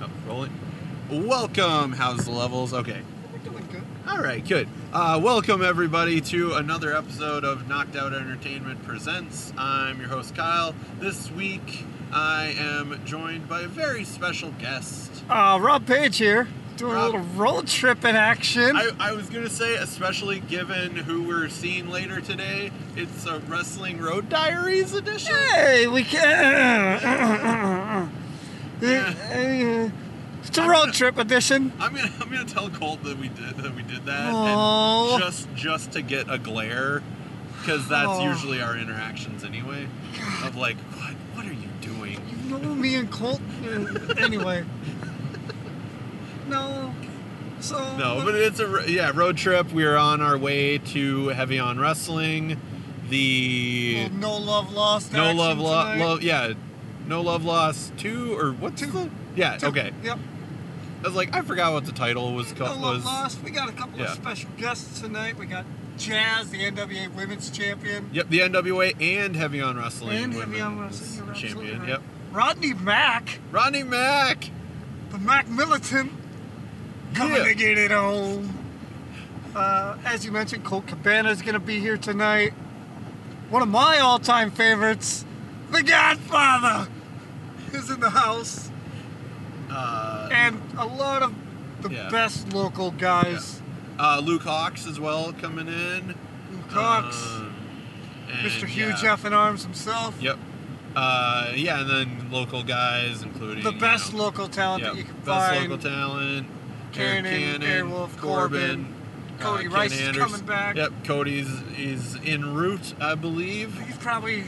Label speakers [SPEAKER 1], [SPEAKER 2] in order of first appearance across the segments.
[SPEAKER 1] Oh, roll it. Welcome. How's the levels? Okay.
[SPEAKER 2] We're doing good.
[SPEAKER 1] All right, good. Uh, welcome, everybody, to another episode of Knocked Out Entertainment Presents. I'm your host, Kyle. This week, I am joined by a very special guest.
[SPEAKER 2] Uh, Rob Page here, doing
[SPEAKER 1] Rob.
[SPEAKER 2] a little road trip in action.
[SPEAKER 1] I, I was going to say, especially given who we're seeing later today, it's a Wrestling Road Diaries edition.
[SPEAKER 2] hey, we can.
[SPEAKER 1] Yeah.
[SPEAKER 2] It's a
[SPEAKER 1] I'm
[SPEAKER 2] road
[SPEAKER 1] gonna-
[SPEAKER 2] trip edition.
[SPEAKER 1] I'm gonna I'm gonna tell Colt that we did that we did that,
[SPEAKER 2] Aw.
[SPEAKER 1] and just just to get a glare, because that's
[SPEAKER 2] Aw.
[SPEAKER 1] usually our interactions anyway. Of like, what what are you doing?
[SPEAKER 2] You know me and Colt. anyway. No. So.
[SPEAKER 1] No, but it's a ro- yeah road trip. We're on our way to Heavy on Wrestling, the
[SPEAKER 2] Well, no love lost.
[SPEAKER 1] No
[SPEAKER 2] action
[SPEAKER 1] Love Lo-
[SPEAKER 2] tonight.
[SPEAKER 1] Love yeah, No Love Lost two or what
[SPEAKER 2] Two.
[SPEAKER 1] two? Yeah,
[SPEAKER 2] Two.
[SPEAKER 1] okay.
[SPEAKER 2] Yep.
[SPEAKER 1] I was like, I forgot what the title was
[SPEAKER 2] No
[SPEAKER 1] called.
[SPEAKER 2] love
[SPEAKER 1] was,
[SPEAKER 2] lost. We got a couple
[SPEAKER 1] Yeah.
[SPEAKER 2] of special guests tonight. We got Jazz, the NWA Women's Champion.
[SPEAKER 1] Yep, the NWA and Heavy on Wrestling
[SPEAKER 2] And Heavy on
[SPEAKER 1] Women's
[SPEAKER 2] Wrestling, you're absolutely
[SPEAKER 1] champion.
[SPEAKER 2] right.
[SPEAKER 1] Yep.
[SPEAKER 2] Rodney Mack.
[SPEAKER 1] Ronnie Mack.
[SPEAKER 2] The Mac Militant coming
[SPEAKER 1] Yeah.
[SPEAKER 2] to get it on. Uh, as you mentioned, Colt Cabana is going to be here tonight. One of my all-time favorites, The Godfather, is in the house,
[SPEAKER 1] Uh,
[SPEAKER 2] and a lot of the
[SPEAKER 1] Yeah.
[SPEAKER 2] best local guys.
[SPEAKER 1] uh, Luke Hawks as well coming in.
[SPEAKER 2] Lou Cox,
[SPEAKER 1] Um, and,
[SPEAKER 2] Mr. Huge
[SPEAKER 1] yeah.
[SPEAKER 2] F in Arms himself,
[SPEAKER 1] Yep. Uh, yeah, and then local guys, including
[SPEAKER 2] the
[SPEAKER 1] you
[SPEAKER 2] best
[SPEAKER 1] know,
[SPEAKER 2] local talent
[SPEAKER 1] yep,
[SPEAKER 2] that you can
[SPEAKER 1] best
[SPEAKER 2] find.
[SPEAKER 1] local talent. Aaron Cannon,
[SPEAKER 2] Cannon, Airwolf,
[SPEAKER 1] Corbin,
[SPEAKER 2] Corbin, Cody
[SPEAKER 1] uh,
[SPEAKER 2] Rice
[SPEAKER 1] Ken
[SPEAKER 2] is
[SPEAKER 1] Anderson.
[SPEAKER 2] coming back.
[SPEAKER 1] Yep, Cody's is en route, I believe.
[SPEAKER 2] He's probably,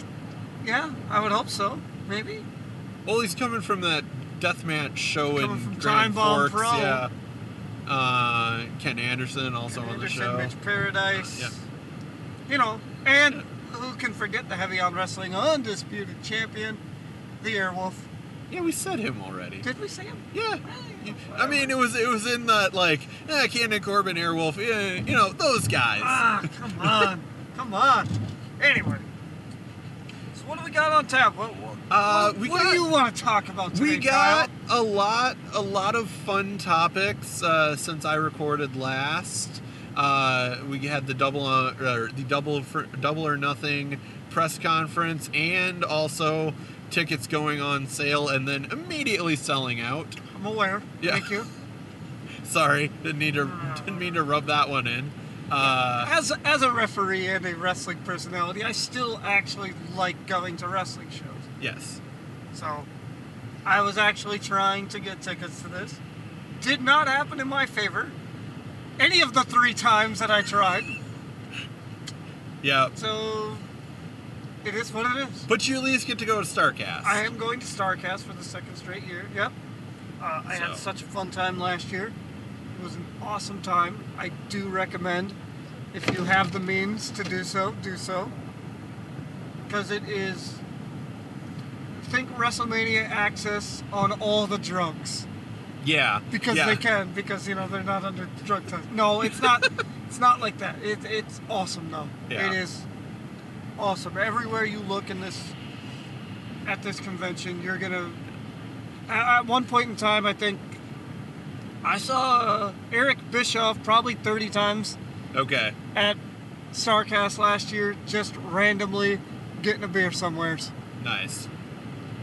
[SPEAKER 2] yeah, I would hope so. Maybe.
[SPEAKER 1] Well, he's coming from that deathmatch show
[SPEAKER 2] Coming
[SPEAKER 1] in
[SPEAKER 2] from
[SPEAKER 1] Grand
[SPEAKER 2] Time Bomb
[SPEAKER 1] Forks.
[SPEAKER 2] Pro.
[SPEAKER 1] Yeah. Uh, Ken Anderson also on the
[SPEAKER 2] Anderson,
[SPEAKER 1] show.
[SPEAKER 2] Mitch Paradise.
[SPEAKER 1] Yeah.
[SPEAKER 2] You know, and who can forget the Heavy on Wrestling Undisputed Champion, the Airwolf?
[SPEAKER 1] Yeah, we said him already.
[SPEAKER 2] Did we see him?
[SPEAKER 1] Yeah. I mean, it was it was in that like eh, Cannon Corbin, Airwolf, eh, you know those guys.
[SPEAKER 2] Ah, come on, come on. Anyway, so what do we got on tap? What, what,
[SPEAKER 1] Uh, we
[SPEAKER 2] what
[SPEAKER 1] got-
[SPEAKER 2] do you want to talk about today,
[SPEAKER 1] We got
[SPEAKER 2] Kyle?
[SPEAKER 1] a lot a lot of fun topics uh, since I recorded last. Uh, we had the double uh, or the double for, double or nothing press conference and also tickets going on sale and then immediately selling out.
[SPEAKER 2] I'm aware.
[SPEAKER 1] Yeah.
[SPEAKER 2] Thank you.
[SPEAKER 1] Sorry, didn't need to
[SPEAKER 2] Ah.
[SPEAKER 1] didn't mean to rub that one in. Uh,
[SPEAKER 2] As as a referee and a wrestling personality, I still actually like going to wrestling shows.
[SPEAKER 1] yes.
[SPEAKER 2] So I was actually trying to get tickets to this. Did not happen in my favor. Any of the three times that I tried.
[SPEAKER 1] Yeah.
[SPEAKER 2] So it is what it is.
[SPEAKER 1] But you at least get to go to Starcast.
[SPEAKER 2] I am going to StarCast for the second straight year. Yep. Uh, I
[SPEAKER 1] So.
[SPEAKER 2] had such a fun time last year. It was an awesome time. I do recommend, if you have the means to do so, do so. Because it is, think WrestleMania access on all the drugs.
[SPEAKER 1] Yeah.
[SPEAKER 2] because
[SPEAKER 1] yeah.
[SPEAKER 2] they can because you know they're not under drug test. No, it's not. it's not like that. It, it's awesome though.
[SPEAKER 1] Yeah.
[SPEAKER 2] It is awesome. Everywhere you look in this at this convention, you're gonna. At, at one point in time, I think I saw uh, Eric Bischoff probably 30 times
[SPEAKER 1] Okay.
[SPEAKER 2] at Starcast last year, just randomly getting a beer somewheres.
[SPEAKER 1] Nice.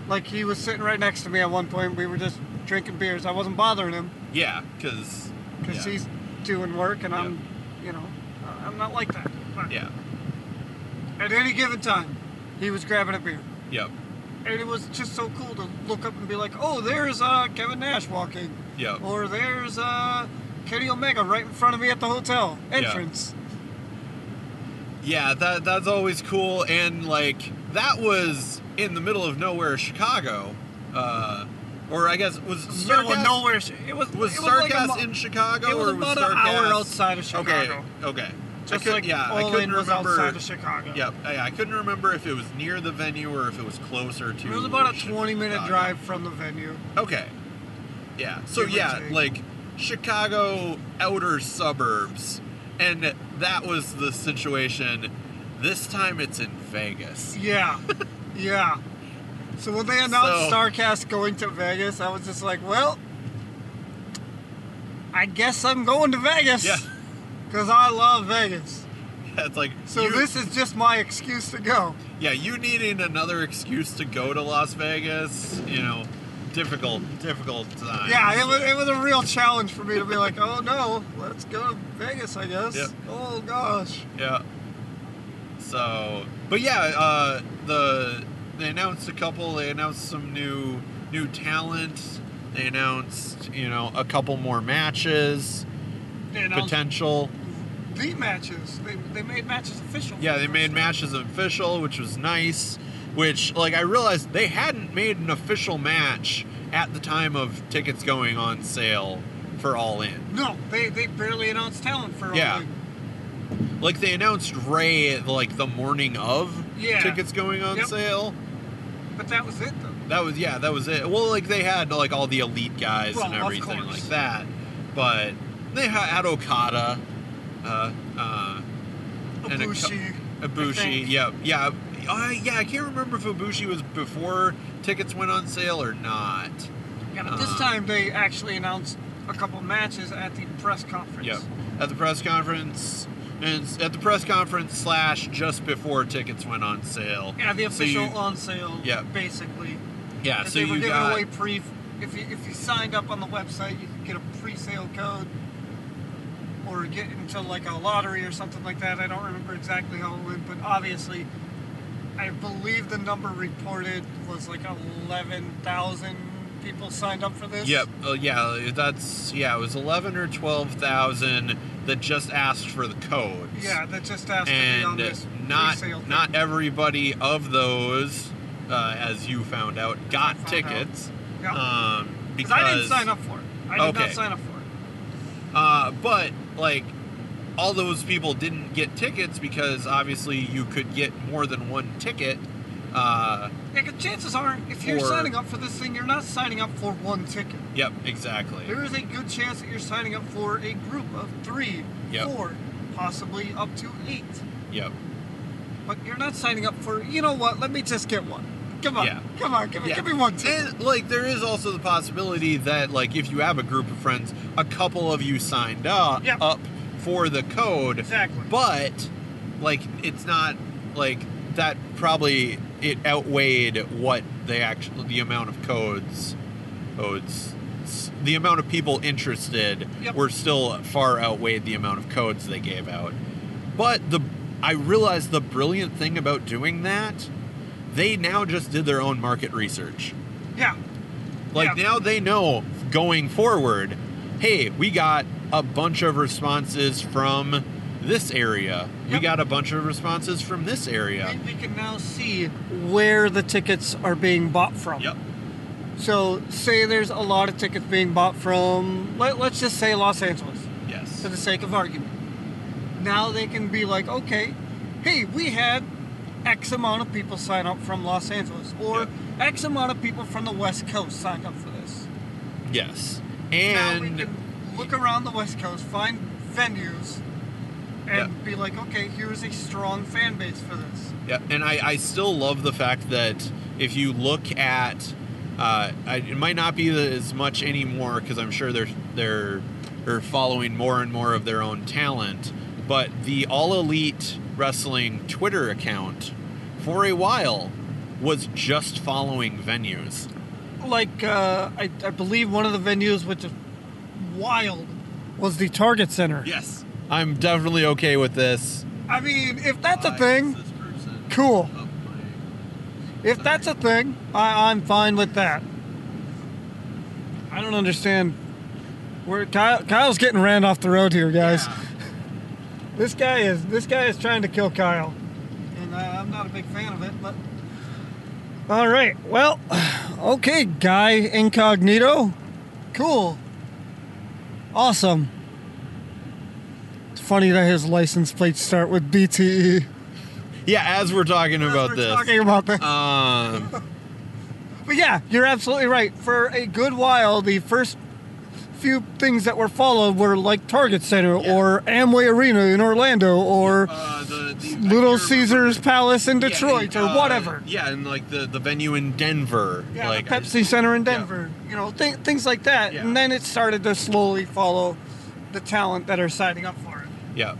[SPEAKER 2] Like he was sitting right next to me at one point. We were just drinking beers. I wasn't bothering him.
[SPEAKER 1] Yeah, because.
[SPEAKER 2] because
[SPEAKER 1] yeah.
[SPEAKER 2] he's doing work and I'm, you know, uh, I'm not like that. But
[SPEAKER 1] Yeah.
[SPEAKER 2] At any given time, he was grabbing a beer,
[SPEAKER 1] Yep.
[SPEAKER 2] and it was just so cool to look up and be like, "Oh, there's uh, Kevin Nash walking,"
[SPEAKER 1] Yep.
[SPEAKER 2] or "There's uh, Kenny Omega right in front of me at the hotel entrance."
[SPEAKER 1] Yeah, that that's always cool, and like that was in the middle of nowhere, Chicago, uh, or I guess was
[SPEAKER 2] Middle of
[SPEAKER 1] Starcast-
[SPEAKER 2] nowhere. sh- It was
[SPEAKER 1] Was
[SPEAKER 2] it
[SPEAKER 1] Starcast
[SPEAKER 2] like a mo-
[SPEAKER 1] in Chicago,
[SPEAKER 2] it was
[SPEAKER 1] or was
[SPEAKER 2] about
[SPEAKER 1] Starcast
[SPEAKER 2] an hour outside of Chicago.
[SPEAKER 1] Okay, okay. I
[SPEAKER 2] Just
[SPEAKER 1] could-
[SPEAKER 2] like
[SPEAKER 1] yeah, I
[SPEAKER 2] All
[SPEAKER 1] couldn't
[SPEAKER 2] In was
[SPEAKER 1] remember.
[SPEAKER 2] outside of Chicago.
[SPEAKER 1] Yep, I, I couldn't remember if it was near the venue or if it was closer to.
[SPEAKER 2] It was about a
[SPEAKER 1] Chi-
[SPEAKER 2] 20 minute
[SPEAKER 1] Chicago.
[SPEAKER 2] drive from the venue.
[SPEAKER 1] Okay. Yeah. So
[SPEAKER 2] Give or
[SPEAKER 1] yeah,
[SPEAKER 2] take.
[SPEAKER 1] like Chicago outer suburbs, and that was the situation. This time it's in Vegas.
[SPEAKER 2] Yeah, yeah. So when they announced
[SPEAKER 1] So-
[SPEAKER 2] Starcast going to Vegas, I was just like, well, I guess I'm going to Vegas.
[SPEAKER 1] Yeah.
[SPEAKER 2] Because I love Vegas.
[SPEAKER 1] It's like
[SPEAKER 2] So
[SPEAKER 1] you-
[SPEAKER 2] this is just my excuse to go.
[SPEAKER 1] yeah, you needing another excuse to go to Las Vegas, you know, difficult, difficult time.
[SPEAKER 2] Yeah, it was, it was a real challenge for me to be like, oh no, let's go to Vegas, I guess.
[SPEAKER 1] Yeah.
[SPEAKER 2] Oh gosh.
[SPEAKER 1] Yeah. So, but yeah, uh, the they announced a couple. They announced some new new talent. They announced you know a couple more matches
[SPEAKER 2] And I'll-
[SPEAKER 1] potential.
[SPEAKER 2] the matches. They, they made matches official.
[SPEAKER 1] Yeah, they made matches official, which was nice. Which like I realized they hadn't made an official match at the time of tickets going on sale for All In.
[SPEAKER 2] No, they, they barely announced talent for
[SPEAKER 1] Yeah.
[SPEAKER 2] all the,
[SPEAKER 1] Like they announced Ray like the morning of
[SPEAKER 2] Yeah.
[SPEAKER 1] tickets going on
[SPEAKER 2] Yep.
[SPEAKER 1] sale.
[SPEAKER 2] But that was it though.
[SPEAKER 1] That was yeah, that was it. Well, like they had like all the elite guys
[SPEAKER 2] Well,
[SPEAKER 1] and
[SPEAKER 2] of
[SPEAKER 1] everything
[SPEAKER 2] course.
[SPEAKER 1] like that, but they ha- had Okada, uh, uh, And a cou-
[SPEAKER 2] Ibushi. I
[SPEAKER 1] Ibushi.
[SPEAKER 2] think.
[SPEAKER 1] Yeah, yeah, uh, yeah. I can't remember if Ibushi was before tickets went on sale or not.
[SPEAKER 2] Yeah, but this
[SPEAKER 1] Uh,
[SPEAKER 2] time they actually announced a couple matches at the press conference.
[SPEAKER 1] Yeah, at the press conference. And s- at the press conference slash just before tickets went on sale.
[SPEAKER 2] Yeah, the
[SPEAKER 1] So you-
[SPEAKER 2] official on sale.
[SPEAKER 1] Yeah.
[SPEAKER 2] basically.
[SPEAKER 1] yeah,
[SPEAKER 2] And
[SPEAKER 1] so
[SPEAKER 2] they were
[SPEAKER 1] you
[SPEAKER 2] giving
[SPEAKER 1] got
[SPEAKER 2] away pre. If you if you signed up on the website, you could get a pre-sale code, or get into like a lottery or something like that. I don't remember exactly how it went, but obviously, I believe the number reported was like eleven thousand people signed up for this.
[SPEAKER 1] Yep. Uh, yeah, that's yeah. It was eleven or twelve thousand that just asked for the codes.
[SPEAKER 2] Yeah, that just asked to be on
[SPEAKER 1] and
[SPEAKER 2] this
[SPEAKER 1] not
[SPEAKER 2] pre-sale thing.
[SPEAKER 1] not everybody of those, uh, as you found out, got
[SPEAKER 2] found out.
[SPEAKER 1] tickets.
[SPEAKER 2] Yeah.
[SPEAKER 1] Um, because
[SPEAKER 2] because I didn't sign up for it. I did
[SPEAKER 1] Okay.
[SPEAKER 2] not sign up for it.
[SPEAKER 1] Uh, but like, all those people didn't get tickets because obviously you could get more than one ticket. Uh,
[SPEAKER 2] Yeah, 'cause chances are, if you're
[SPEAKER 1] For-
[SPEAKER 2] signing up for this thing, you're not signing up for one ticket.
[SPEAKER 1] yep, exactly.
[SPEAKER 2] There is a good chance that you're signing up for a group of three,
[SPEAKER 1] Yep.
[SPEAKER 2] four, possibly up to eight.
[SPEAKER 1] Yep.
[SPEAKER 2] But you're not signing up for, you know what, let me just get one. Come on,
[SPEAKER 1] Yeah.
[SPEAKER 2] come on, give me,
[SPEAKER 1] Yeah.
[SPEAKER 2] give me one ticket.
[SPEAKER 1] And like, there is also the possibility that like, if you have a group of friends, a couple of you signed up
[SPEAKER 2] Yeah.
[SPEAKER 1] up for the code.
[SPEAKER 2] Exactly.
[SPEAKER 1] But like, it's not like that. Probably it outweighed what they actually the amount of codes, codes, s- the amount of people interested
[SPEAKER 2] Yep.
[SPEAKER 1] were still far outweighed the amount of codes they gave out. But the I realized the brilliant thing about doing that, they now just did their own market research.
[SPEAKER 2] yeah,
[SPEAKER 1] Like
[SPEAKER 2] Yeah.
[SPEAKER 1] now they know going forward, hey, we got a bunch of responses from this area. We
[SPEAKER 2] Yep.
[SPEAKER 1] got a bunch of responses from this area.
[SPEAKER 2] And we can now see where the tickets are being bought from.
[SPEAKER 1] Yep.
[SPEAKER 2] So, say there's a lot of tickets being bought from, let, let's just say Los Angeles.
[SPEAKER 1] Yes.
[SPEAKER 2] for the sake of argument. Now they can be like, okay, hey, we had X amount of people sign up from Los Angeles, or X amount of people from the West Coast signed up for this.
[SPEAKER 1] Yes.
[SPEAKER 2] now we
[SPEAKER 1] And
[SPEAKER 2] can look around the West Coast, find venues, and be like, okay, here's a strong fan base for this.
[SPEAKER 1] yeah, and I, I still love the fact that if you look at uh, I, it might not be as much anymore because I'm sure they're they're they're following more and more of their own talent. But the All Elite Wrestling Twitter account, for a while, was just following venues.
[SPEAKER 2] Like, uh, I, I believe one of the venues, which is wild, was the Target Center.
[SPEAKER 1] Yes, I'm definitely okay with this.
[SPEAKER 2] I mean, if that's a thing, cool. If that's a thing, I, I'm fine with that. I don't understand. Where Kyle, Kyle's getting ran off the road here, guys. This guy is this guy is trying to kill Kyle, and uh, I'm not a big fan of it. But all right, well, okay, guy incognito, cool, awesome. It's funny that his license plates start with BTE.
[SPEAKER 1] Yeah, as we're talking about
[SPEAKER 2] We're
[SPEAKER 1] this,
[SPEAKER 2] talking about this.
[SPEAKER 1] um,
[SPEAKER 2] But yeah, you're absolutely right. For a good while, the first few things that were followed were like Target Center
[SPEAKER 1] Yeah.
[SPEAKER 2] or Amway Arena in Orlando or
[SPEAKER 1] Uh, the, the
[SPEAKER 2] Little
[SPEAKER 1] can't remember.
[SPEAKER 2] Caesar's Palace in
[SPEAKER 1] Yeah, and,
[SPEAKER 2] Detroit or
[SPEAKER 1] uh,
[SPEAKER 2] whatever.
[SPEAKER 1] Yeah, and like the, the venue in Denver.
[SPEAKER 2] Yeah,
[SPEAKER 1] like
[SPEAKER 2] the
[SPEAKER 1] I
[SPEAKER 2] Pepsi
[SPEAKER 1] just-
[SPEAKER 2] Center in
[SPEAKER 1] yeah.
[SPEAKER 2] Denver. You know, th- things like that.
[SPEAKER 1] Yeah.
[SPEAKER 2] And then it started to slowly follow the talent that are signing up for it.
[SPEAKER 1] Yeah.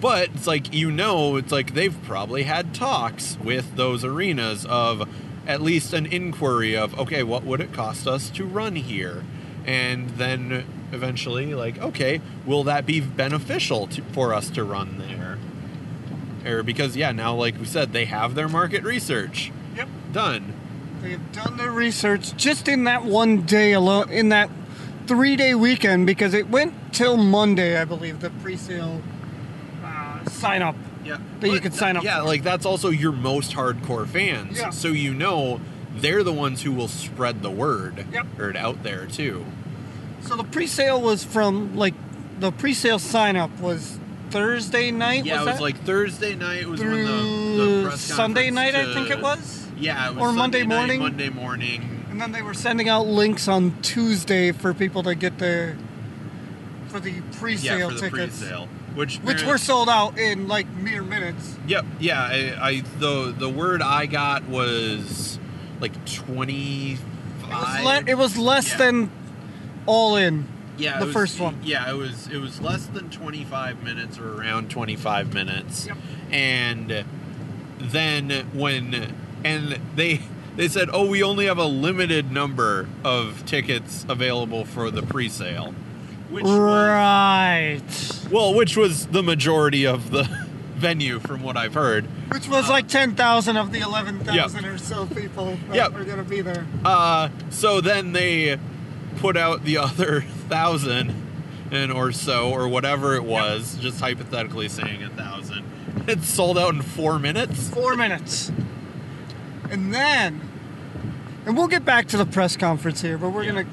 [SPEAKER 1] But it's like you know, it's like they've probably had talks with those arenas of at least an inquiry of okay, what would it cost us to run here? And then eventually like okay, will that be beneficial to, for us to run there? Or because yeah, now like we said they have their market research
[SPEAKER 2] Yep.
[SPEAKER 1] done.
[SPEAKER 2] They have done their research just in that one day alone, in that three day weekend, because it went till Monday, I believe, the pre sale uh, sign up.
[SPEAKER 1] Yeah.
[SPEAKER 2] That you could sign up
[SPEAKER 1] Yeah,
[SPEAKER 2] for.
[SPEAKER 1] like that's also your most hardcore fans.
[SPEAKER 2] Yeah.
[SPEAKER 1] So you know they're the ones who will spread the word
[SPEAKER 2] Yep.
[SPEAKER 1] or it out there too.
[SPEAKER 2] So the pre sale was from, like, the pre sale sign up was Thursday night?
[SPEAKER 1] Yeah,
[SPEAKER 2] was
[SPEAKER 1] it was
[SPEAKER 2] that?
[SPEAKER 1] like Thursday night was
[SPEAKER 2] through
[SPEAKER 1] when the, the press
[SPEAKER 2] Sunday night,
[SPEAKER 1] conference,
[SPEAKER 2] I think
[SPEAKER 1] uh,
[SPEAKER 2] it was.
[SPEAKER 1] Yeah, it was Sunday
[SPEAKER 2] Or Monday
[SPEAKER 1] night,
[SPEAKER 2] morning?
[SPEAKER 1] Monday morning.
[SPEAKER 2] And then they were sending out links on Tuesday for people to get their for the pre-sale
[SPEAKER 1] Yeah, for the
[SPEAKER 2] tickets,
[SPEAKER 1] pre-sale, which
[SPEAKER 2] which
[SPEAKER 1] apparent-
[SPEAKER 2] were sold out in like mere minutes.
[SPEAKER 1] Yep. Yeah. I, I the the word I got was like twenty
[SPEAKER 2] It was,
[SPEAKER 1] five.
[SPEAKER 2] le- it was less
[SPEAKER 1] yeah.
[SPEAKER 2] than all in.
[SPEAKER 1] yeah, it
[SPEAKER 2] the
[SPEAKER 1] was-
[SPEAKER 2] first one.
[SPEAKER 1] Yeah, it was it was less than twenty five minutes or around twenty five minutes.
[SPEAKER 2] Yep.
[SPEAKER 1] and then when and they they said oh we only have a limited number of tickets available for the pre-sale which was,
[SPEAKER 2] Right.
[SPEAKER 1] well which was the majority of the venue from what i've heard
[SPEAKER 2] Which
[SPEAKER 1] Um,
[SPEAKER 2] was like 10,000 of the 11,000 or so people that
[SPEAKER 1] Yep.
[SPEAKER 2] were going to be there.
[SPEAKER 1] uh, so then they put out the other thousand and or so or whatever it was just hypothetically saying a thousand it sold out in four minutes
[SPEAKER 2] Four minutes. And then, and we'll get back to the press conference here, but we're
[SPEAKER 1] Yeah.
[SPEAKER 2] gonna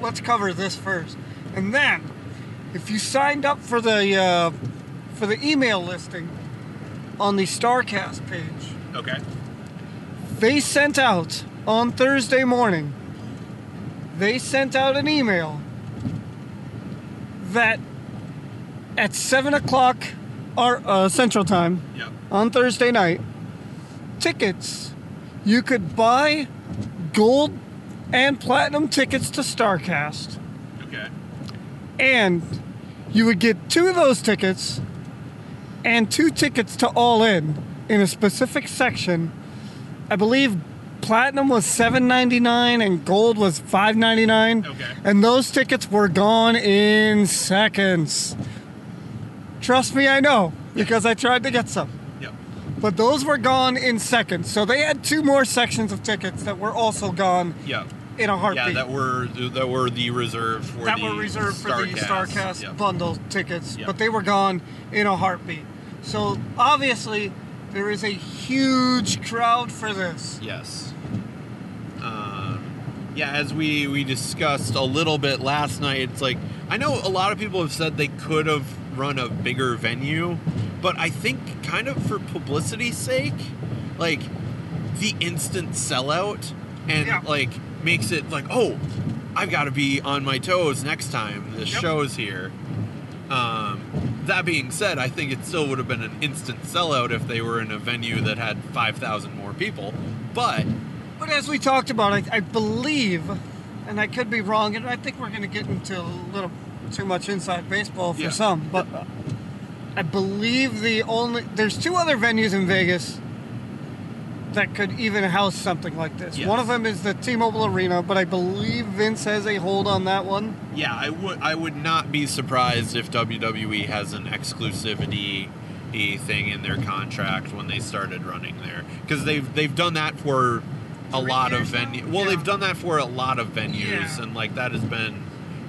[SPEAKER 2] let's cover this first. And then, if you signed up for the uh, for the email listing on the Starcast page,
[SPEAKER 1] okay
[SPEAKER 2] they sent out on Thursday morning, they sent out an email that at 7 o'clock our, uh, Central Time
[SPEAKER 1] yep
[SPEAKER 2] on Thursday night, tickets. You could buy gold and platinum tickets to StarCast,
[SPEAKER 1] okay
[SPEAKER 2] and you would get two of those tickets and two tickets to All In in a specific section. I believe platinum was $7.99 and gold was $5.99.
[SPEAKER 1] Okay.
[SPEAKER 2] And those tickets were gone in seconds. Trust me, I know because I tried to get some.
[SPEAKER 1] yep
[SPEAKER 2] But those were gone in seconds. So they had two more sections of tickets that were also gone
[SPEAKER 1] yep
[SPEAKER 2] in a
[SPEAKER 1] Yeah,
[SPEAKER 2] heartbeat.
[SPEAKER 1] that were that were the reserved for
[SPEAKER 2] That
[SPEAKER 1] the
[SPEAKER 2] were reserved for the StarCast
[SPEAKER 1] Yeah.
[SPEAKER 2] bundle tickets,
[SPEAKER 1] Yeah.
[SPEAKER 2] but they were gone in a heartbeat. So obviously, there is a huge crowd for this.
[SPEAKER 1] Yes. Um, yeah, as we we discussed a little bit last night, it's like I know a lot of people have said they could have run a bigger venue, but I think kind of for publicity's sake, like the instant sellout and
[SPEAKER 2] Yeah.
[SPEAKER 1] like makes it like oh, I've got to be on my toes next time this
[SPEAKER 2] Yep.
[SPEAKER 1] show's here. Um, that being said, I think it still would have been an instant sellout if they were in a venue that had 5,000 more people. But,
[SPEAKER 2] But as we talked about, I, I believe, and I could be wrong, and I think we're going to get into a little too much inside baseball for
[SPEAKER 1] Yeah.
[SPEAKER 2] some, but I believe the only there's two other venues in Vegas that could even house something like this.
[SPEAKER 1] Yes.
[SPEAKER 2] One of them is the T-Mobile Arena, but I believe Vince has a hold on that one.
[SPEAKER 1] yeah, I would I would not be surprised if WWE has an exclusivity thing in their contract when they started running there because they've they've done that for a
[SPEAKER 2] Three
[SPEAKER 1] lot of
[SPEAKER 2] years now?
[SPEAKER 1] venues. Well,
[SPEAKER 2] Yeah.
[SPEAKER 1] they've done that for a lot of venues,
[SPEAKER 2] Yeah.
[SPEAKER 1] and like that has been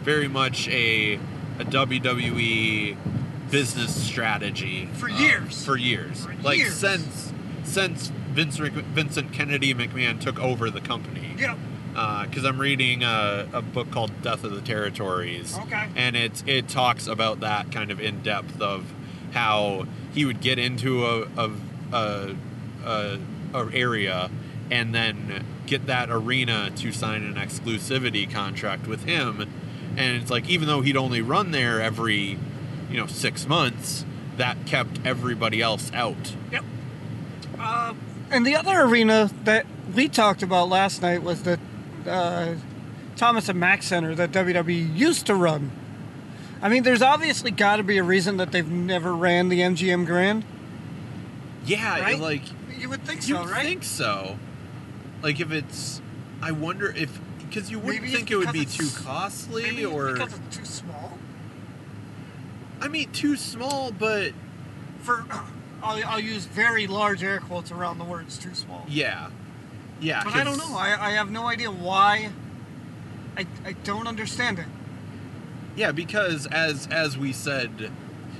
[SPEAKER 1] very much a a WWE business strategy
[SPEAKER 2] For
[SPEAKER 1] um,
[SPEAKER 2] years.
[SPEAKER 1] for years,
[SPEAKER 2] For
[SPEAKER 1] like
[SPEAKER 2] years.
[SPEAKER 1] since since Vince Mc- Vincent Kennedy McMahon took over the company
[SPEAKER 2] Yep.
[SPEAKER 1] because Uh, I'm reading a, a book called Death of the Territories.
[SPEAKER 2] Okay.
[SPEAKER 1] And it's it talks about that kind of in depth of how he would get into a a, a, a, a area and then get that arena to sign an exclusivity contract with him. And it's like even though he'd only run there every you know six months, that kept everybody else out.
[SPEAKER 2] Yep. Uh, and the other arena that we talked about last night was the uh, Thomas and Mack Center that WWE used to run. I mean, there's obviously got to be a reason that they've never ran the MGM Grand.
[SPEAKER 1] Yeah,
[SPEAKER 2] Right?
[SPEAKER 1] like
[SPEAKER 2] You would think
[SPEAKER 1] you
[SPEAKER 2] so,
[SPEAKER 1] would
[SPEAKER 2] right?
[SPEAKER 1] think so. Like if it's, I wonder if because you wouldn't
[SPEAKER 2] Maybe it's
[SPEAKER 1] think it would be
[SPEAKER 2] because
[SPEAKER 1] too
[SPEAKER 2] it's-
[SPEAKER 1] costly
[SPEAKER 2] Maybe it's
[SPEAKER 1] or
[SPEAKER 2] because it's too small
[SPEAKER 1] I mean too small, but
[SPEAKER 2] for. I'll, I'll use very large air quotes around the words "too small."
[SPEAKER 1] yeah, yeah.
[SPEAKER 2] But I don't
[SPEAKER 1] 'cause-
[SPEAKER 2] know. I, I have no idea why. I, I don't understand it.
[SPEAKER 1] Yeah, because as as we said,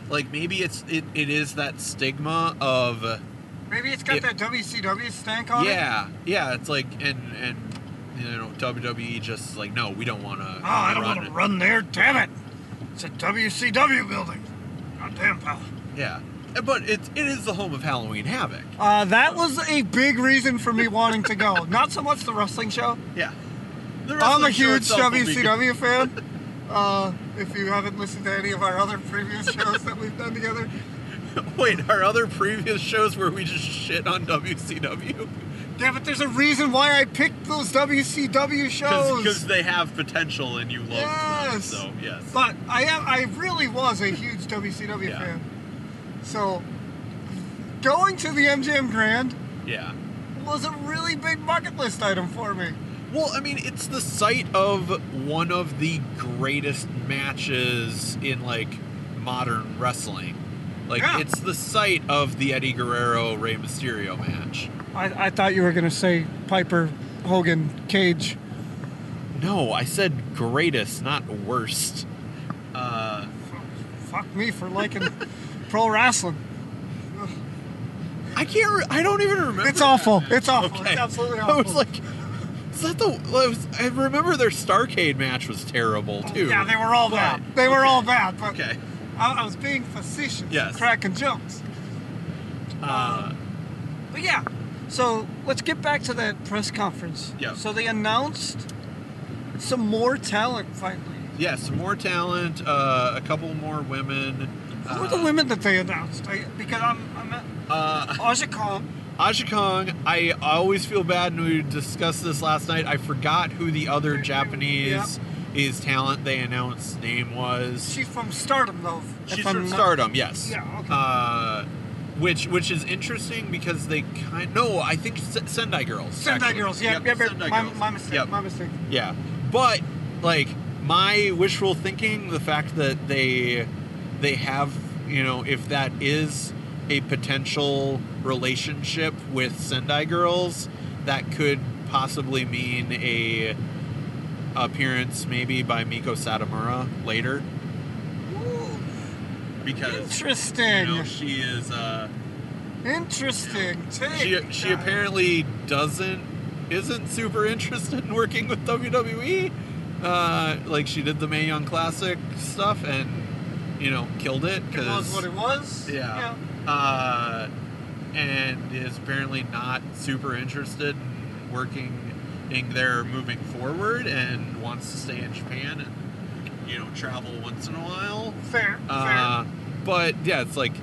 [SPEAKER 1] like maybe it's it, it is that stigma of
[SPEAKER 2] Maybe it's got
[SPEAKER 1] It-
[SPEAKER 2] that WCW stank on it.
[SPEAKER 1] yeah, yeah. It's like and and you know WWE just is like no, we don't want to.
[SPEAKER 2] Oh, I don't want to run there. Damn it! It's a WCW building. God damn, pal.
[SPEAKER 1] Yeah, but it's it is the home of Halloween Havoc.
[SPEAKER 2] Uh, that was a big reason for me wanting to go. Not so much the wrestling show.
[SPEAKER 1] Yeah, The
[SPEAKER 2] I'm a
[SPEAKER 1] wrestling show
[SPEAKER 2] huge
[SPEAKER 1] itself will be good.
[SPEAKER 2] WCW fan. Uh, if you haven't listened to any of our other previous shows that we've done together,
[SPEAKER 1] Wait, our other previous shows where we just shit on WCW
[SPEAKER 2] yeah, but there's a reason why I picked those WCW shows.
[SPEAKER 1] because they have potential and you love them.
[SPEAKER 2] Yes.
[SPEAKER 1] So yes,
[SPEAKER 2] But I am I really was a huge WCW
[SPEAKER 1] Yeah.
[SPEAKER 2] fan. So going to the MGM Grand
[SPEAKER 1] yeah.
[SPEAKER 2] was a really big bucket list item for me.
[SPEAKER 1] Well, I mean, it's the site of one of the greatest matches in like modern wrestling. Like
[SPEAKER 2] Yeah.
[SPEAKER 1] it's the site of the Eddie Guerrero Rey Mysterio match.
[SPEAKER 2] I, I thought you were gonna say Piper, Hogan, Cage.
[SPEAKER 1] No, I said greatest, not worst. Uh,
[SPEAKER 2] Fuck me for liking pro wrestling.
[SPEAKER 1] I can't. Re- I don't even remember.
[SPEAKER 2] It's
[SPEAKER 1] that
[SPEAKER 2] awful.
[SPEAKER 1] match.
[SPEAKER 2] It's awful.
[SPEAKER 1] Okay.
[SPEAKER 2] It's absolutely
[SPEAKER 1] I
[SPEAKER 2] awful.
[SPEAKER 1] was like, is that the? I, was, I remember their Starcade match was terrible too.
[SPEAKER 2] Oh, yeah, they were all
[SPEAKER 1] But-
[SPEAKER 2] bad. They were all bad, but
[SPEAKER 1] Okay.
[SPEAKER 2] I, I was being facetious,
[SPEAKER 1] Yes.
[SPEAKER 2] cracking jokes.
[SPEAKER 1] Uh,
[SPEAKER 2] But yeah, so let's get back to that press conference.
[SPEAKER 1] Yeah.
[SPEAKER 2] So they announced some more talent finally.
[SPEAKER 1] yeah, some more talent. Uh, a couple more women.
[SPEAKER 2] Who were the women that they announced? I, because I'm, I'm at
[SPEAKER 1] Uh,
[SPEAKER 2] Aja Khan.
[SPEAKER 1] Aja Kong, I always feel bad, and we discussed this last night. I forgot who the other Japanese is talent they announced name was.
[SPEAKER 2] She's from Stardom, though. if
[SPEAKER 1] She's
[SPEAKER 2] I'm
[SPEAKER 1] from
[SPEAKER 2] not-
[SPEAKER 1] Stardom, yes.
[SPEAKER 2] Yeah, okay.
[SPEAKER 1] Uh, which which is interesting because they kind. No, I think S- Sendai Girls.
[SPEAKER 2] Sendai
[SPEAKER 1] actually.
[SPEAKER 2] Girls. Yeah,
[SPEAKER 1] Yep,
[SPEAKER 2] yeah, yeah.
[SPEAKER 1] Sendai
[SPEAKER 2] my,
[SPEAKER 1] Girls.
[SPEAKER 2] my mistake.
[SPEAKER 1] Yep.
[SPEAKER 2] My mistake.
[SPEAKER 1] Yeah, but like my wishful thinking, the fact that they they have you know if that is a potential relationship with Sendai Girls, that could possibly mean a appearance maybe by Miko Satomura later because you
[SPEAKER 2] Interesting.
[SPEAKER 1] know she is uh,
[SPEAKER 2] Interesting. Take.
[SPEAKER 1] she she
[SPEAKER 2] guys.
[SPEAKER 1] apparently doesn't isn't super interested in working with WWE. Uh, like she did the Mae Young Classic stuff and you know killed it
[SPEAKER 2] It was what
[SPEAKER 1] because
[SPEAKER 2] it was.
[SPEAKER 1] yeah, Uh, and is apparently not super interested in working in there moving forward and wants to stay in Japan and you know travel once in a while.
[SPEAKER 2] Fair.
[SPEAKER 1] Uh, but yeah, it's like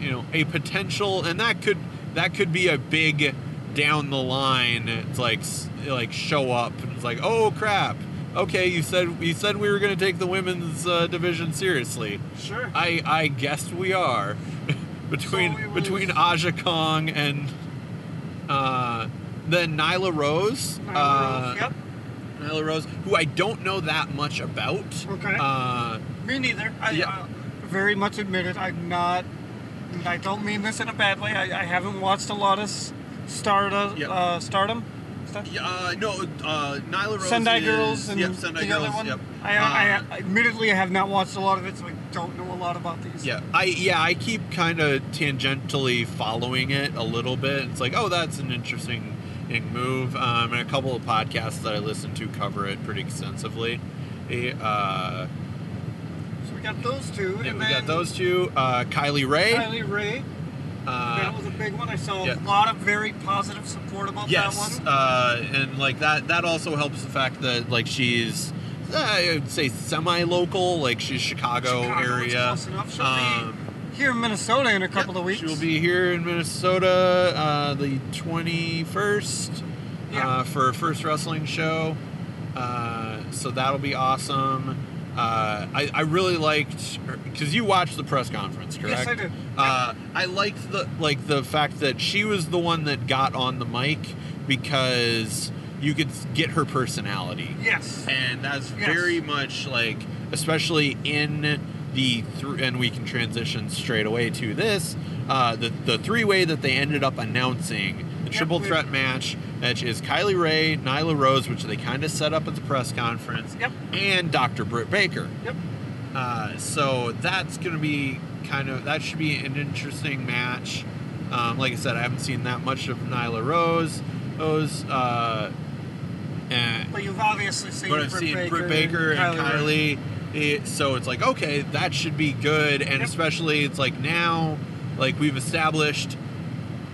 [SPEAKER 1] you know a potential, and that could that could be a big down the line. It's like s- like show up, and it's like oh crap. Okay, you said you said we were going to take the women's uh, division seriously.
[SPEAKER 2] fair. Sure.
[SPEAKER 1] I I guess we are between
[SPEAKER 2] So it was-
[SPEAKER 1] between Aja Kong and uh, then Nyla Rose.
[SPEAKER 2] Nyla
[SPEAKER 1] uh,
[SPEAKER 2] Rose, yep.
[SPEAKER 1] Nyla Rose, who I don't know that much about.
[SPEAKER 2] Okay.
[SPEAKER 1] Uh,
[SPEAKER 2] Me neither. I,
[SPEAKER 1] Yeah.
[SPEAKER 2] uh, very much admitted I'm not. and I don't mean this in a bad way. I, I haven't watched a lot of s- Stardom.
[SPEAKER 1] Yeah.
[SPEAKER 2] Uh, stardom. Stuff.
[SPEAKER 1] Yeah, uh, no, uh, Nyla Rose.
[SPEAKER 2] Sendai
[SPEAKER 1] is-
[SPEAKER 2] Girls and
[SPEAKER 1] yep, Sendai
[SPEAKER 2] the
[SPEAKER 1] Girls.
[SPEAKER 2] other one.
[SPEAKER 1] Yep.
[SPEAKER 2] I,
[SPEAKER 1] Uh,
[SPEAKER 2] I, I admittedly have not watched a lot of it, so I don't know a lot about these.
[SPEAKER 1] yeah, I yeah I keep kind of tangentially following it a little bit. It's like, oh, that's an interesting thing move. Um, and a couple of podcasts that I listen to cover it pretty extensively. Eh, Uh,
[SPEAKER 2] So we got those two,
[SPEAKER 1] yeah,
[SPEAKER 2] and
[SPEAKER 1] we
[SPEAKER 2] then
[SPEAKER 1] got those two. Uh, Kylie Ray.
[SPEAKER 2] Kylie Ray. that
[SPEAKER 1] uh,
[SPEAKER 2] was a big one. I saw
[SPEAKER 1] yeah.
[SPEAKER 2] a lot of very positive support about
[SPEAKER 1] yes,
[SPEAKER 2] that one.
[SPEAKER 1] uh, and like that that also helps the fact that like she's. uh, I would say semi-local, like she's Chicago,
[SPEAKER 2] Chicago was
[SPEAKER 1] area.
[SPEAKER 2] close enough. She'll
[SPEAKER 1] Um,
[SPEAKER 2] be here in Minnesota in a couple of weeks.
[SPEAKER 1] She will be here in Minnesota uh, the 21st
[SPEAKER 2] Yeah.
[SPEAKER 1] uh, for her first wrestling show. Uh, so that'll be awesome. Uh, I, I really liked because you watched the press conference, correct?
[SPEAKER 2] Yes, I did.
[SPEAKER 1] Uh, I liked the like the fact that she was the one that got on the mic because you could get her personality
[SPEAKER 2] Yes.
[SPEAKER 1] and that's
[SPEAKER 2] Yes.
[SPEAKER 1] very much like especially in the thr and we can transition straight away to this uh, the, the three way that they ended up announcing the triple
[SPEAKER 2] we-
[SPEAKER 1] threat match which is kylie ray nyla rose which they kind of set up at the press conference
[SPEAKER 2] Yep.
[SPEAKER 1] and dr britt baker
[SPEAKER 2] Yep.
[SPEAKER 1] uh, so that's going to be kind of that should be an interesting match. Um, like I said, I haven't seen that much of Nyla Rose. Rose, uh, and,
[SPEAKER 2] But you've obviously seen
[SPEAKER 1] but
[SPEAKER 2] Britt
[SPEAKER 1] I've seen
[SPEAKER 2] Baker,
[SPEAKER 1] Britt Baker and
[SPEAKER 2] Ray.
[SPEAKER 1] Kylie. It- so it's like, okay, that should be good. And
[SPEAKER 2] Yep.
[SPEAKER 1] especially, it's like now, like we've established,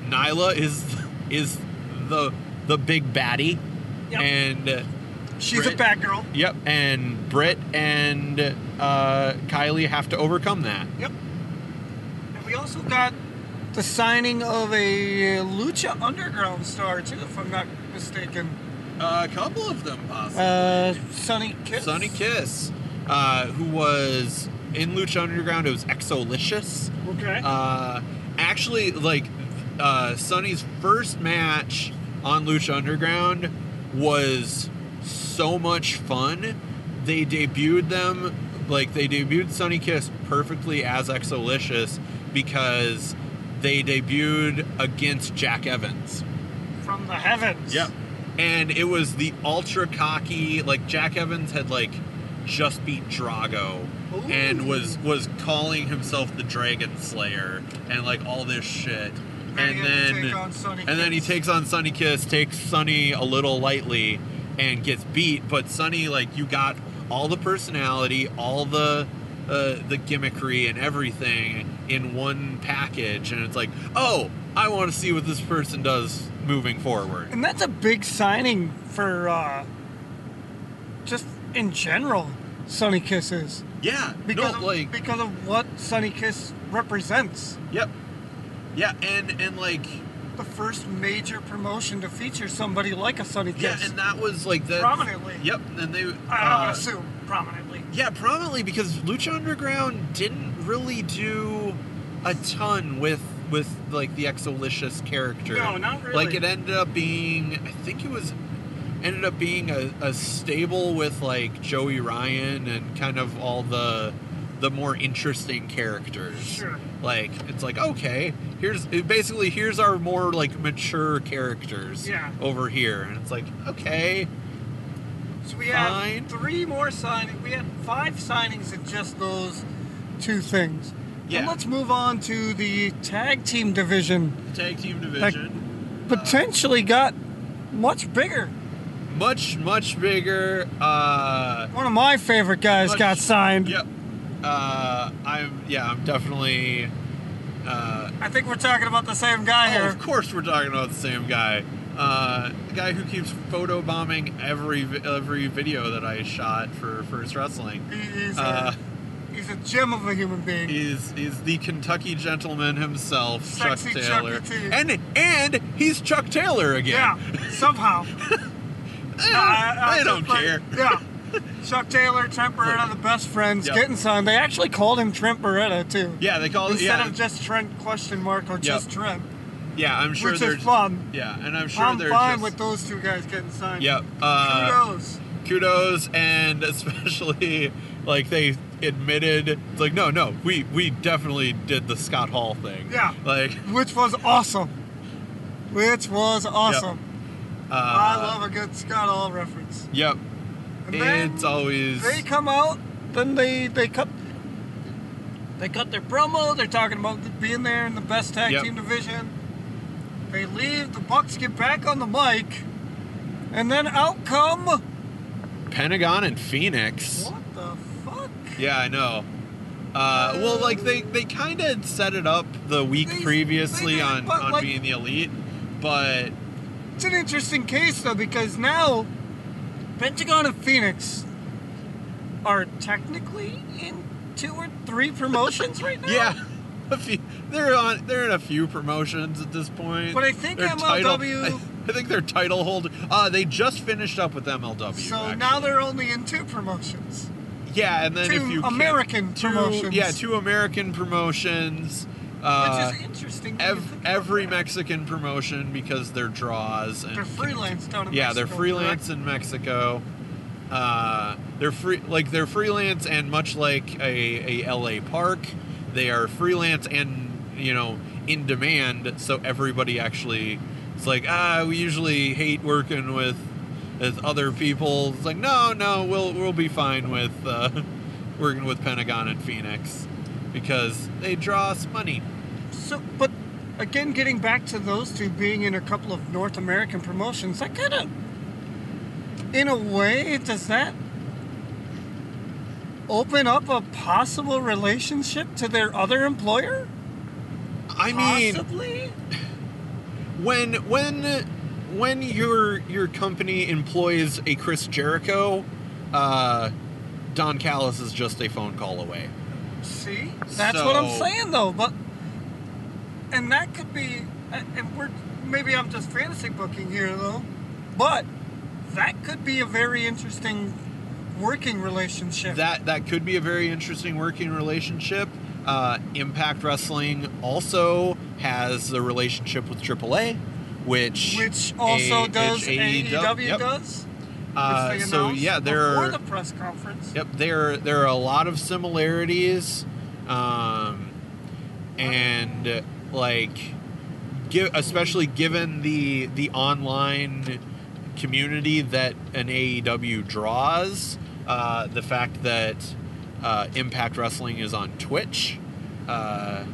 [SPEAKER 1] Nyla is is the the big baddie,
[SPEAKER 2] Yep.
[SPEAKER 1] and uh,
[SPEAKER 2] She's
[SPEAKER 1] Britt-
[SPEAKER 2] a bad girl.
[SPEAKER 1] yep, and Britt and uh, Kylie have to overcome that.
[SPEAKER 2] Yep. And we also got the signing of a Lucha Underground star too, if I'm not mistaken.
[SPEAKER 1] a couple of them, possibly.
[SPEAKER 2] Uh, Sunny Kiss.
[SPEAKER 1] Sonny Kiss, uh, who was in Lucha Underground, it was Exolicious.
[SPEAKER 2] Okay.
[SPEAKER 1] Uh, actually, like uh, Sonny's first match on Lucha Underground was so much fun. They debuted them like they debuted Sonny Kiss perfectly as Exolicious because they debuted against Jack Evans.
[SPEAKER 2] From the heavens.
[SPEAKER 1] Yep. And it was the ultra cocky, like Jack Evans had like just beat Drago
[SPEAKER 2] Ooh.
[SPEAKER 1] and was was calling himself the Dragon Slayer and like all this shit.
[SPEAKER 2] And he
[SPEAKER 1] And
[SPEAKER 2] had to take on
[SPEAKER 1] then
[SPEAKER 2] Sonny
[SPEAKER 1] and then he
[SPEAKER 2] Kiss.
[SPEAKER 1] takes on Sunny Kiss, takes Sunny a little lightly and gets beat, but Sunny like you got all the personality, all the uh, the gimmickry and everything in one package and it's like, "Oh, I want to see what this person does moving forward."
[SPEAKER 2] And that's a big signing for uh, just in general, Sunny Kiss is.
[SPEAKER 1] Yeah,
[SPEAKER 2] Because,
[SPEAKER 1] no,
[SPEAKER 2] of,
[SPEAKER 1] like,
[SPEAKER 2] because of what Sunny Kiss represents.
[SPEAKER 1] yep, yeah, and and like,
[SPEAKER 2] The first major promotion to feature somebody like a Sunny
[SPEAKER 1] yeah,
[SPEAKER 2] Kiss.
[SPEAKER 1] and that was like that
[SPEAKER 2] Prominently.
[SPEAKER 1] Yep, and they,
[SPEAKER 2] I
[SPEAKER 1] uh,
[SPEAKER 2] would assume prominently.
[SPEAKER 1] yeah, prominently because Lucha Underground didn't really do a ton with with like the Exolicious character.
[SPEAKER 2] No, not really.
[SPEAKER 1] Like it ended up being, I think it was. Ended up being a, a stable with like Joey Ryan and kind of all the the more interesting characters.
[SPEAKER 2] Sure.
[SPEAKER 1] like it's like okay here's it basically here's our more like mature characters
[SPEAKER 2] Yeah.
[SPEAKER 1] over here and it's like okay
[SPEAKER 2] So we have
[SPEAKER 1] Fine.
[SPEAKER 2] three more signings. We had five signings in just those two things.
[SPEAKER 1] Yeah.
[SPEAKER 2] And let's move on to the tag team division.
[SPEAKER 1] tag team division
[SPEAKER 2] Potentially got much bigger.
[SPEAKER 1] much much bigger uh
[SPEAKER 2] One of my favorite guys
[SPEAKER 1] much-
[SPEAKER 2] got signed.
[SPEAKER 1] yep uh i'm yeah i'm definitely uh
[SPEAKER 2] I think we're talking about the same guy
[SPEAKER 1] oh,
[SPEAKER 2] here.
[SPEAKER 1] of course we're talking about the same guy uh the guy who keeps photo bombing every vi- every video that i shot for first wrestling
[SPEAKER 2] He- He's,
[SPEAKER 1] Uh,
[SPEAKER 2] a, he's a gem of a human being.
[SPEAKER 1] is is the Kentucky gentleman himself,
[SPEAKER 2] Sexy
[SPEAKER 1] Chuck
[SPEAKER 2] Chuck
[SPEAKER 1] Taylor,
[SPEAKER 2] E. T.
[SPEAKER 1] and and he's Chuck Taylor
[SPEAKER 2] yeah.
[SPEAKER 1] again.
[SPEAKER 2] somehow.
[SPEAKER 1] Eh, I, don't
[SPEAKER 2] just like-
[SPEAKER 1] care.
[SPEAKER 2] yeah. Chuck Taylor, Trent Beretta, the best friends,
[SPEAKER 1] Yep.
[SPEAKER 2] getting signed. They actually called him Trent Beretta too.
[SPEAKER 1] Yeah, they call it.
[SPEAKER 2] Instead
[SPEAKER 1] Yeah,
[SPEAKER 2] of just Trent question mark or just Trent,
[SPEAKER 1] yeah, I'm sure
[SPEAKER 2] which
[SPEAKER 1] they're.
[SPEAKER 2] is fun.
[SPEAKER 1] Yeah, and I'm sure
[SPEAKER 2] I'm
[SPEAKER 1] they're
[SPEAKER 2] fine
[SPEAKER 1] just.
[SPEAKER 2] with those two guys getting signed.
[SPEAKER 1] Yep. Uh,
[SPEAKER 2] Kudos.
[SPEAKER 1] kudos and especially like they admitted it's like no no we we definitely did the Scott Hall thing
[SPEAKER 2] Yeah.
[SPEAKER 1] like
[SPEAKER 2] Which was awesome. Which was awesome.
[SPEAKER 1] uh,
[SPEAKER 2] I love a good Scott Hall reference.
[SPEAKER 1] yep
[SPEAKER 2] And then
[SPEAKER 1] it's always
[SPEAKER 2] they come out, then they they cut they cut their promo. They're talking about being there in the best tag
[SPEAKER 1] Yep.
[SPEAKER 2] team division. They leave. The Bucks get back on the mic, and then out come what
[SPEAKER 1] Pentagon and Phoenix
[SPEAKER 2] the fuck?
[SPEAKER 1] Yeah, I know. Uh, well, like they they kind of set it up the week
[SPEAKER 2] They-
[SPEAKER 1] previously
[SPEAKER 2] they did,
[SPEAKER 1] on
[SPEAKER 2] but,
[SPEAKER 1] on
[SPEAKER 2] like-
[SPEAKER 1] being the elite, but
[SPEAKER 2] It's an interesting case though because now Pentagon and Phoenix are technically in two or three promotions right now.
[SPEAKER 1] yeah, a few. They're on. They're in a few promotions at this point.
[SPEAKER 2] But I think
[SPEAKER 1] Their
[SPEAKER 2] MLW
[SPEAKER 1] Title, I, I think their title hold. Uh, they just finished up with MLW.
[SPEAKER 2] So
[SPEAKER 1] actually.
[SPEAKER 2] now they're only in two promotions.
[SPEAKER 1] yeah, and then
[SPEAKER 2] two
[SPEAKER 1] if you ca-
[SPEAKER 2] American
[SPEAKER 1] two-
[SPEAKER 2] promotions.
[SPEAKER 1] yeah, two American promotions. Uh,
[SPEAKER 2] Which is interesting. when you
[SPEAKER 1] ev-
[SPEAKER 2] think about
[SPEAKER 1] every
[SPEAKER 2] that.
[SPEAKER 1] Mexican promotion because they're draws and
[SPEAKER 2] They're freelance down in
[SPEAKER 1] yeah, they're
[SPEAKER 2] Mexico,
[SPEAKER 1] freelance
[SPEAKER 2] correct?
[SPEAKER 1] in Mexico. Uh, they're free, like they're freelance, and much like a, a LA park, they are freelance and you know in demand. So everybody actually, it's like ah, we usually hate working with with other people. It's like no, no, we'll we'll be fine with uh, working with Pentagon and Phoenix because they draw us money.
[SPEAKER 2] So, but again, getting back to those two being in a couple of North American promotions, that kind of, in a way, does that open up a possible relationship to their other employer?
[SPEAKER 1] I mean.
[SPEAKER 2] possibly.
[SPEAKER 1] when when when your your company employs a Chris Jericho, uh, Don Callis is just a phone call away.
[SPEAKER 2] See, that's what I'm
[SPEAKER 1] So-
[SPEAKER 2] saying though. But and that could be, and we're maybe I'm just fantasy booking here though, but that could be a very interesting working relationship.
[SPEAKER 1] That that could be a very interesting working relationship. Uh, Impact Wrestling also has a relationship with AAA, which
[SPEAKER 2] which also
[SPEAKER 1] A-
[SPEAKER 2] does E
[SPEAKER 1] which
[SPEAKER 2] AEW,
[SPEAKER 1] yep.
[SPEAKER 2] does.
[SPEAKER 1] Uh,
[SPEAKER 2] which they
[SPEAKER 1] so
[SPEAKER 2] announced
[SPEAKER 1] yeah, there
[SPEAKER 2] before
[SPEAKER 1] are
[SPEAKER 2] the press conference.
[SPEAKER 1] Yep, there there are a lot of similarities, um, and uh, like, give, especially given the the online community that an AEW draws, uh, the fact that uh, Impact Wrestling is on Twitch. Uh,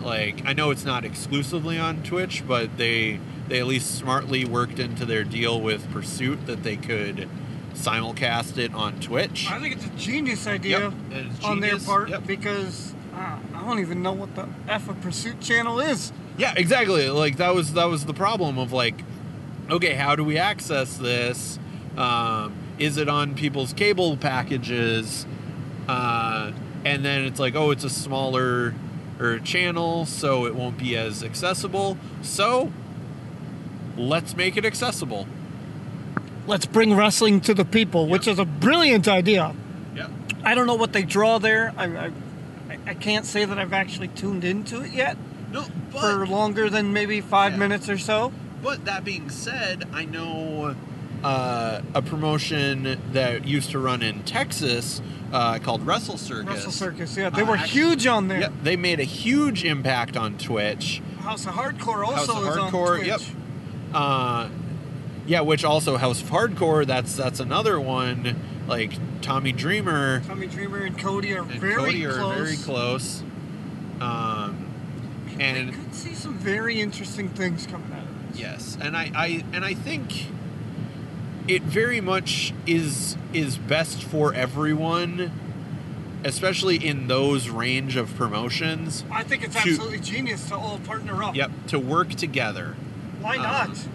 [SPEAKER 1] like I know it's not exclusively on Twitch, but they they at least smartly worked into their deal with Pursuit that they could simulcast it on Twitch.
[SPEAKER 2] I think it's a genius idea
[SPEAKER 1] Yep, and it's
[SPEAKER 2] on their
[SPEAKER 1] genius,
[SPEAKER 2] part
[SPEAKER 1] yep.
[SPEAKER 2] because uh, I don't even know what the F a Pursuit channel is.
[SPEAKER 1] Yeah, exactly. Like that was that was the problem of like, okay, how do we access this? Um, is it on people's cable packages? Uh, and then it's like, oh, it's a smaller or channel, so it won't be as accessible. So let's make it accessible.
[SPEAKER 2] Let's bring wrestling to the people, which is a brilliant idea.
[SPEAKER 1] Yeah.
[SPEAKER 2] I don't know what they draw there. I, I, I- I can't say that I've actually tuned into it yet
[SPEAKER 1] No, but
[SPEAKER 2] for longer than maybe five
[SPEAKER 1] Yeah.
[SPEAKER 2] minutes or so.
[SPEAKER 1] But that being said, I know uh, a promotion that used to run in Texas uh, called Wrestle Circus.
[SPEAKER 2] Wrestle Circus, yeah, they
[SPEAKER 1] Uh,
[SPEAKER 2] were
[SPEAKER 1] actually-
[SPEAKER 2] huge on there.
[SPEAKER 1] Yeah, they made a huge impact on Twitch.
[SPEAKER 2] House of Hardcore
[SPEAKER 1] House
[SPEAKER 2] also
[SPEAKER 1] of
[SPEAKER 2] is on
[SPEAKER 1] Hardcore,
[SPEAKER 2] Twitch.
[SPEAKER 1] yep. Uh, yeah, which also House of Hardcore. That's that's another one. Like Tommy Dreamer
[SPEAKER 2] Tommy Dreamer and Cody are
[SPEAKER 1] and
[SPEAKER 2] very
[SPEAKER 1] Cody
[SPEAKER 2] close.
[SPEAKER 1] are very close. Um,
[SPEAKER 2] I
[SPEAKER 1] and
[SPEAKER 2] could see some very interesting things coming out of this.
[SPEAKER 1] Yes, and I, I and I think it very much is is best for everyone, especially in those range of promotions.
[SPEAKER 2] I think it's
[SPEAKER 1] Shoot.
[SPEAKER 2] absolutely genius to all partner up.
[SPEAKER 1] Yep, to work together
[SPEAKER 2] Why
[SPEAKER 1] Um,
[SPEAKER 2] not?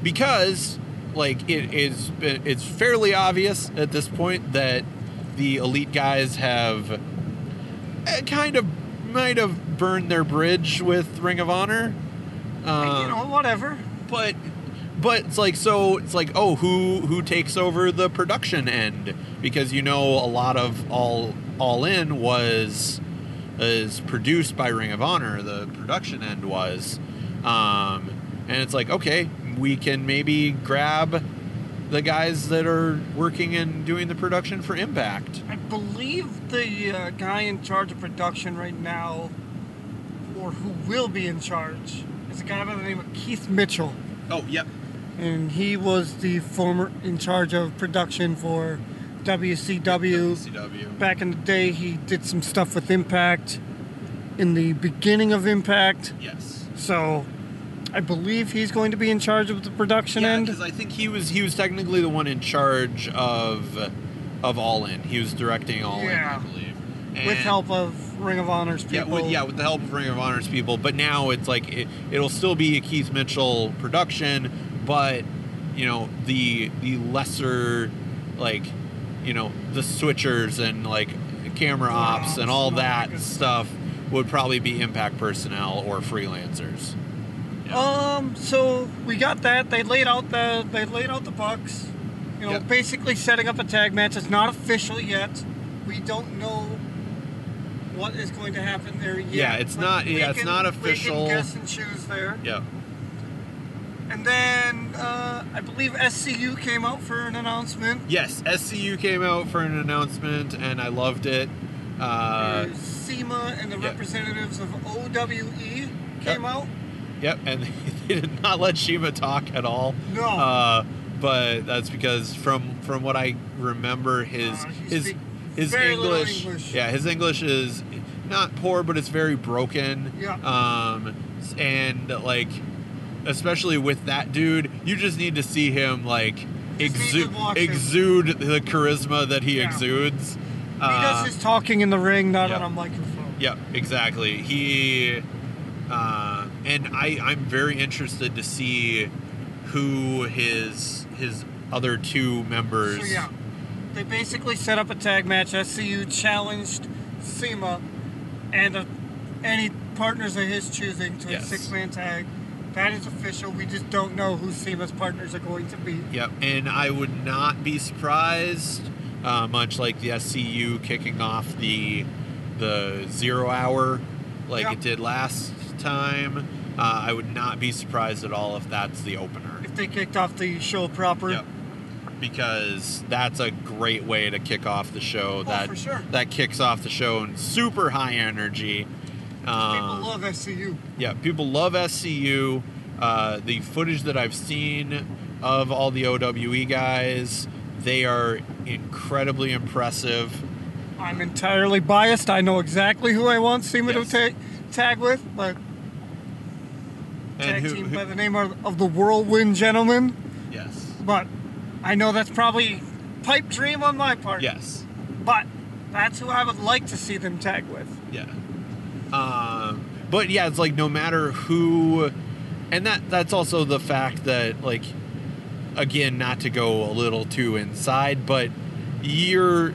[SPEAKER 1] because like it is it's fairly obvious at this point that the elite guys have eh, kind of might have burned their bridge with Ring of Honor.
[SPEAKER 2] And, you
[SPEAKER 1] Um,
[SPEAKER 2] know, whatever.
[SPEAKER 1] but but it's like so it's like oh who who takes over the production end because you know a lot of all all in was is produced by Ring of Honor the production end was um and it's like okay we can maybe grab the guys that are working and doing the production for Impact
[SPEAKER 2] I believe the uh, guy in charge of production right now, or who will be in charge, is a guy by the name of Keith Mitchell.
[SPEAKER 1] oh yep
[SPEAKER 2] And he was the former in charge of production for WCW.
[SPEAKER 1] CW
[SPEAKER 2] Back in the day, he did some stuff with Impact in the beginning of Impact.
[SPEAKER 1] yes
[SPEAKER 2] So I believe he's going to be in charge of the production
[SPEAKER 1] yeah,
[SPEAKER 2] end.
[SPEAKER 1] because I think he was he was technically the one in charge of of All In. He was directing All
[SPEAKER 2] Yeah.
[SPEAKER 1] In, I believe,
[SPEAKER 2] With
[SPEAKER 1] And-
[SPEAKER 2] help of Ring of Honor's
[SPEAKER 1] Yeah,
[SPEAKER 2] people.
[SPEAKER 1] with, yeah, with the help of Ring of Honor's people. But now it's like it, it'll still be a Keith Mitchell production, but you know the the lesser like you know the switchers and like camera ops and all
[SPEAKER 2] Ops and all that
[SPEAKER 1] that
[SPEAKER 2] good
[SPEAKER 1] stuff would probably be impact personnel or freelancers. Yeah.
[SPEAKER 2] Um, so we got that. They laid out the they laid out the bucks. You know,
[SPEAKER 1] Yeah.
[SPEAKER 2] basically setting up a tag match. It's not official yet. We don't know what is going to happen there yet.
[SPEAKER 1] Yeah, it's
[SPEAKER 2] but
[SPEAKER 1] not-
[SPEAKER 2] we
[SPEAKER 1] yeah, it's
[SPEAKER 2] can-
[SPEAKER 1] not
[SPEAKER 2] We
[SPEAKER 1] official.
[SPEAKER 2] can guess and choose there.
[SPEAKER 1] yeah.
[SPEAKER 2] And then uh, I believe SCU came out for an announcement.
[SPEAKER 1] Yes, SCU came out for an announcement, and I loved it. Uh,
[SPEAKER 2] Uh, SEMA and the
[SPEAKER 1] yeah.
[SPEAKER 2] representatives of OWE came out.
[SPEAKER 1] Yep, and they did not let Shima talk at all.
[SPEAKER 2] No.
[SPEAKER 1] Uh, but that's because from from what I remember, his
[SPEAKER 2] Uh, he
[SPEAKER 1] his
[SPEAKER 2] speak
[SPEAKER 1] his
[SPEAKER 2] very little
[SPEAKER 1] English,
[SPEAKER 2] English.
[SPEAKER 1] yeah, his English is not poor, but it's very broken.
[SPEAKER 2] Yeah.
[SPEAKER 1] Um, and like, especially with that dude, you just need to see him like
[SPEAKER 2] Just need to
[SPEAKER 1] exude
[SPEAKER 2] watch him.
[SPEAKER 1] exude the charisma that he
[SPEAKER 2] Yeah.
[SPEAKER 1] exudes.
[SPEAKER 2] he does his talking in the ring, not
[SPEAKER 1] uh, yeah.
[SPEAKER 2] on a microphone.
[SPEAKER 1] Yep, exactly. He uh, and I I'm very interested to see who his his other two members.
[SPEAKER 2] So yeah, they basically set up a tag match. SCU challenged SEMA and uh any partners of his choosing to
[SPEAKER 1] Yes.
[SPEAKER 2] a six-man tag. That is official. We just don't know who SEMA's partners are going to be.
[SPEAKER 1] Yep, and I would not be surprised, uh, much like the SCU kicking off the the zero hour like
[SPEAKER 2] Yep.
[SPEAKER 1] it did last time. Uh, I would not be surprised at all if that's the opener.
[SPEAKER 2] If they kicked off the show proper,
[SPEAKER 1] Yep. Because that's a great way to kick off the show.
[SPEAKER 2] Oh,
[SPEAKER 1] that
[SPEAKER 2] for sure.
[SPEAKER 1] that kicks off the show in super high energy.
[SPEAKER 2] people
[SPEAKER 1] Um,
[SPEAKER 2] love SCU.
[SPEAKER 1] yeah, people love SCU. Uh, the footage that I've seen of all the OWE guys, they are incredibly impressive.
[SPEAKER 2] I'm entirely biased. I know exactly who I want SEMA
[SPEAKER 1] Yes.
[SPEAKER 2] to ta- tag with, but tag
[SPEAKER 1] who-
[SPEAKER 2] team
[SPEAKER 1] who-
[SPEAKER 2] by the name of, of the Whirlwind Gentlemen.
[SPEAKER 1] yes,
[SPEAKER 2] But I know that's probably pipe dream on my part.
[SPEAKER 1] yes,
[SPEAKER 2] But that's who I would like to see them tag with.
[SPEAKER 1] yeah. Um, but yeah, it's like no matter who, and that that's also the fact that like, again, not to go a little too inside, but you're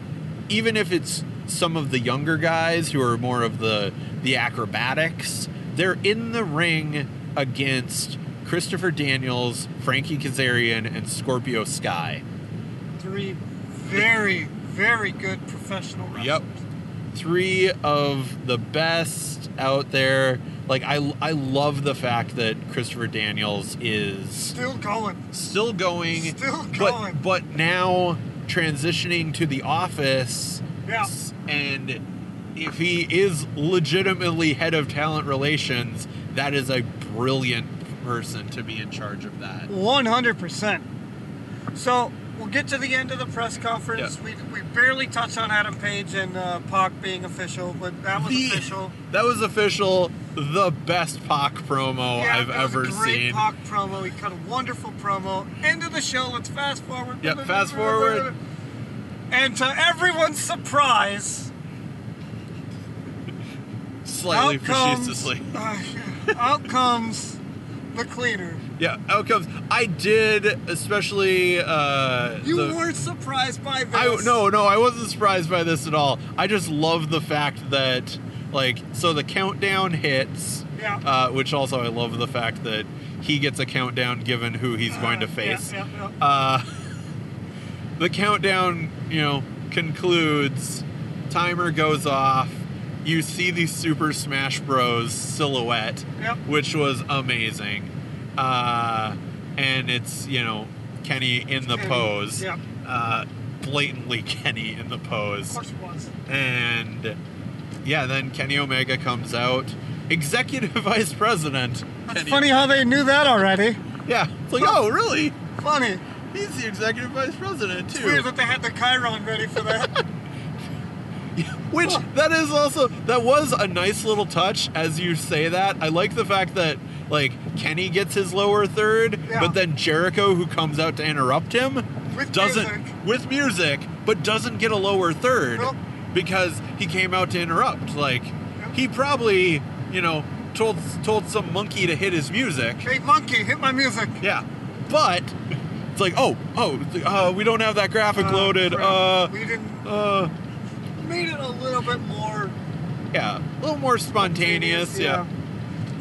[SPEAKER 1] even if it's some of the younger guys who are more of the the acrobatics, they're in the ring against Christopher Daniels, Frankie Kazarian, and Scorpio Sky.
[SPEAKER 2] Three very, very good professional wrestlers.
[SPEAKER 1] Yep. Three of the best out there. Like I, I love the fact that Christopher Daniels is
[SPEAKER 2] Still going.
[SPEAKER 1] still going,
[SPEAKER 2] Still going.
[SPEAKER 1] but but now transitioning to the office.
[SPEAKER 2] Yeah.
[SPEAKER 1] s- And if he is legitimately head of talent relations, that is a brilliant person to be in charge of that.
[SPEAKER 2] 100%. So we'll get to the end of the press conference.
[SPEAKER 1] Yeah.
[SPEAKER 2] We, we barely touched on Adam Page and uh, Pac being official, but that was
[SPEAKER 1] The-
[SPEAKER 2] official.
[SPEAKER 1] That was official. The best Pac promo
[SPEAKER 2] Yeah,
[SPEAKER 1] Oh, I've
[SPEAKER 2] it was
[SPEAKER 1] ever
[SPEAKER 2] a great
[SPEAKER 1] seen.
[SPEAKER 2] Pac promo. He cut a wonderful promo. End of the show. Let's fast forward.
[SPEAKER 1] Yep, fast forward.
[SPEAKER 2] And to everyone's surprise,
[SPEAKER 1] Slightly
[SPEAKER 2] out comes,
[SPEAKER 1] facetiously.
[SPEAKER 2] uh, out comes the cleaner.
[SPEAKER 1] Yeah, outcomes. I did, especially. Uh,
[SPEAKER 2] You
[SPEAKER 1] the,
[SPEAKER 2] weren't surprised by this.
[SPEAKER 1] I no no I wasn't surprised by this at all. I just love the fact that like so the countdown hits,
[SPEAKER 2] Yeah.
[SPEAKER 1] uh, which also I love the fact that he gets a countdown given who he's going to
[SPEAKER 2] Uh, yeah,
[SPEAKER 1] face.
[SPEAKER 2] yeah, yeah.
[SPEAKER 1] Uh, the countdown, you know, concludes. Timer goes off. You see the Super Smash Bros. silhouette,
[SPEAKER 2] Yep.
[SPEAKER 1] which was amazing. Uh, and it's you know Kenny in the
[SPEAKER 2] Kenny,
[SPEAKER 1] pose,
[SPEAKER 2] yep.
[SPEAKER 1] uh, blatantly Kenny in the
[SPEAKER 2] Of
[SPEAKER 1] pose,
[SPEAKER 2] course it was.
[SPEAKER 1] and yeah, then Kenny Omega comes out, executive vice president. Kenny-
[SPEAKER 2] Funny how they knew that already.
[SPEAKER 1] yeah. It's like, oh, really?
[SPEAKER 2] Funny.
[SPEAKER 1] He's the executive vice president
[SPEAKER 2] It's
[SPEAKER 1] too.
[SPEAKER 2] weird that they had the Chiron ready for that.
[SPEAKER 1] Which that is also that was a nice little touch as you say that. I like the fact that like Kenny gets his lower third,
[SPEAKER 2] Yeah.
[SPEAKER 1] but then Jericho who comes out to interrupt him
[SPEAKER 2] With
[SPEAKER 1] doesn't
[SPEAKER 2] music.
[SPEAKER 1] with music, but doesn't get a lower third
[SPEAKER 2] Nope.
[SPEAKER 1] because he came out to interrupt. Like he probably, you know, told told some monkey to hit his music.
[SPEAKER 2] hey, monkey, hit my music.
[SPEAKER 1] Yeah. But it's like, "Oh, oh, uh, we don't have that graphic
[SPEAKER 2] Uh,
[SPEAKER 1] loaded.
[SPEAKER 2] crap.
[SPEAKER 1] Uh
[SPEAKER 2] we didn't
[SPEAKER 1] uh
[SPEAKER 2] made it a little bit more
[SPEAKER 1] yeah, a little more spontaneous. Yeah.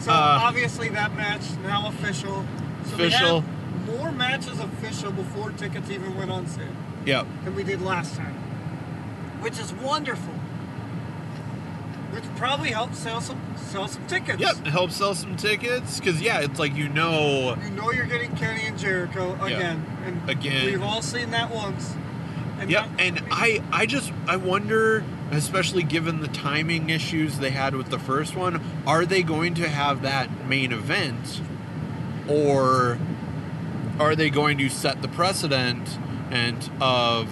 [SPEAKER 2] So
[SPEAKER 1] Uh,
[SPEAKER 2] obviously that match now official. So we
[SPEAKER 1] Official.
[SPEAKER 2] had more matches official before tickets even went on sale
[SPEAKER 1] yeah,
[SPEAKER 2] than we did last time, which is wonderful. Which probably helped sell some sell some tickets.
[SPEAKER 1] yep. Help sell some tickets because yeah, it's like you know,
[SPEAKER 2] You know you're getting Kenny and Jericho again, and
[SPEAKER 1] Again.
[SPEAKER 2] We've all seen that once. And
[SPEAKER 1] yep.
[SPEAKER 2] that-
[SPEAKER 1] And I, I just, I wonder, especially given the timing issues they had with the first one, are they going to have that main event, or are they going to set the precedent and of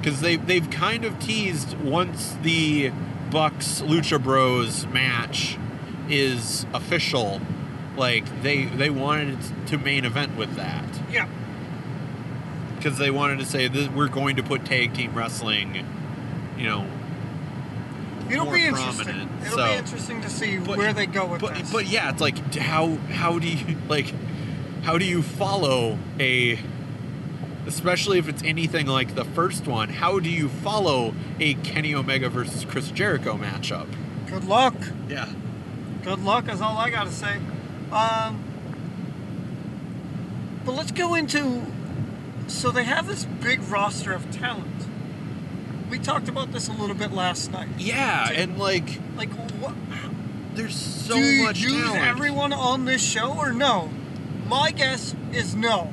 [SPEAKER 1] because they they've kind of teased once the Bucks Lucha Bros match is official, like they they wanted to main event with that.
[SPEAKER 2] yeah,
[SPEAKER 1] because they wanted to say this, we're going to put tag team wrestling, you know.
[SPEAKER 2] it'll
[SPEAKER 1] more
[SPEAKER 2] be interesting.
[SPEAKER 1] prominent,
[SPEAKER 2] It'll
[SPEAKER 1] so-
[SPEAKER 2] be interesting to see
[SPEAKER 1] But-
[SPEAKER 2] where they go with
[SPEAKER 1] But
[SPEAKER 2] this.
[SPEAKER 1] but yeah, it's like t- how how do you like how do you follow a especially if it's anything like the first one? How do you follow a Kenny Omega versus Chris Jericho matchup?
[SPEAKER 2] Good luck.
[SPEAKER 1] Yeah,
[SPEAKER 2] Good luck is all I gotta say. Um, but let's go into. So they have this big roster of talent. We talked about this a little bit last night.
[SPEAKER 1] yeah,
[SPEAKER 2] Dude.
[SPEAKER 1] and like
[SPEAKER 2] Like, what,
[SPEAKER 1] there's so
[SPEAKER 2] do you
[SPEAKER 1] much
[SPEAKER 2] use
[SPEAKER 1] talent.
[SPEAKER 2] everyone on this show or no? My guess is no.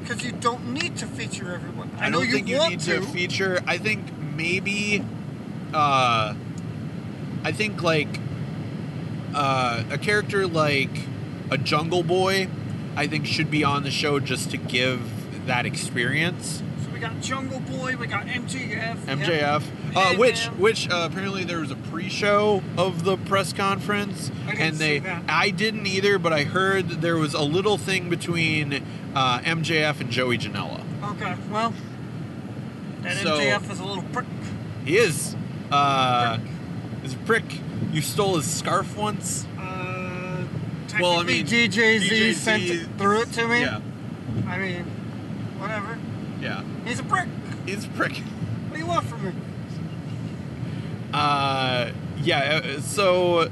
[SPEAKER 2] Because you don't need to feature everyone. I,
[SPEAKER 1] I
[SPEAKER 2] know
[SPEAKER 1] don't think you
[SPEAKER 2] want
[SPEAKER 1] need to. feature. I think maybe, uh, I think like uh, a character like a Jungle Boy, I think should be on the show just to give that experience.
[SPEAKER 2] So we got Jungle Boy, we got MJF. yeah.
[SPEAKER 1] MJF, uh,
[SPEAKER 2] Hey,
[SPEAKER 1] which
[SPEAKER 2] man.
[SPEAKER 1] which uh, apparently there was a pre-show of the press conference,
[SPEAKER 2] I didn't
[SPEAKER 1] and
[SPEAKER 2] see
[SPEAKER 1] they
[SPEAKER 2] that.
[SPEAKER 1] I didn't either, but I heard that there was a little thing between uh, MJF and Joey Janela.
[SPEAKER 2] Okay, well, that
[SPEAKER 1] So-
[SPEAKER 2] MJF is a little prick.
[SPEAKER 1] He is. Uh, he's a prick. You stole his scarf once.
[SPEAKER 2] Uh,
[SPEAKER 1] Well, I
[SPEAKER 2] technically
[SPEAKER 1] mean,
[SPEAKER 2] DJZ,
[SPEAKER 1] DJZ
[SPEAKER 2] sent it through it to me.
[SPEAKER 1] Yeah,
[SPEAKER 2] I mean, whatever.
[SPEAKER 1] yeah.
[SPEAKER 2] He's a prick.
[SPEAKER 1] He's a prick.
[SPEAKER 2] What do you want from me?
[SPEAKER 1] Uh, yeah. uh, So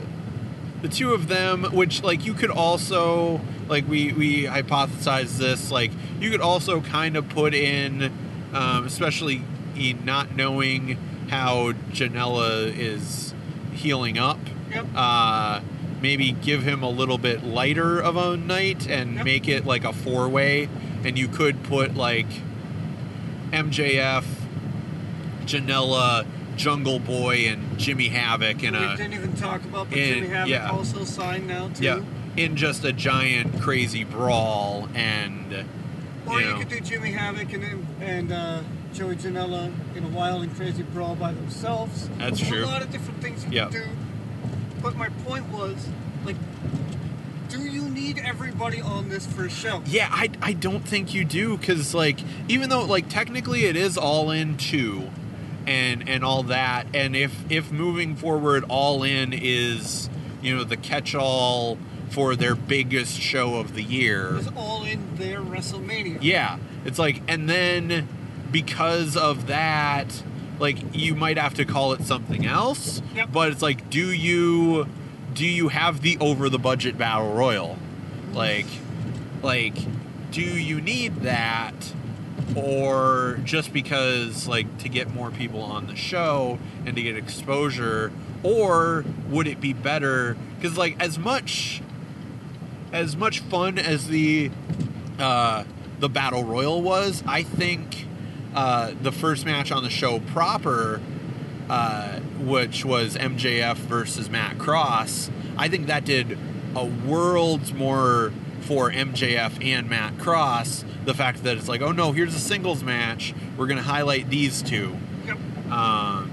[SPEAKER 1] the two of them, which like you could also like we we hypothesized this like you could also kind of put in, um, especially in not knowing how Janela is healing up.
[SPEAKER 2] Yep.
[SPEAKER 1] uh, maybe give him a little bit lighter of a night and
[SPEAKER 2] Yep.
[SPEAKER 1] make it like a four way. And you could put like MJF, Janela, Jungle Boy, and Jimmy Havoc in
[SPEAKER 2] we
[SPEAKER 1] a
[SPEAKER 2] didn't even talk about, but
[SPEAKER 1] in-
[SPEAKER 2] Jimmy Havoc
[SPEAKER 1] yeah.
[SPEAKER 2] also signed now too.
[SPEAKER 1] yeah in just a giant crazy brawl. And you
[SPEAKER 2] Or you
[SPEAKER 1] know.
[SPEAKER 2] could do Jimmy Havoc and and uh, Joey Janela in a wild and crazy brawl by themselves.
[SPEAKER 1] That's
[SPEAKER 2] There's
[SPEAKER 1] true.
[SPEAKER 2] A lot of different things you
[SPEAKER 1] Yeah.
[SPEAKER 2] could do. But my point was, like, do you need everybody on this for a show?
[SPEAKER 1] yeah, I I don't think you do because like even though like technically it is all in two. And, and all that and if if moving forward all in is you know the catch all for their biggest show of the
[SPEAKER 2] It
[SPEAKER 1] year
[SPEAKER 2] was all in their WrestleMania.
[SPEAKER 1] yeah it's like and then because of that like you might have to call it something else
[SPEAKER 2] Yep.
[SPEAKER 1] but it's like do you do you have the over the budget battle royal like like do you need that or just because like to get more people on the show and to get exposure or would it be better cuz like as much as much fun as the uh, the battle royal was, I think uh, the first match on the show proper, uh, which was MJF versus Matt Cross, I think that did a world's more for MJF and Matt Cross. The fact that it's like, oh no, here's a singles match. We're gonna highlight these two,
[SPEAKER 2] Yep.
[SPEAKER 1] um,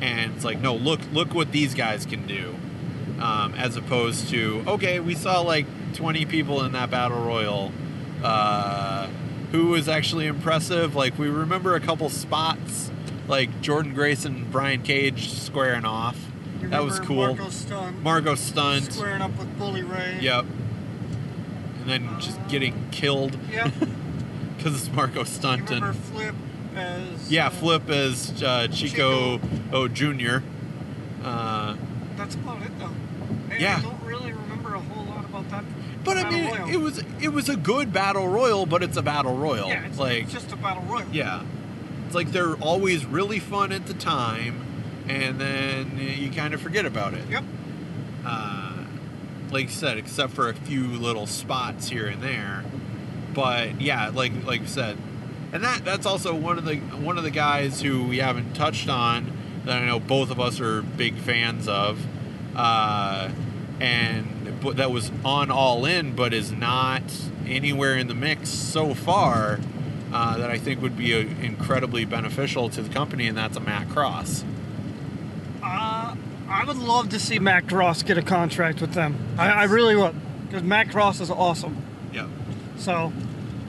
[SPEAKER 1] and it's like, no, look, look what these guys can do. Um, as opposed to okay, we saw like 20 people in that battle royal. Uh, who was actually impressive? Like we remember a couple spots, like Jordan Grace and Brian Cage squaring off.
[SPEAKER 2] You
[SPEAKER 1] that was
[SPEAKER 2] remember
[SPEAKER 1] cool.
[SPEAKER 2] Marco Stunt
[SPEAKER 1] Margo stunned.
[SPEAKER 2] squaring up with Bully Ray.
[SPEAKER 1] Yep. And then just getting killed
[SPEAKER 2] Yep.
[SPEAKER 1] because it's Marco
[SPEAKER 2] You
[SPEAKER 1] stunt and
[SPEAKER 2] remember Flip as
[SPEAKER 1] Yeah,
[SPEAKER 2] uh,
[SPEAKER 1] Flip is uh, Chico,
[SPEAKER 2] Chico.
[SPEAKER 1] Oh Jr. Uh,
[SPEAKER 2] That's about it, though. And
[SPEAKER 1] Yeah.
[SPEAKER 2] I don't really remember a whole lot about that.
[SPEAKER 1] but I
[SPEAKER 2] battle
[SPEAKER 1] mean,
[SPEAKER 2] royal.
[SPEAKER 1] it was it was a good battle royal, but it's a battle royal.
[SPEAKER 2] yeah, it's,
[SPEAKER 1] like
[SPEAKER 2] it's just a battle royal.
[SPEAKER 1] yeah, it's like they're always really fun at the time, and then you kind of forget about it.
[SPEAKER 2] Yep.
[SPEAKER 1] uh, like you said, except for a few little spots here and there. But yeah, like like you said, and that that's also one of the one of the guys who we haven't touched on that I know both of us are big fans of, uh, and but that was on All In, but is not anywhere in the mix so far. Uh, that I think would be uh incredibly beneficial to the company, and that's a Matt Cross.
[SPEAKER 2] Uh, I would love to see Mac Ross get a contract with them. I, I really would, because Mac Ross is awesome.
[SPEAKER 1] Yeah,
[SPEAKER 2] So,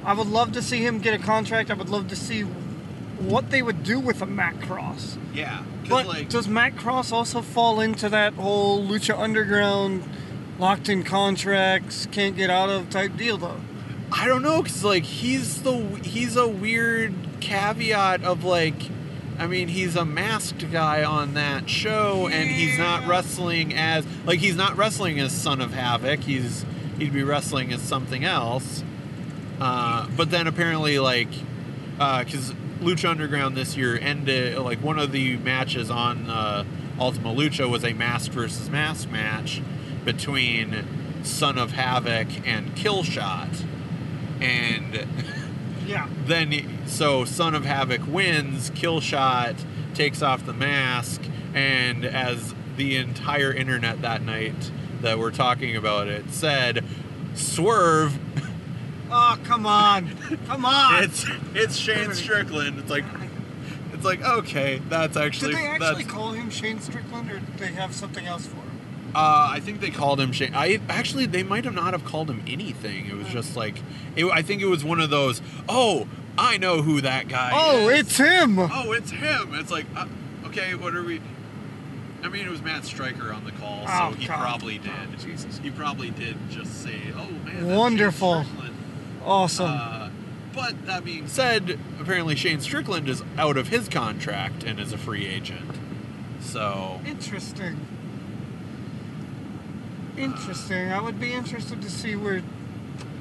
[SPEAKER 2] I would love to see him get a contract. I would love to see what they would do with a Mac Cross.
[SPEAKER 1] yeah. 'Cause,
[SPEAKER 2] But does Matt Cross also fall into that whole Lucha Underground, locked in contracts, can't get out of type deal though?
[SPEAKER 1] I don't know because like he's the he's a weird caveat of like, I mean he's a masked guy on that show and he's not
[SPEAKER 2] Yeah.
[SPEAKER 1] wrestling as like he's not wrestling as Son of Havoc. He's he'd be wrestling as something else. Uh, but then apparently like, because Lucha Underground this year ended like one of the matches on uh, Ultima Lucha was a mask versus mask match between Son of Havoc and Killshot and
[SPEAKER 2] Yeah.
[SPEAKER 1] then so son of havoc wins killshot takes off the mask and as the entire internet that night that we're talking about it said swerve
[SPEAKER 2] Oh come on, come on.
[SPEAKER 1] it's it's shane strickland it's like it's like okay that's actually
[SPEAKER 2] did they actually
[SPEAKER 1] that's
[SPEAKER 2] call him Shane Strickland, or did they have something else for him?
[SPEAKER 1] Uh, I think they called him Shane. I actually they might have not have called him anything. It was
[SPEAKER 2] Oh.
[SPEAKER 1] just like it, I think it was one of those. Oh, I know who that guy.
[SPEAKER 2] oh,
[SPEAKER 1] is."
[SPEAKER 2] it's him.
[SPEAKER 1] oh, it's him. It's like, uh, okay, what are we? I mean, it was Matt Stryker on the call, so
[SPEAKER 2] Oh,
[SPEAKER 1] he
[SPEAKER 2] God.
[SPEAKER 1] probably did.
[SPEAKER 2] Oh, Jesus.
[SPEAKER 1] He probably did just say, "Oh man, that's
[SPEAKER 2] Wonderful.
[SPEAKER 1] Shane Strickland."
[SPEAKER 2] Awesome.
[SPEAKER 1] Uh, but that being said, apparently Shane Strickland is out of his contract and is a free agent. So
[SPEAKER 2] Interesting. Interesting. I would be interested to see where.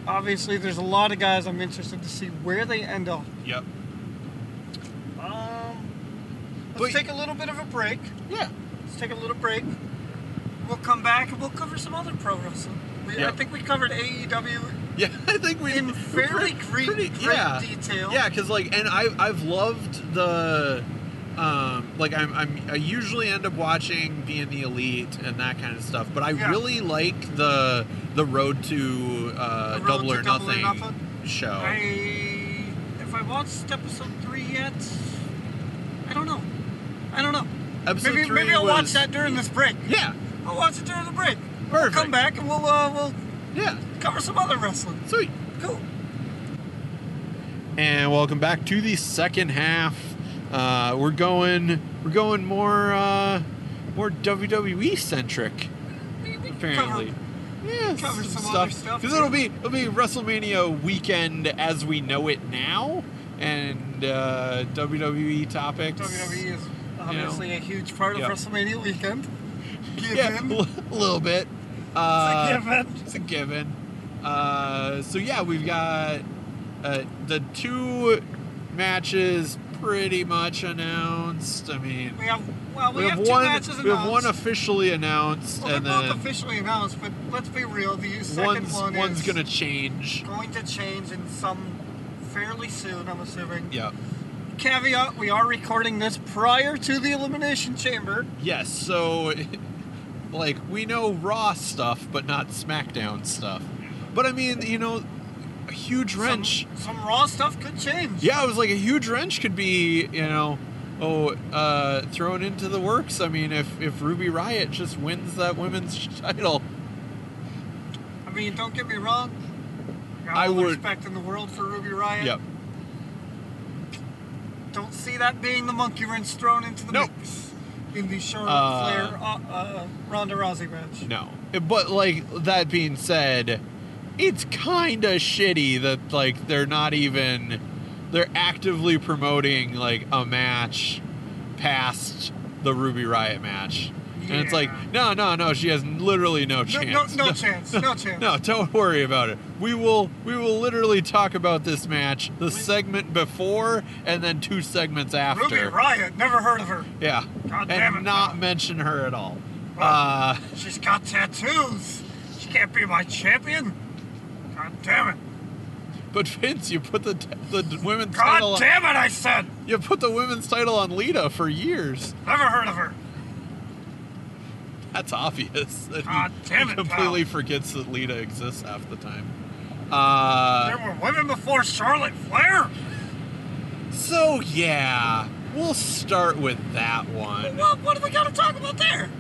[SPEAKER 2] Obviously, there's a lot of guys I'm interested to see where they end up.
[SPEAKER 1] yep,
[SPEAKER 2] Um,
[SPEAKER 1] But-
[SPEAKER 2] let's take a little bit of a break.
[SPEAKER 1] yeah,
[SPEAKER 2] Let's take a little break. We'll come back and we'll cover some other pro wrestling. We,
[SPEAKER 1] Yeah.
[SPEAKER 2] I think we covered E AEW.
[SPEAKER 1] yeah. I think we
[SPEAKER 2] In fairly
[SPEAKER 1] pretty-
[SPEAKER 2] great- great detail.
[SPEAKER 1] Yeah, because like, and I I've loved the. Um, like I'm, I'm, I usually end up watching being the elite and that kind of stuff, but I
[SPEAKER 2] Yeah.
[SPEAKER 1] really like the the road to uh,
[SPEAKER 2] The Road
[SPEAKER 1] double,
[SPEAKER 2] to
[SPEAKER 1] or
[SPEAKER 2] Double or
[SPEAKER 1] nothing
[SPEAKER 2] Nothing.
[SPEAKER 1] show.
[SPEAKER 2] I if I watched episode three yet, I don't know. I don't know.
[SPEAKER 1] Episode
[SPEAKER 2] maybe
[SPEAKER 1] three
[SPEAKER 2] maybe I'll
[SPEAKER 1] was-
[SPEAKER 2] watch that during this break.
[SPEAKER 1] Yeah,
[SPEAKER 2] I'll watch it during the break. We'll
[SPEAKER 1] Perfect.
[SPEAKER 2] come back and we'll uh, we'll
[SPEAKER 1] yeah,
[SPEAKER 2] cover some other wrestling.
[SPEAKER 1] sweet.
[SPEAKER 2] Cool.
[SPEAKER 1] and welcome back to the second half. Uh, we're going we're going more uh, more WWE centric
[SPEAKER 2] We, we can
[SPEAKER 1] apparently.
[SPEAKER 2] cover-
[SPEAKER 1] Yeah,
[SPEAKER 2] cover some other stuff,
[SPEAKER 1] because
[SPEAKER 2] too.
[SPEAKER 1] it'll be it'll be WrestleMania weekend as we know it now, and uh, WWE topics.
[SPEAKER 2] WWE E is obviously a huge part of
[SPEAKER 1] Yeah.
[SPEAKER 2] WrestleMania weekend. Given.
[SPEAKER 1] yeah,
[SPEAKER 2] It's
[SPEAKER 1] a little bit.
[SPEAKER 2] a
[SPEAKER 1] Uh,
[SPEAKER 2] given.
[SPEAKER 1] It's a given. Uh, so yeah, we've got uh, the two matches pretty much announced. I mean,
[SPEAKER 2] We have well, we, have, two
[SPEAKER 1] one.
[SPEAKER 2] matches announced.
[SPEAKER 1] we have one officially announced,
[SPEAKER 2] well,
[SPEAKER 1] and
[SPEAKER 2] they're both
[SPEAKER 1] then
[SPEAKER 2] officially announced, but let's be real. The second
[SPEAKER 1] one's
[SPEAKER 2] one
[SPEAKER 1] one's
[SPEAKER 2] is
[SPEAKER 1] gonna change.
[SPEAKER 2] going to change in some fairly soon. I'm assuming.
[SPEAKER 1] Yeah.
[SPEAKER 2] Caveat: We are recording this prior to the Elimination Chamber.
[SPEAKER 1] Yes. So, like, we know Raw stuff, but not SmackDown stuff. But I mean, you know, a huge
[SPEAKER 2] Some-
[SPEAKER 1] wrench.
[SPEAKER 2] Some, raw stuff could change.
[SPEAKER 1] Yeah, it was like a huge wrench could be, you know, oh, uh, thrown into the works. I mean, if if Ruby Riot just wins that women's title,
[SPEAKER 2] I mean, don't get me wrong. Got
[SPEAKER 1] I
[SPEAKER 2] all the
[SPEAKER 1] would-
[SPEAKER 2] respect in the world for Ruby Riot.
[SPEAKER 1] yep.
[SPEAKER 2] Don't see that being the monkey wrench thrown into the
[SPEAKER 1] Nope.
[SPEAKER 2] mix in the Charlotte
[SPEAKER 1] Uh,
[SPEAKER 2] Flair uh, uh, Ronda Rousey match.
[SPEAKER 1] No. But like that being said, it's kind of shitty that like they're not even they're actively promoting like a match past the Ruby Riot match. And it's like, no, no, no, she has literally no
[SPEAKER 2] No,
[SPEAKER 1] chance.
[SPEAKER 2] no, no chance. No chance.
[SPEAKER 1] No, don't worry about it. We will we will literally talk about this match, the segment before and then two segments after.
[SPEAKER 2] Ruby Riot. Never heard of her.
[SPEAKER 1] Yeah.
[SPEAKER 2] God damn
[SPEAKER 1] and
[SPEAKER 2] it,
[SPEAKER 1] not
[SPEAKER 2] Bob.
[SPEAKER 1] mention her at all.
[SPEAKER 2] Well,
[SPEAKER 1] Uh,
[SPEAKER 2] She's got tattoos. She can't be my champion. God damn it.
[SPEAKER 1] but Vince, you put the t- the d- women's title
[SPEAKER 2] God
[SPEAKER 1] on,
[SPEAKER 2] damn it, I said.
[SPEAKER 1] you put the women's title on Lita for years.
[SPEAKER 2] Never heard of her.
[SPEAKER 1] That's obvious. That he-
[SPEAKER 2] God damn
[SPEAKER 1] he
[SPEAKER 2] it,
[SPEAKER 1] completely forgets that Lita exists half the time. Uh,
[SPEAKER 2] There were women before Charlotte Flair.
[SPEAKER 1] so yeah, we'll start with that one.
[SPEAKER 2] Well, what do we got to talk about there?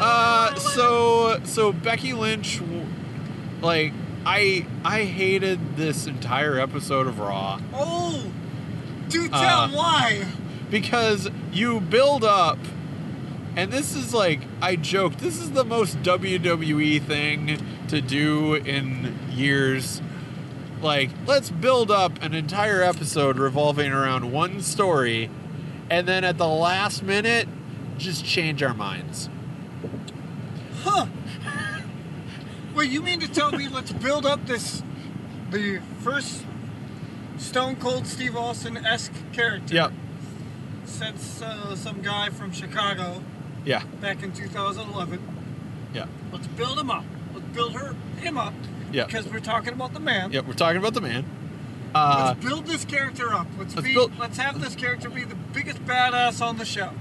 [SPEAKER 1] Uh, so so Becky Lynch, w- like I I hated this entire episode of Raw
[SPEAKER 2] Oh, do tell
[SPEAKER 1] Uh,
[SPEAKER 2] why.
[SPEAKER 1] because you build up, and this is like I joked this is the most WWE thing to do in years. Like let's build up an entire episode revolving around one story, and then at the last minute, just change our minds.
[SPEAKER 2] Huh. Well, you mean to tell me let's build up this, the first Stone Cold Steve Austin esque character
[SPEAKER 1] Yep.
[SPEAKER 2] since uh, some guy from Chicago
[SPEAKER 1] Yeah.
[SPEAKER 2] back in 2011.
[SPEAKER 1] Yeah.
[SPEAKER 2] Let's build him up. Let's build her him up.
[SPEAKER 1] Yeah.
[SPEAKER 2] Because we're talking about the man.
[SPEAKER 1] Yep, we're talking about the man. Uh,
[SPEAKER 2] let's build this character up. Let's,
[SPEAKER 1] let's
[SPEAKER 2] be,
[SPEAKER 1] build-
[SPEAKER 2] let's have this character be the biggest badass on the show.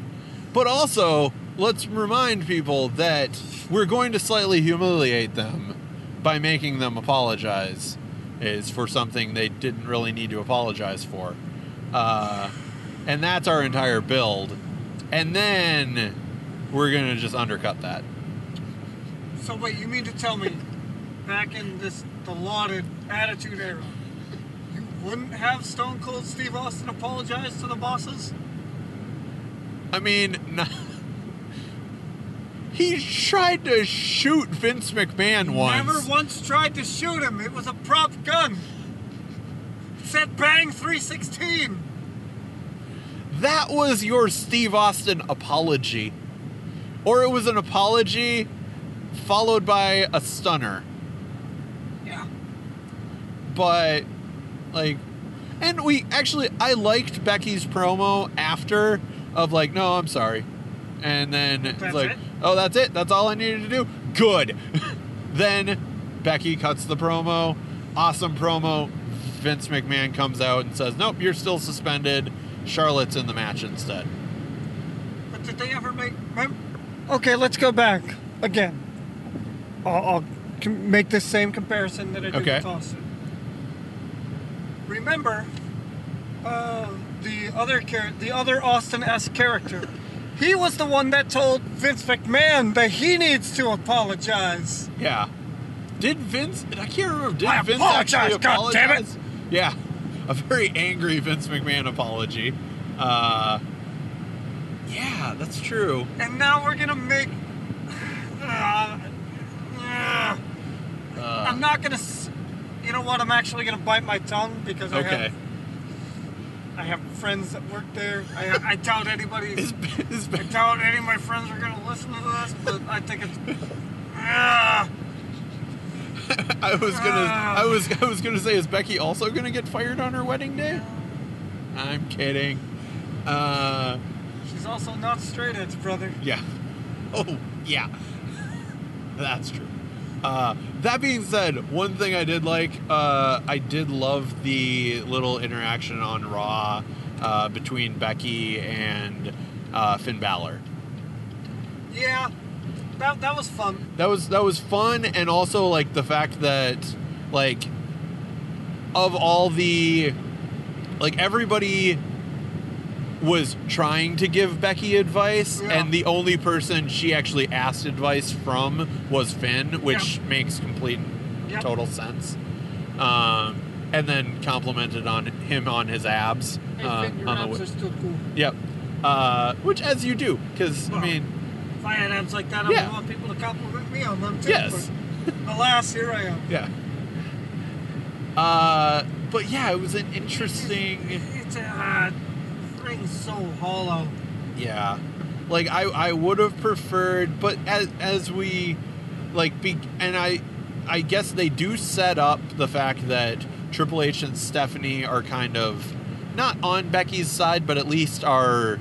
[SPEAKER 1] but also, let's remind people that we're going to slightly humiliate them by making them apologize is for something they didn't really need to apologize for. Uh, and that's our entire build. And then we're going to just undercut that.
[SPEAKER 2] So wait, you mean to tell me, back in this the lauded attitude era, you wouldn't have Stone Cold Steve Austin apologize to the bosses?
[SPEAKER 1] I mean, n he tried to shoot Vince McMahon once.
[SPEAKER 2] Never once tried to shoot him. It was a prop gun. It said bang 316.
[SPEAKER 1] That was your Steve Austin apology. Or it was an apology followed by a stunner.
[SPEAKER 2] Yeah.
[SPEAKER 1] But, like, and we actually, I liked Becky's promo after of, like, no, I'm sorry. And then it's
[SPEAKER 2] That's
[SPEAKER 1] like,
[SPEAKER 2] it?
[SPEAKER 1] oh, that's it. That's all I needed to do. Good. then Becky cuts the promo. Awesome promo. Vince McMahon comes out and says, nope, you're still suspended. Charlotte's in the match instead.
[SPEAKER 2] But did they ever make? Mem- okay, let's go back again. I'll, I'll com- make this same comparison that I did
[SPEAKER 1] Okay.
[SPEAKER 2] with Austin. Remember, uh, the other char- the other Austin S character. He was the one that told Vince McMahon that he needs to apologize.
[SPEAKER 1] Yeah. Did Vince? I can't remember. Did
[SPEAKER 2] I
[SPEAKER 1] Vince
[SPEAKER 2] apologize,
[SPEAKER 1] actually
[SPEAKER 2] God damn it.
[SPEAKER 1] apologize? Yeah, a very angry Vince McMahon apology. Uh, yeah, that's true.
[SPEAKER 2] And now we're gonna make. Uh, uh,
[SPEAKER 1] Uh,
[SPEAKER 2] I'm not gonna. S- you know what? I'm actually gonna bite my tongue because I
[SPEAKER 1] okay.
[SPEAKER 2] have I have friends that work there. I, I doubt anybody.
[SPEAKER 1] Is, is
[SPEAKER 2] I doubt any of my friends are gonna listen to this, but I think it's. Ah,
[SPEAKER 1] I was gonna I was I was gonna say is Becky also gonna get fired on her wedding day? I'm kidding. Uh,
[SPEAKER 2] she's also not straight edge, brother.
[SPEAKER 1] Yeah. Oh, yeah. That's true. Uh, that being said, one thing I did like, uh, I did love the little interaction on Raw uh, between Becky and uh, Finn Balor.
[SPEAKER 2] Yeah, that, that was fun.
[SPEAKER 1] That was that was fun, and also like the fact that like of all the like everybody was trying to give Becky advice,
[SPEAKER 2] Yeah.
[SPEAKER 1] and the only person she actually asked advice from was Finn, which makes complete and
[SPEAKER 2] Yep.
[SPEAKER 1] total sense. Um, and then complimented on him on his abs. uh, on the wi-
[SPEAKER 2] still cool.
[SPEAKER 1] yep. Uh, which, as you do, because
[SPEAKER 2] Well,
[SPEAKER 1] I mean,
[SPEAKER 2] If I had abs like that, I
[SPEAKER 1] Yeah.
[SPEAKER 2] would want people to compliment me on them too.
[SPEAKER 1] Yes.
[SPEAKER 2] but alas, here I am.
[SPEAKER 1] Yeah. Uh, but yeah, it was an interesting.
[SPEAKER 2] It's uh, thing's so hollow.
[SPEAKER 1] Yeah. Like I, I would have preferred, but as as we, like, be, and I, I guess they do set up the fact that Triple H and Stephanie are kind of not on Becky's side, but at least are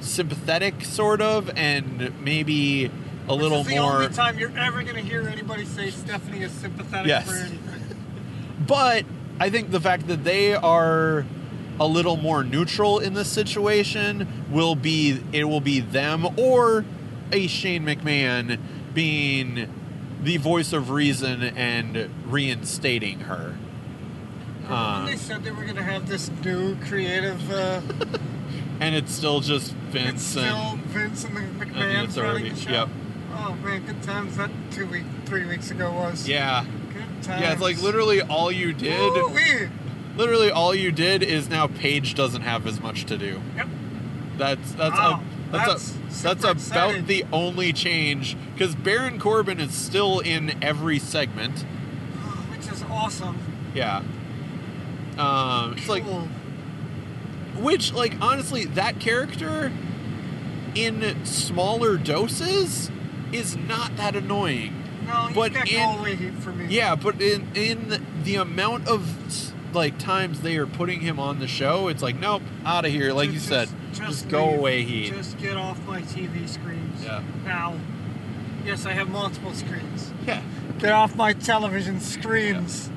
[SPEAKER 1] sympathetic, sort of, and maybe a
[SPEAKER 2] Which
[SPEAKER 1] little
[SPEAKER 2] is the
[SPEAKER 1] more.
[SPEAKER 2] only time you're ever gonna hear anybody say Stephanie is sympathetic
[SPEAKER 1] Yes.
[SPEAKER 2] for anything.
[SPEAKER 1] But I think the fact that they are a little more neutral in this situation will be it will be them or a Shane McMahon being the voice of reason and reinstating her.
[SPEAKER 2] when
[SPEAKER 1] Uh,
[SPEAKER 2] they said they were gonna have this new creative, uh,
[SPEAKER 1] and it's still just Vince uh,
[SPEAKER 2] it's
[SPEAKER 1] and
[SPEAKER 2] still Vince and the
[SPEAKER 1] and the
[SPEAKER 2] McMahon running
[SPEAKER 1] authority.
[SPEAKER 2] the show.
[SPEAKER 1] Yep.
[SPEAKER 2] Oh man, good times that two week, three weeks ago was.
[SPEAKER 1] Yeah.
[SPEAKER 2] Good times.
[SPEAKER 1] Yeah, it's like literally all you did
[SPEAKER 2] Ooh-wee.
[SPEAKER 1] literally all you did is now Paige doesn't have as much to do.
[SPEAKER 2] Yep.
[SPEAKER 1] That's that's
[SPEAKER 2] Wow,
[SPEAKER 1] a, that's
[SPEAKER 2] that's
[SPEAKER 1] a,
[SPEAKER 2] super
[SPEAKER 1] that's about
[SPEAKER 2] exciting.
[SPEAKER 1] the only change because Baron Corbin is still in every segment.
[SPEAKER 2] Oh, Which is awesome.
[SPEAKER 1] Yeah. Um, it's like
[SPEAKER 2] cool.
[SPEAKER 1] which like honestly that character in smaller doses is not that annoying.
[SPEAKER 2] No, he's
[SPEAKER 1] but
[SPEAKER 2] got
[SPEAKER 1] in-
[SPEAKER 2] Galway heat for me.
[SPEAKER 1] Yeah, but in in the amount of like times they are putting him on the show, it's like nope, out of here. Like
[SPEAKER 2] Ju-
[SPEAKER 1] you
[SPEAKER 2] just-
[SPEAKER 1] said, just, go
[SPEAKER 2] leave.
[SPEAKER 1] away, he.
[SPEAKER 2] Just get off my TV screens.
[SPEAKER 1] Yeah.
[SPEAKER 2] Now. Yes, I have multiple screens.
[SPEAKER 1] yeah.
[SPEAKER 2] Get off my television screens.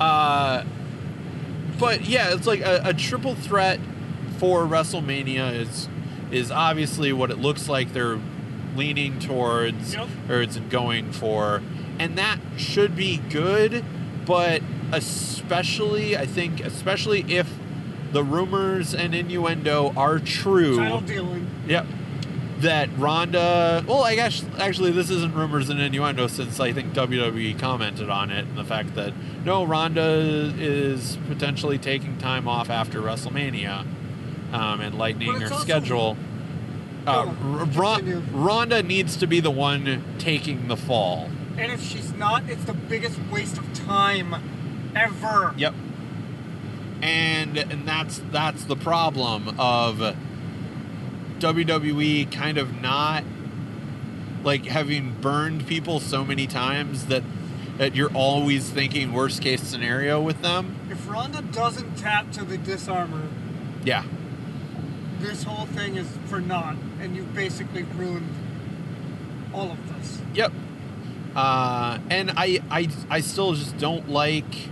[SPEAKER 1] Uh, but yeah, it's like a, a triple threat for WrestleMania is is obviously what it looks like they're leaning towards
[SPEAKER 2] Yep.
[SPEAKER 1] or it's going for, and that should be good. But especially, I think, especially if the rumors and innuendo are true.
[SPEAKER 2] Title dealing.
[SPEAKER 1] Yep. That Ronda. Well, I guess actually this isn't rumors and innuendo since I think WWE commented on it and the fact that no, Ronda is potentially taking time off after WrestleMania, um, and lightening
[SPEAKER 2] But
[SPEAKER 1] her
[SPEAKER 2] it's also-
[SPEAKER 1] schedule. Uh,
[SPEAKER 2] Go on,
[SPEAKER 1] Ron-
[SPEAKER 2] continue.
[SPEAKER 1] Ronda needs to be the one taking the fall.
[SPEAKER 2] And if she's not, it's the biggest waste of time ever.
[SPEAKER 1] Yep. And and that's that's the problem of WWE kind of not like having burned people so many times that that you're always thinking worst case scenario with them.
[SPEAKER 2] If Ronda doesn't tap to the disarmor,
[SPEAKER 1] Yeah.
[SPEAKER 2] this whole thing is for naught, and you've basically ruined all of this.
[SPEAKER 1] Yep. Uh, and I, I I still just don't like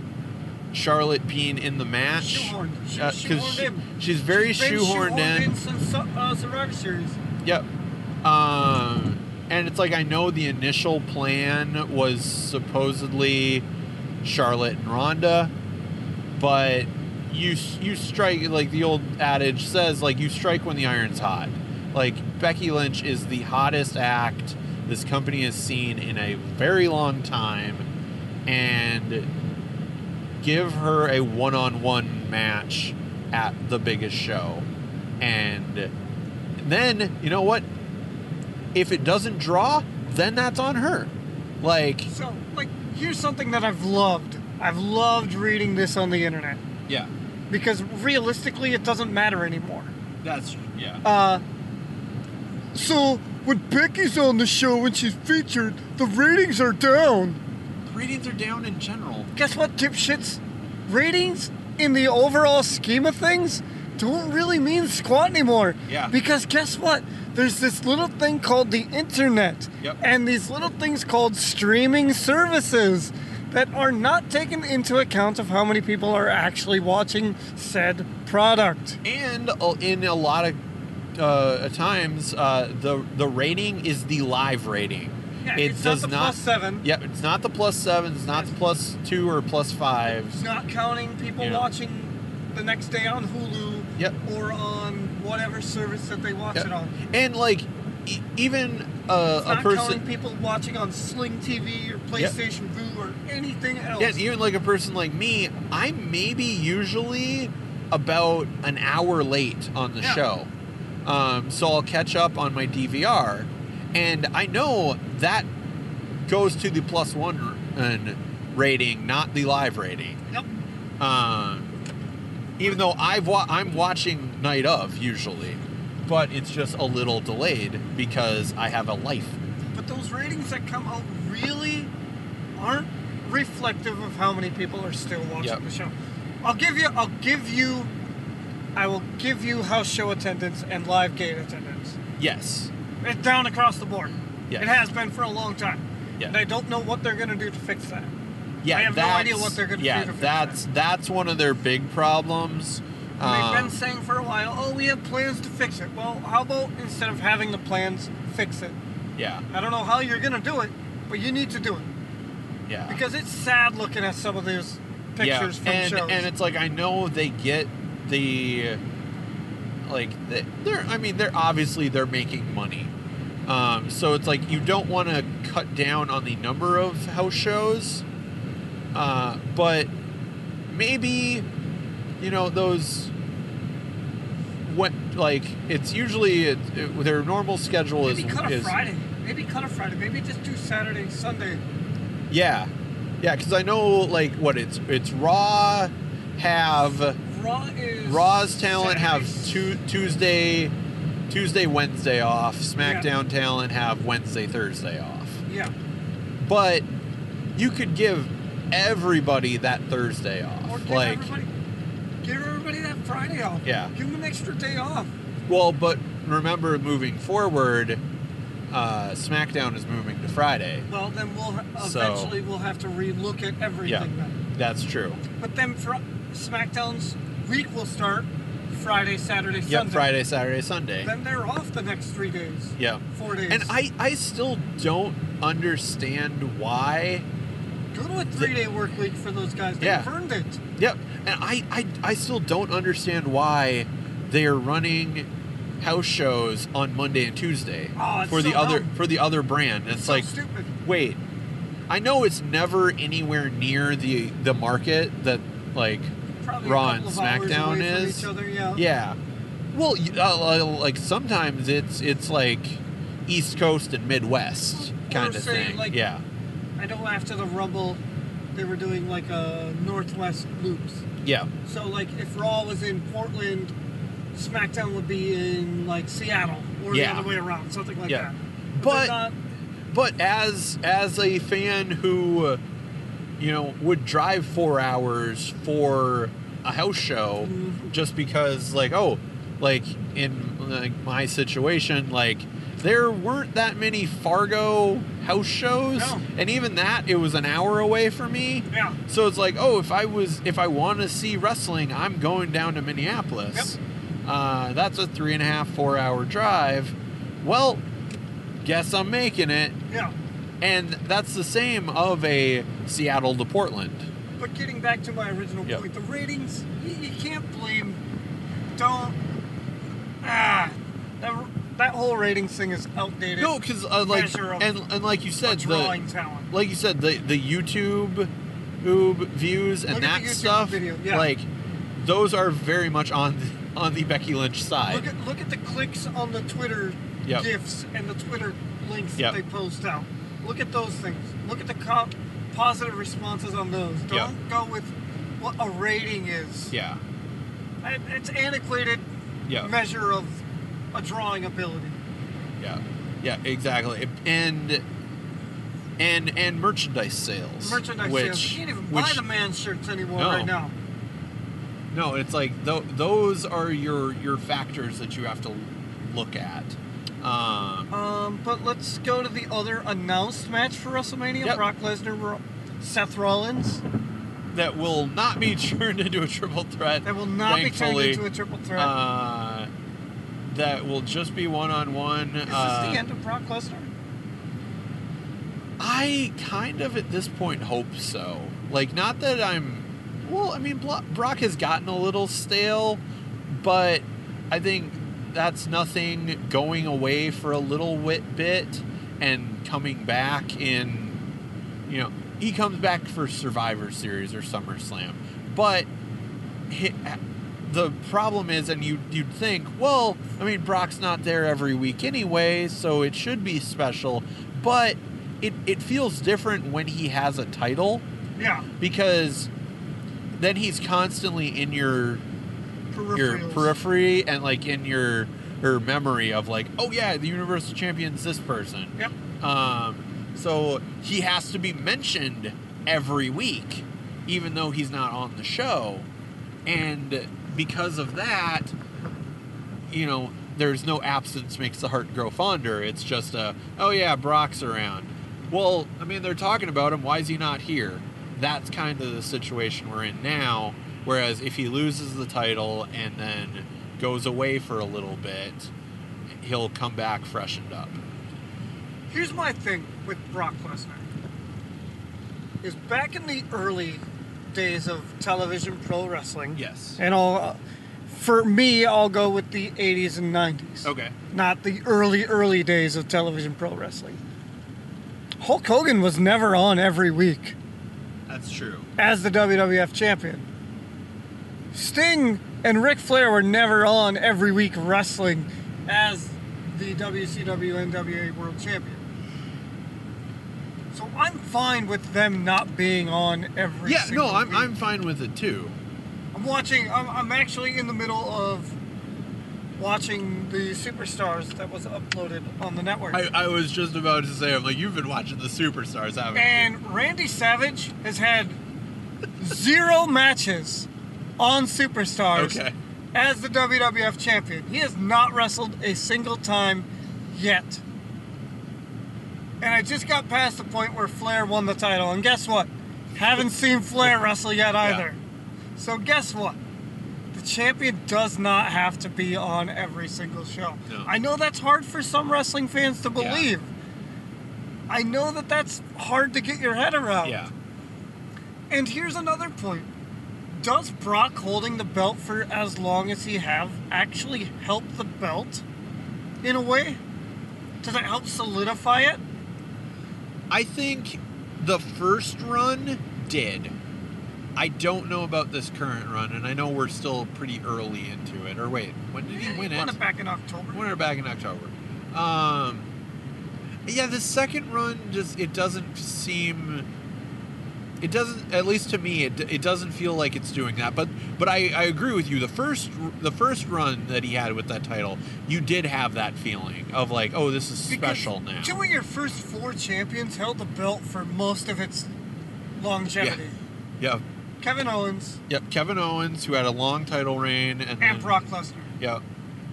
[SPEAKER 1] Charlotte being in the match
[SPEAKER 2] Shoehorned. She,
[SPEAKER 1] Uh,
[SPEAKER 2] shoehorned
[SPEAKER 1] she-
[SPEAKER 2] in.
[SPEAKER 1] she's very
[SPEAKER 2] She's been
[SPEAKER 1] shoehorned in.
[SPEAKER 2] since uh, Survivor Series.
[SPEAKER 1] Yep. Um, and it's like I know the initial plan was supposedly Charlotte and Ronda, but you you strike like the old adage says like you strike when the iron's hot. Like Becky Lynch is the hottest act this company has seen in a very long time, and give her a one-on-one match at the biggest show, and then you know what? If it doesn't draw, then that's on her. Like,
[SPEAKER 2] So, like, here's something that I've loved. I've loved reading this on the internet
[SPEAKER 1] yeah,
[SPEAKER 2] because realistically, it doesn't matter anymore.
[SPEAKER 1] that's yeah,
[SPEAKER 2] Uh, so when Becky's on the show and she's featured, the ratings are down.
[SPEAKER 1] ratings are down in general.
[SPEAKER 2] Guess what, dipshits? Ratings in the overall scheme of things don't really mean squat anymore.
[SPEAKER 1] Yeah.
[SPEAKER 2] Because guess what? There's this little thing called the internet
[SPEAKER 1] Yep.
[SPEAKER 2] and these little things called streaming services that are not taken into account of how many people are actually watching said product.
[SPEAKER 1] And uh, in a lot of uh, times, uh, the the rating is the live rating.
[SPEAKER 2] Yeah,
[SPEAKER 1] it
[SPEAKER 2] it's not
[SPEAKER 1] does
[SPEAKER 2] the plus seven.
[SPEAKER 1] Yep, it's not the plus seven. It's not the plus two or plus
[SPEAKER 2] It's
[SPEAKER 1] fives.
[SPEAKER 2] not counting people
[SPEAKER 1] Yeah.
[SPEAKER 2] watching the next day on Hulu
[SPEAKER 1] Yep.
[SPEAKER 2] or on whatever service that they watch
[SPEAKER 1] Yep.
[SPEAKER 2] it on.
[SPEAKER 1] And like, e- even
[SPEAKER 2] It's
[SPEAKER 1] uh, a
[SPEAKER 2] not
[SPEAKER 1] person
[SPEAKER 2] counting people watching on Sling TV or PlayStation Vue or anything else.
[SPEAKER 1] Yeah, even like a person like me, I'm maybe usually about an hour late on the
[SPEAKER 2] Yeah.
[SPEAKER 1] show. Um, so I'll catch up on my DVR. And I know that goes to the plus one r- an rating, not the live rating.
[SPEAKER 2] Yep.
[SPEAKER 1] Um, even though I've wa- I'm watching Night of usually, but it's just a little delayed because I have a life.
[SPEAKER 2] But those ratings that come out really aren't reflective of how many people are still watching
[SPEAKER 1] Yep.
[SPEAKER 2] the show. I'll give you I'll give you I will give you house show attendance and live gate attendance.
[SPEAKER 1] Yes.
[SPEAKER 2] It's down across the board.
[SPEAKER 1] Yes.
[SPEAKER 2] It has been for a long time.
[SPEAKER 1] Yeah.
[SPEAKER 2] And I don't know what they're gonna do to fix that.
[SPEAKER 1] Yeah.
[SPEAKER 2] I have no
[SPEAKER 1] that's-
[SPEAKER 2] idea what they're gonna do
[SPEAKER 1] Yeah,
[SPEAKER 2] to fix
[SPEAKER 1] that's that's one of their big problems. Um,
[SPEAKER 2] They've been saying for a while, oh, we have plans to fix it. Well, how about instead of having the plans, fix it?
[SPEAKER 1] yeah.
[SPEAKER 2] I don't know how you're gonna do it, but you need to do it
[SPEAKER 1] Yeah.
[SPEAKER 2] because it's sad looking at some of these pictures from
[SPEAKER 1] Uh. and,
[SPEAKER 2] shows.
[SPEAKER 1] And it's like I know they get the like they- they're I mean they're obviously they're making money. Um, so it's like you don't want to cut down on the number of house shows, uh, but maybe you know those what like it's usually it, it- their normal schedule
[SPEAKER 2] maybe
[SPEAKER 1] is
[SPEAKER 2] cut a
[SPEAKER 1] is
[SPEAKER 2] Friday. Maybe cut a Friday. Maybe just do Saturday, Sunday.
[SPEAKER 1] yeah yeah because I know like what it's it's raw have
[SPEAKER 2] Raw is
[SPEAKER 1] Raw's talent have
[SPEAKER 2] Saturday.
[SPEAKER 1] tu- Tuesday, Tuesday, Wednesday off. SmackDown
[SPEAKER 2] Yeah.
[SPEAKER 1] talent have Wednesday, Thursday off.
[SPEAKER 2] Yeah,
[SPEAKER 1] But you could give everybody that Thursday
[SPEAKER 2] or
[SPEAKER 1] off.
[SPEAKER 2] give
[SPEAKER 1] Like,
[SPEAKER 2] everybody, give everybody that Friday off.
[SPEAKER 1] Yeah.
[SPEAKER 2] give them an extra day off.
[SPEAKER 1] well, but remember, moving forward, uh, SmackDown is moving to Friday.
[SPEAKER 2] Well, then we'll
[SPEAKER 1] So-
[SPEAKER 2] eventually we'll have to relook at everything.
[SPEAKER 1] Yeah,
[SPEAKER 2] Then.
[SPEAKER 1] that's true.
[SPEAKER 2] But then for SmackDown's week will start Friday, Saturday,
[SPEAKER 1] Yeah,
[SPEAKER 2] Sunday.
[SPEAKER 1] Friday, Saturday, Sunday.
[SPEAKER 2] Then they're off the next three days.
[SPEAKER 1] Yeah.
[SPEAKER 2] Four days.
[SPEAKER 1] And I, I still don't understand why.
[SPEAKER 2] go to a three day work week for those guys. They've
[SPEAKER 1] Yeah.
[SPEAKER 2] earned it.
[SPEAKER 1] Yep. And I, I, I still don't understand why they are running house shows on Monday and Tuesday
[SPEAKER 2] Oh, it's
[SPEAKER 1] for the
[SPEAKER 2] so
[SPEAKER 1] other
[SPEAKER 2] dumb.
[SPEAKER 1] for the other brand. It's,
[SPEAKER 2] So
[SPEAKER 1] like,
[SPEAKER 2] stupid.
[SPEAKER 1] wait, I know it's never anywhere near the the market that like
[SPEAKER 2] Probably a
[SPEAKER 1] Raw
[SPEAKER 2] couple
[SPEAKER 1] and
[SPEAKER 2] of hours
[SPEAKER 1] SmackDown
[SPEAKER 2] away from
[SPEAKER 1] is-
[SPEAKER 2] Each other, yeah.
[SPEAKER 1] yeah. Well, y- uh, like sometimes it's it's like East Coast and Midwest
[SPEAKER 2] Or
[SPEAKER 1] kind of
[SPEAKER 2] say,
[SPEAKER 1] thing.
[SPEAKER 2] like,
[SPEAKER 1] yeah.
[SPEAKER 2] I know after the Rumble, they were doing like a Northwest loops.
[SPEAKER 1] Yeah.
[SPEAKER 2] So like if Raw was in Portland, SmackDown would be in like Seattle or
[SPEAKER 1] Yeah.
[SPEAKER 2] the other way around, something like
[SPEAKER 1] Yeah.
[SPEAKER 2] that.
[SPEAKER 1] But-
[SPEAKER 2] they're not-
[SPEAKER 1] But as as a fan who, uh, you know, would drive four hours for a house show, just because like oh, like in like my situation, like there weren't that many Fargo house shows,
[SPEAKER 2] No.
[SPEAKER 1] and even that it was an hour away for me.
[SPEAKER 2] yeah.
[SPEAKER 1] So it's like oh, if I was if I want to see wrestling, I'm going down to Minneapolis. Uh, that's a three and a half four hour drive. Well, guess I'm making it.
[SPEAKER 2] Yeah.
[SPEAKER 1] And that's the same of a Seattle to Portland.
[SPEAKER 2] But getting back to my original
[SPEAKER 1] Yeah.
[SPEAKER 2] point, the ratings, you, you can't blame. Don't. Ah. That, that whole ratings thing is outdated.
[SPEAKER 1] No, because uh, like
[SPEAKER 2] Measure of-
[SPEAKER 1] and and like you said,
[SPEAKER 2] That's drawing
[SPEAKER 1] the
[SPEAKER 2] talent.
[SPEAKER 1] like you said the the YouTube oob views and
[SPEAKER 2] Look at
[SPEAKER 1] that
[SPEAKER 2] the YouTube
[SPEAKER 1] stuff,
[SPEAKER 2] video, yeah.
[SPEAKER 1] like those are very much on on the Becky Lynch side.
[SPEAKER 2] Look at, look at the clicks on the Twitter
[SPEAKER 1] Yep.
[SPEAKER 2] GIFs and the Twitter links
[SPEAKER 1] Yep.
[SPEAKER 2] that they post out. Look at those things. Look at the co- positive responses on those. Don't
[SPEAKER 1] Yeah.
[SPEAKER 2] go with what a rating is.
[SPEAKER 1] yeah,
[SPEAKER 2] I- It's antiquated
[SPEAKER 1] Yeah.
[SPEAKER 2] measure of a drawing ability.
[SPEAKER 1] yeah, yeah, exactly. And and and merchandise sales,
[SPEAKER 2] Merchandise
[SPEAKER 1] which,
[SPEAKER 2] sales. You can't even
[SPEAKER 1] which
[SPEAKER 2] buy the man's shirts anymore
[SPEAKER 1] No.
[SPEAKER 2] right now.
[SPEAKER 1] No, it's like th- those are your your factors that you have to look at. Um,
[SPEAKER 2] Um, but let's go to the other announced match for WrestleMania:
[SPEAKER 1] Yep.
[SPEAKER 2] Brock Lesnar, Ro- Seth Rollins.
[SPEAKER 1] that will not be turned into a triple threat.
[SPEAKER 2] That will not
[SPEAKER 1] thankfully.
[SPEAKER 2] be turned into a triple threat.
[SPEAKER 1] Uh, that will just be one on one. uh,
[SPEAKER 2] Is this the end of Brock Lesnar?
[SPEAKER 1] I kind of at this point hope so. Like, not that I'm. Well, I mean, Blo- Brock has gotten a little stale, but I think that's nothing going away for a little wit bit and coming back in. You know, he comes back for Survivor Series or SummerSlam, but hi- the problem is, and you you'd think, well, I mean, Brock's not there every week anyway, so it should be special, but it it feels different when he has a title
[SPEAKER 2] Yeah.
[SPEAKER 1] because then he's constantly in your your
[SPEAKER 2] Peripherals.
[SPEAKER 1] periphery and like in your or memory of like, oh yeah, the universal champion's this person.
[SPEAKER 2] Yep.
[SPEAKER 1] Um, so he has to be mentioned every week, even though he's not on the show. And because of that, you know, there's no absence makes the heart grow fonder. It's just a, oh yeah, Brock's around. Well, I mean, they're talking about him. Why is he not here? That's kind of the situation we're in now. Whereas if he loses the title and then goes away for a little bit, he'll come back freshened up.
[SPEAKER 2] Here's my thing with Brock Lesnar. Is back in the early days of television pro wrestling.
[SPEAKER 1] Yes.
[SPEAKER 2] And I'll, for me, I'll go with the 80s and 90s.
[SPEAKER 1] Okay.
[SPEAKER 2] Not the early, early days of television pro wrestling. Hulk Hogan was never on every week
[SPEAKER 1] That's true.
[SPEAKER 2] as the WWF champion. Sting and Ric Flair were never on every week wrestling as the WCW NWA World Champion. So I'm fine with them not being on every.
[SPEAKER 1] Yeah, no,
[SPEAKER 2] single
[SPEAKER 1] I'm,
[SPEAKER 2] week.
[SPEAKER 1] I'm fine with it too.
[SPEAKER 2] I'm watching. I'm, I'm actually in the middle of watching the superstars that was uploaded on the network.
[SPEAKER 1] I, I was just about to say, I'm like, you've been watching the superstars, haven't you?
[SPEAKER 2] and Randy Savage has had zero matches on superstars
[SPEAKER 1] Okay.
[SPEAKER 2] as the WWF champion. He has not wrestled a single time yet. And I just got past the point where Flair won the title. And guess what? Haven't seen Flair wrestle yet either. So guess what? The champion does not have to be on every single show.
[SPEAKER 1] No.
[SPEAKER 2] I know that's hard for some wrestling fans to
[SPEAKER 1] Yeah.
[SPEAKER 2] believe. I know that that's hard to get your head around.
[SPEAKER 1] Yeah.
[SPEAKER 2] And here's another point. Does Brock holding the belt for as long as he have actually help the belt in a way? Does it help solidify it?
[SPEAKER 1] I think the first run did. I don't know about this current run, and I know we're still pretty early into it. Or wait, when did he win
[SPEAKER 2] won
[SPEAKER 1] it?
[SPEAKER 2] it back in October.
[SPEAKER 1] Winner back in October. Um, yeah, the second run just it doesn't seem. It doesn't, at least to me, it, it doesn't feel like it's doing that. But but I, I agree with you. The first the first run that he had with that title, you did have that feeling of like, oh, this is
[SPEAKER 2] Because
[SPEAKER 1] special now.
[SPEAKER 2] Two of your first four champions held the belt for most of its longevity.
[SPEAKER 1] Yeah,
[SPEAKER 2] Kevin Owens
[SPEAKER 1] yep. Kevin Owens, who had a long title reign, and,
[SPEAKER 2] and
[SPEAKER 1] then,
[SPEAKER 2] Brock Lesnar.
[SPEAKER 1] Yeah,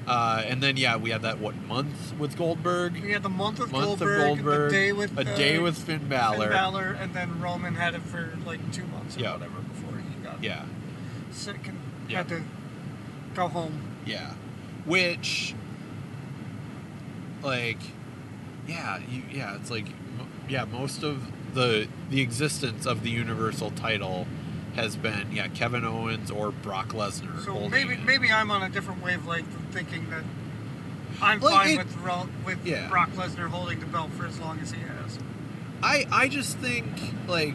[SPEAKER 1] uh, and then yeah, we had that what month with Goldberg?
[SPEAKER 2] We had the month with
[SPEAKER 1] month
[SPEAKER 2] Goldberg,
[SPEAKER 1] of Goldberg,
[SPEAKER 2] the day with
[SPEAKER 1] a
[SPEAKER 2] uh,
[SPEAKER 1] day with Finn Balor.
[SPEAKER 2] Finn Balor, and then Roman had it for like two months or
[SPEAKER 1] Yeah.
[SPEAKER 2] whatever before he got
[SPEAKER 1] Yeah,
[SPEAKER 2] sick and
[SPEAKER 1] Yeah.
[SPEAKER 2] had to go home.
[SPEAKER 1] yeah. Which, like, yeah, you, yeah, it's like, mo- yeah, most of the the existence of the Universal title has been yeah Kevin Owens or Brock Lesnar.
[SPEAKER 2] So
[SPEAKER 1] holding
[SPEAKER 2] maybe
[SPEAKER 1] it.
[SPEAKER 2] maybe I'm on a different wavelength of thinking that I'm
[SPEAKER 1] Like,
[SPEAKER 2] fine
[SPEAKER 1] it-
[SPEAKER 2] with Ro- with
[SPEAKER 1] Yeah.
[SPEAKER 2] Brock Lesnar holding the belt for as long as he has.
[SPEAKER 1] I I just think like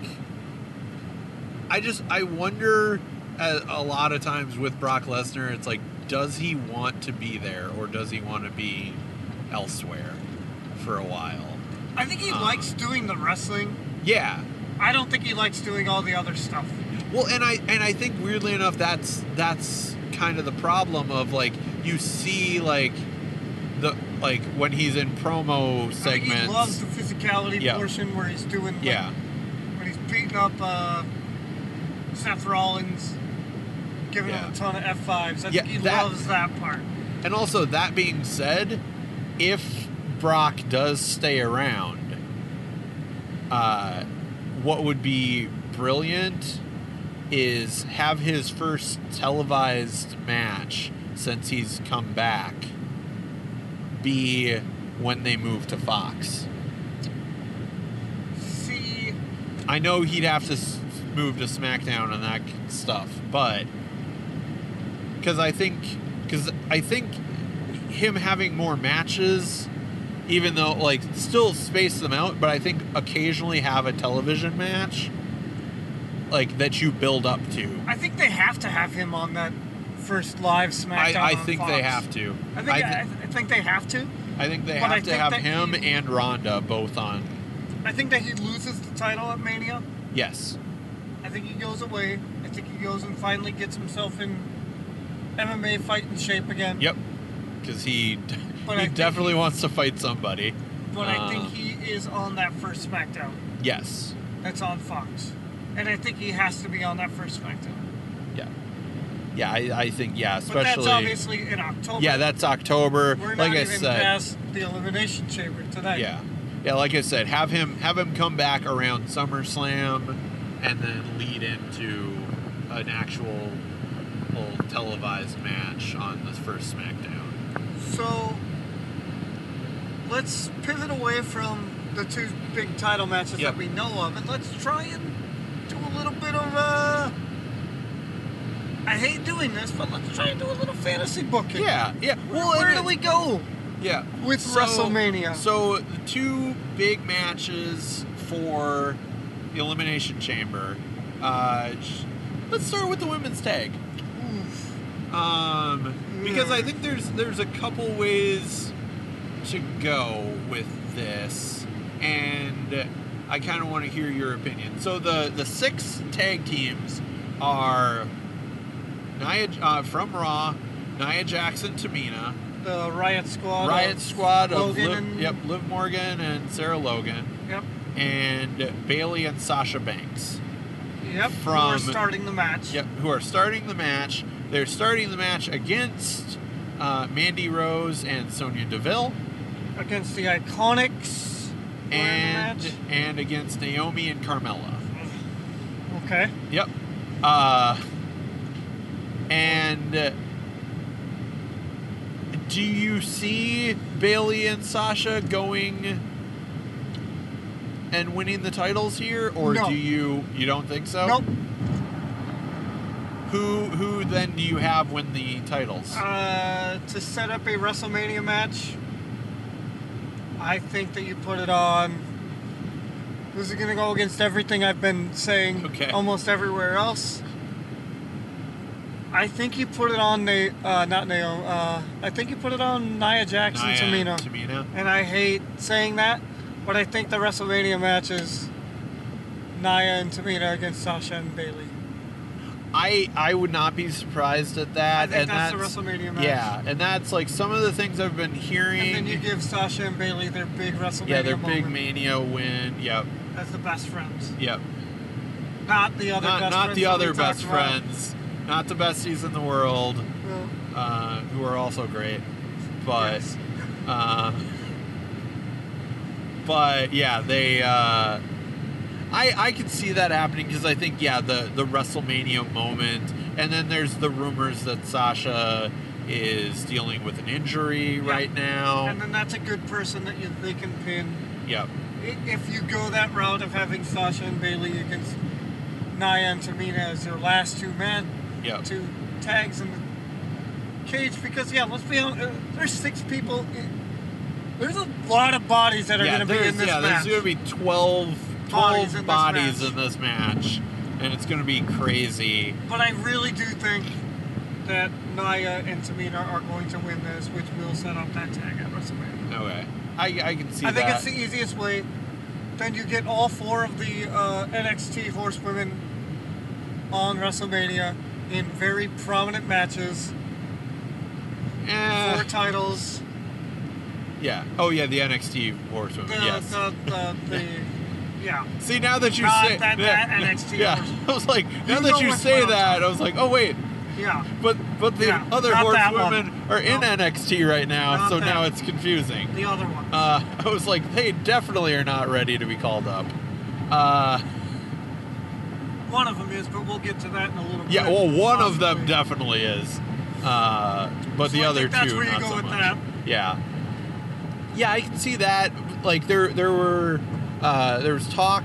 [SPEAKER 1] I just I wonder a, a lot of times with Brock Lesnar it's like does he want to be there or does he want to be elsewhere for a while?
[SPEAKER 2] I think he
[SPEAKER 1] Uh.
[SPEAKER 2] likes doing the wrestling.
[SPEAKER 1] Yeah.
[SPEAKER 2] I don't think he likes doing all the other stuff.
[SPEAKER 1] Well, and I and I think weirdly enough that's that's kind of the problem of like you see like the like when he's in promo
[SPEAKER 2] I think he
[SPEAKER 1] segments.
[SPEAKER 2] loves the physicality
[SPEAKER 1] Yeah.
[SPEAKER 2] portion where he's doing like,
[SPEAKER 1] yeah.
[SPEAKER 2] when he's beating up uh, Seth Rollins, giving
[SPEAKER 1] Yeah.
[SPEAKER 2] him a ton of F5s. I
[SPEAKER 1] Yeah,
[SPEAKER 2] think he
[SPEAKER 1] that-
[SPEAKER 2] loves that part.
[SPEAKER 1] And also, that being said, if Brock does stay around, uh, what would be brilliant is have his first televised match since he's come back be when they move to Fox.
[SPEAKER 2] See,
[SPEAKER 1] I know he'd have to s- move to SmackDown and that stuff, but because I think because I think him having more matches, even though like still space them out, but I think occasionally have a television match like that you build up to.
[SPEAKER 2] I think they have to have him on that first live
[SPEAKER 1] I,
[SPEAKER 2] SmackDown.
[SPEAKER 1] I
[SPEAKER 2] on
[SPEAKER 1] think
[SPEAKER 2] Fox.
[SPEAKER 1] they have to.
[SPEAKER 2] I think
[SPEAKER 1] I,
[SPEAKER 2] I,
[SPEAKER 1] th-
[SPEAKER 2] I think they have to.
[SPEAKER 1] I think they
[SPEAKER 2] but I
[SPEAKER 1] have to
[SPEAKER 2] think
[SPEAKER 1] have
[SPEAKER 2] that
[SPEAKER 1] him
[SPEAKER 2] he-
[SPEAKER 1] and Ronda both on.
[SPEAKER 2] I think that he loses the title at Mania.
[SPEAKER 1] Yes.
[SPEAKER 2] I think he goes away. I think he goes and finally gets himself in MMA fighting shape again.
[SPEAKER 1] Yep. Because he,
[SPEAKER 2] But I
[SPEAKER 1] he
[SPEAKER 2] think
[SPEAKER 1] definitely
[SPEAKER 2] he-
[SPEAKER 1] wants to fight somebody.
[SPEAKER 2] But I
[SPEAKER 1] Uh.
[SPEAKER 2] think he is on that first SmackDown
[SPEAKER 1] Yes.
[SPEAKER 2] that's on Fox. And I think he has to be on that first SmackDown.
[SPEAKER 1] Yeah. Yeah, I, I think, yeah,
[SPEAKER 2] But that's
[SPEAKER 1] especially.
[SPEAKER 2] obviously in October.
[SPEAKER 1] yeah, that's October.
[SPEAKER 2] We're not
[SPEAKER 1] like I
[SPEAKER 2] even
[SPEAKER 1] said.
[SPEAKER 2] past the Elimination Chamber tonight.
[SPEAKER 1] Yeah, yeah. Like I said, have him have him come back around SummerSlam, and then lead into an actual full televised match on the first SmackDown.
[SPEAKER 2] So let's pivot away from the two big title matches
[SPEAKER 1] Yep.
[SPEAKER 2] that we know of, and let's try and do a little bit of. Uh, I hate doing this, but let's try and do a little fantasy booking.
[SPEAKER 1] Yeah, yeah.
[SPEAKER 2] Where,
[SPEAKER 1] Well,
[SPEAKER 2] where
[SPEAKER 1] and-
[SPEAKER 2] do we go?
[SPEAKER 1] Yeah.
[SPEAKER 2] With WrestleMania.
[SPEAKER 1] So the two big matches for the Elimination Chamber. Uh, sh- let's start with the women's tag.
[SPEAKER 2] Oof.
[SPEAKER 1] Um, because I
[SPEAKER 2] Yeah.
[SPEAKER 1] think there's there's a couple ways to go with this, and I kind of want to hear your opinion. So the the six tag teams are Nia uh, from Raw, Nia Jackson, Tamina,
[SPEAKER 2] The Riot Squad. of
[SPEAKER 1] Riot Squad of
[SPEAKER 2] Logan
[SPEAKER 1] Liv,
[SPEAKER 2] and-
[SPEAKER 1] yep Liv Morgan and Sarah Logan,
[SPEAKER 2] Yep.
[SPEAKER 1] and Bailey and Sasha Banks.
[SPEAKER 2] Yep.
[SPEAKER 1] From-
[SPEAKER 2] We're starting the match.
[SPEAKER 1] Yep, who are starting the match. They're starting the match against uh, Mandy Rose and Sonya Deville,
[SPEAKER 2] Against the Iconics. We're in the
[SPEAKER 1] and
[SPEAKER 2] match.
[SPEAKER 1] and against Naomi and Carmella.
[SPEAKER 2] Okay.
[SPEAKER 1] Yep. Uh, and uh, do you see Bailey and Sasha going and winning the titles here, or
[SPEAKER 2] No.
[SPEAKER 1] do you you don't think so?
[SPEAKER 2] Nope.
[SPEAKER 1] Who who then do you have win the titles?
[SPEAKER 2] Uh, to set up a WrestleMania match, I think that you put it on. This is going to go against everything I've been saying
[SPEAKER 1] Okay.
[SPEAKER 2] almost everywhere else. I think you put it on Na- uh, not Naomi. Uh, I think you put it on Nia Jackson
[SPEAKER 1] Nia and
[SPEAKER 2] Tamina.
[SPEAKER 1] Tamina.
[SPEAKER 2] And I hate saying that, but I think the WrestleMania match is Nia and Tamina against Sasha and Bailey.
[SPEAKER 1] I I would not be surprised at that.
[SPEAKER 2] I think
[SPEAKER 1] Uh, and
[SPEAKER 2] that's,
[SPEAKER 1] that's,
[SPEAKER 2] the WrestleMania match.
[SPEAKER 1] Yeah, and that's like some of the things I've been hearing.
[SPEAKER 2] And then you give Sasha and Bailey their big WrestleMania.
[SPEAKER 1] yeah, their big
[SPEAKER 2] moment
[SPEAKER 1] mania win. Yep,
[SPEAKER 2] As the best friends,
[SPEAKER 1] yep.
[SPEAKER 2] not the other
[SPEAKER 1] not
[SPEAKER 2] best
[SPEAKER 1] not
[SPEAKER 2] friends
[SPEAKER 1] the
[SPEAKER 2] that we
[SPEAKER 1] other best
[SPEAKER 2] talked about.
[SPEAKER 1] friends, not the besties in the world,
[SPEAKER 2] No.
[SPEAKER 1] uh, who are also great, but
[SPEAKER 2] Yes.
[SPEAKER 1] uh, but yeah, they. Uh, I I could see that happening because I think yeah the the WrestleMania moment, and then there's the rumors that Sasha is dealing with an injury right now.
[SPEAKER 2] and then that's a good person that you they can pin.
[SPEAKER 1] yep.
[SPEAKER 2] I- If you go that route of having Sasha and Bailey against Nia and Tamina as their last two men,
[SPEAKER 1] Yep.
[SPEAKER 2] two tags in the cage, because yeah, let's be honest, uh, there's six people. in- There's a lot of bodies that are
[SPEAKER 1] yeah,
[SPEAKER 2] going to be
[SPEAKER 1] there's-
[SPEAKER 2] in this
[SPEAKER 1] yeah,
[SPEAKER 2] match.
[SPEAKER 1] there's going to be 12, 12
[SPEAKER 2] Bodies
[SPEAKER 1] bodies,
[SPEAKER 2] in this
[SPEAKER 1] in,
[SPEAKER 2] match.
[SPEAKER 1] this match, and it's going to be crazy.
[SPEAKER 2] But I really do think that Naya and Tamina are going to win this, which will set up that tag at WrestleMania.
[SPEAKER 1] Okay, I, I can see
[SPEAKER 2] I think
[SPEAKER 1] that.
[SPEAKER 2] it's the easiest way. Then you get all four of the uh, NXT horsewomen on WrestleMania in very prominent matches,
[SPEAKER 1] Eh,
[SPEAKER 2] four titles.
[SPEAKER 1] yeah. Oh yeah, the NXT Horsewomen.
[SPEAKER 2] The,
[SPEAKER 1] yes.
[SPEAKER 2] the, the, the, yeah.
[SPEAKER 1] see now that you
[SPEAKER 2] Not
[SPEAKER 1] say
[SPEAKER 2] that-
[SPEAKER 1] yeah,
[SPEAKER 2] that NXT
[SPEAKER 1] Yeah.
[SPEAKER 2] Horsewomen.
[SPEAKER 1] I was like, now
[SPEAKER 2] You know
[SPEAKER 1] that you
[SPEAKER 2] which
[SPEAKER 1] say
[SPEAKER 2] one I'm
[SPEAKER 1] that, I was like, oh wait,
[SPEAKER 2] Yeah.
[SPEAKER 1] but but the
[SPEAKER 2] Yeah,
[SPEAKER 1] other
[SPEAKER 2] not that
[SPEAKER 1] horsewomen
[SPEAKER 2] one.
[SPEAKER 1] are in
[SPEAKER 2] No.
[SPEAKER 1] NXT right now,
[SPEAKER 2] Not
[SPEAKER 1] so
[SPEAKER 2] that
[SPEAKER 1] now
[SPEAKER 2] one.
[SPEAKER 1] it's confusing.
[SPEAKER 2] The other one.
[SPEAKER 1] Uh, I was like, they definitely are not ready to be called up. Uh,
[SPEAKER 2] one of them is, but we'll get to that in a little
[SPEAKER 1] Yeah,
[SPEAKER 2] bit.
[SPEAKER 1] well, one of them
[SPEAKER 2] possibly.
[SPEAKER 1] definitely is, uh, but
[SPEAKER 2] So
[SPEAKER 1] the
[SPEAKER 2] I
[SPEAKER 1] other
[SPEAKER 2] think that's
[SPEAKER 1] two
[SPEAKER 2] where you
[SPEAKER 1] not
[SPEAKER 2] go
[SPEAKER 1] so
[SPEAKER 2] with
[SPEAKER 1] much.
[SPEAKER 2] that.
[SPEAKER 1] Yeah, yeah, I can see that. Like there, there were uh, there was talk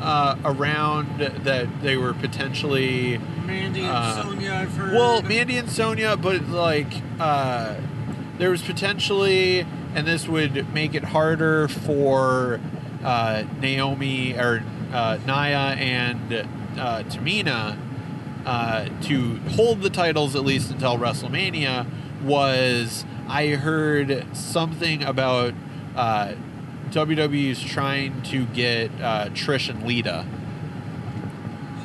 [SPEAKER 1] uh, around that they were potentially
[SPEAKER 2] Mandy and
[SPEAKER 1] uh,
[SPEAKER 2] Sonya, I've heard.
[SPEAKER 1] well, Mandy and Sonia, but like uh, there was potentially, and this would make it harder for uh, Naomi or uh, Naya and uh, Tamina uh, to hold the titles at least until WrestleMania. Was I heard something about uh, WWE's trying to get uh, Trish and Lita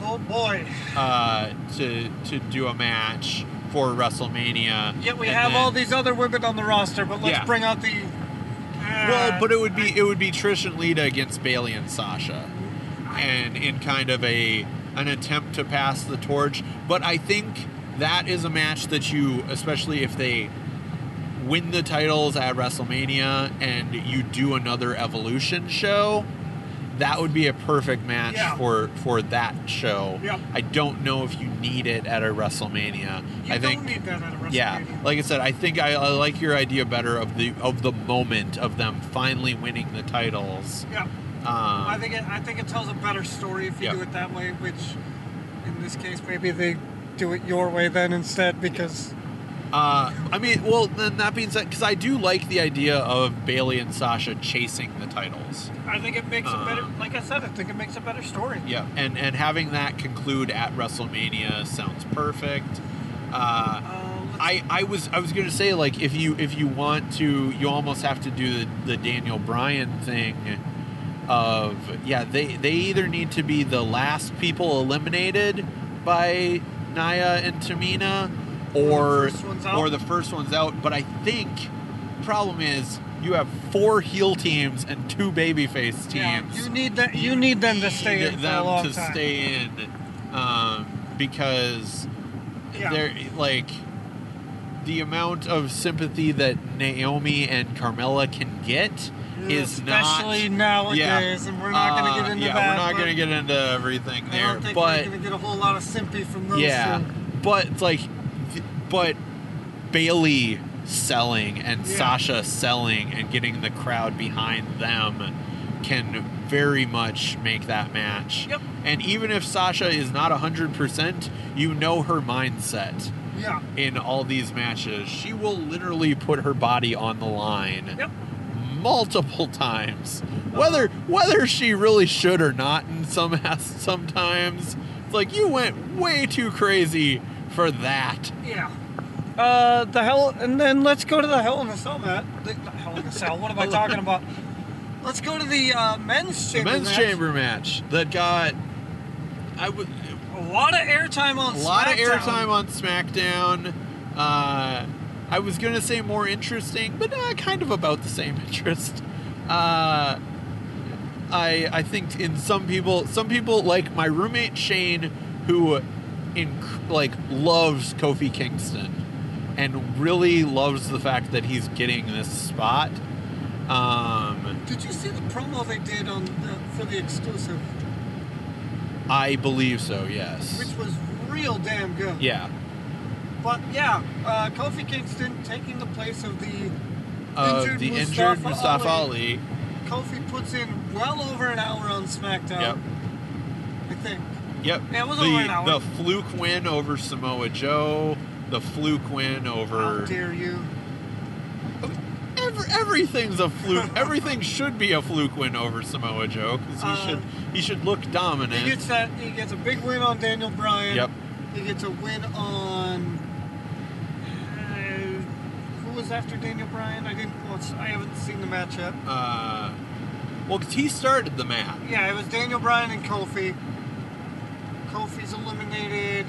[SPEAKER 2] Oh boy.
[SPEAKER 1] uh, to to do a match for WrestleMania.
[SPEAKER 2] Yet we
[SPEAKER 1] And
[SPEAKER 2] have
[SPEAKER 1] then-
[SPEAKER 2] all these other women on the roster, but let's
[SPEAKER 1] Yeah.
[SPEAKER 2] bring out the. uh,
[SPEAKER 1] Well, but it would be it would be Trish and Lita against Bailey and Sasha, and in kind of a an attempt to pass the torch. But I think that is a match that you, especially if they win the titles at WrestleMania and you do another Evolution show, that would be a perfect match
[SPEAKER 2] Yeah.
[SPEAKER 1] for for that show.
[SPEAKER 2] Yep.
[SPEAKER 1] I don't know if you need it at a WrestleMania.
[SPEAKER 2] You
[SPEAKER 1] I think
[SPEAKER 2] don't need that at a WrestleMania.
[SPEAKER 1] yeah, like I said, I think I, I like your idea better of the of the moment of them finally winning the titles.
[SPEAKER 2] yeah.
[SPEAKER 1] Um,
[SPEAKER 2] I think it, I think it tells a better story if you
[SPEAKER 1] Yeah.
[SPEAKER 2] do it that way. Which, in this case, maybe they do it your way then instead because
[SPEAKER 1] uh, I mean, well, then that being said, because I do like the idea of Bailey and Sasha chasing the titles.
[SPEAKER 2] I think it makes a better.
[SPEAKER 1] Um,
[SPEAKER 2] Like I said, I think it makes a better story.
[SPEAKER 1] Yeah, and and having that conclude at WrestleMania sounds perfect. Uh,
[SPEAKER 2] Uh, let's-
[SPEAKER 1] I, I was I was gonna say like if you if you want to you almost have to do the, the Daniel Bryan thing of yeah they they either need to be the last people eliminated by Naya and Tamina or
[SPEAKER 2] Or the first ones out.
[SPEAKER 1] or the first ones out but I think problem is you have four heel teams and two babyface teams
[SPEAKER 2] yeah, you need that. You need them to stay
[SPEAKER 1] need
[SPEAKER 2] in for
[SPEAKER 1] them
[SPEAKER 2] a long
[SPEAKER 1] to
[SPEAKER 2] time.
[SPEAKER 1] stay in um, because
[SPEAKER 2] Yeah.
[SPEAKER 1] they're like the amount of sympathy that Naomi and Carmella can get is
[SPEAKER 2] especially
[SPEAKER 1] not
[SPEAKER 2] nowadays, and we're not going to get
[SPEAKER 1] uh,
[SPEAKER 2] into
[SPEAKER 1] yeah,
[SPEAKER 2] that.
[SPEAKER 1] we're not
[SPEAKER 2] but
[SPEAKER 1] going to get into everything
[SPEAKER 2] I
[SPEAKER 1] there,
[SPEAKER 2] don't think
[SPEAKER 1] but
[SPEAKER 2] we're going to get a whole lot of simpy from those
[SPEAKER 1] yeah,
[SPEAKER 2] two.
[SPEAKER 1] but like, th- but Bailey selling and
[SPEAKER 2] Yeah.
[SPEAKER 1] Sasha selling and getting the crowd behind them can very much make that match.
[SPEAKER 2] Yep.
[SPEAKER 1] And even if Sasha is not 100%, you know her mindset
[SPEAKER 2] Yeah.
[SPEAKER 1] in all these matches. She will literally put her body on the line
[SPEAKER 2] Yep.
[SPEAKER 1] multiple times, whether whether she really should or not. In some as- sometimes, it's like you went way too crazy for that.
[SPEAKER 2] Yeah. Uh, the hell, and then let's go to the Hell in a Cell, Matt. The, the Hell in a Cell. What am I talking about? Let's go to the uh, men's
[SPEAKER 1] The
[SPEAKER 2] chamber.
[SPEAKER 1] men's
[SPEAKER 2] match.
[SPEAKER 1] chamber match that got I would
[SPEAKER 2] A lot of airtime on.
[SPEAKER 1] a lot of
[SPEAKER 2] SmackDown.
[SPEAKER 1] airtime on SmackDown. Uh, I was gonna say more interesting, but uh, kind of about the same interest. Uh, I I think in some people, some people like my roommate Shane, who in like loves Kofi Kingston, and really loves the fact that he's getting this spot. Um,
[SPEAKER 2] Did you see the promo they did on the, for the exclusive,
[SPEAKER 1] I believe so. Yes.
[SPEAKER 2] which was real damn good?
[SPEAKER 1] yeah.
[SPEAKER 2] But yeah, uh, Kofi Kingston taking the place of the
[SPEAKER 1] Of
[SPEAKER 2] Injured
[SPEAKER 1] Uh, the injured
[SPEAKER 2] Mustafa
[SPEAKER 1] Mustafa
[SPEAKER 2] Ali.
[SPEAKER 1] Ali.
[SPEAKER 2] Kofi puts in well over an hour on SmackDown.
[SPEAKER 1] Yep.
[SPEAKER 2] I think.
[SPEAKER 1] Yep.
[SPEAKER 2] Yeah, it was
[SPEAKER 1] the,
[SPEAKER 2] over an hour.
[SPEAKER 1] The fluke win over Samoa Joe. The fluke win
[SPEAKER 2] How
[SPEAKER 1] over.
[SPEAKER 2] dare you?
[SPEAKER 1] Every, everything's a fluke. Everything should be a fluke win over Samoa Joe because he
[SPEAKER 2] Uh,
[SPEAKER 1] should he should look
[SPEAKER 2] He
[SPEAKER 1] dominant.
[SPEAKER 2] gets that. He gets a big win on Daniel Bryan.
[SPEAKER 1] Yep.
[SPEAKER 2] He gets a win on. Uh, who was after Daniel Bryan? I didn't watch. I haven't seen the match yet.
[SPEAKER 1] Uh, well, 'cause he started the match.
[SPEAKER 2] Yeah, it was Daniel Bryan and Kofi. Kofi's eliminated.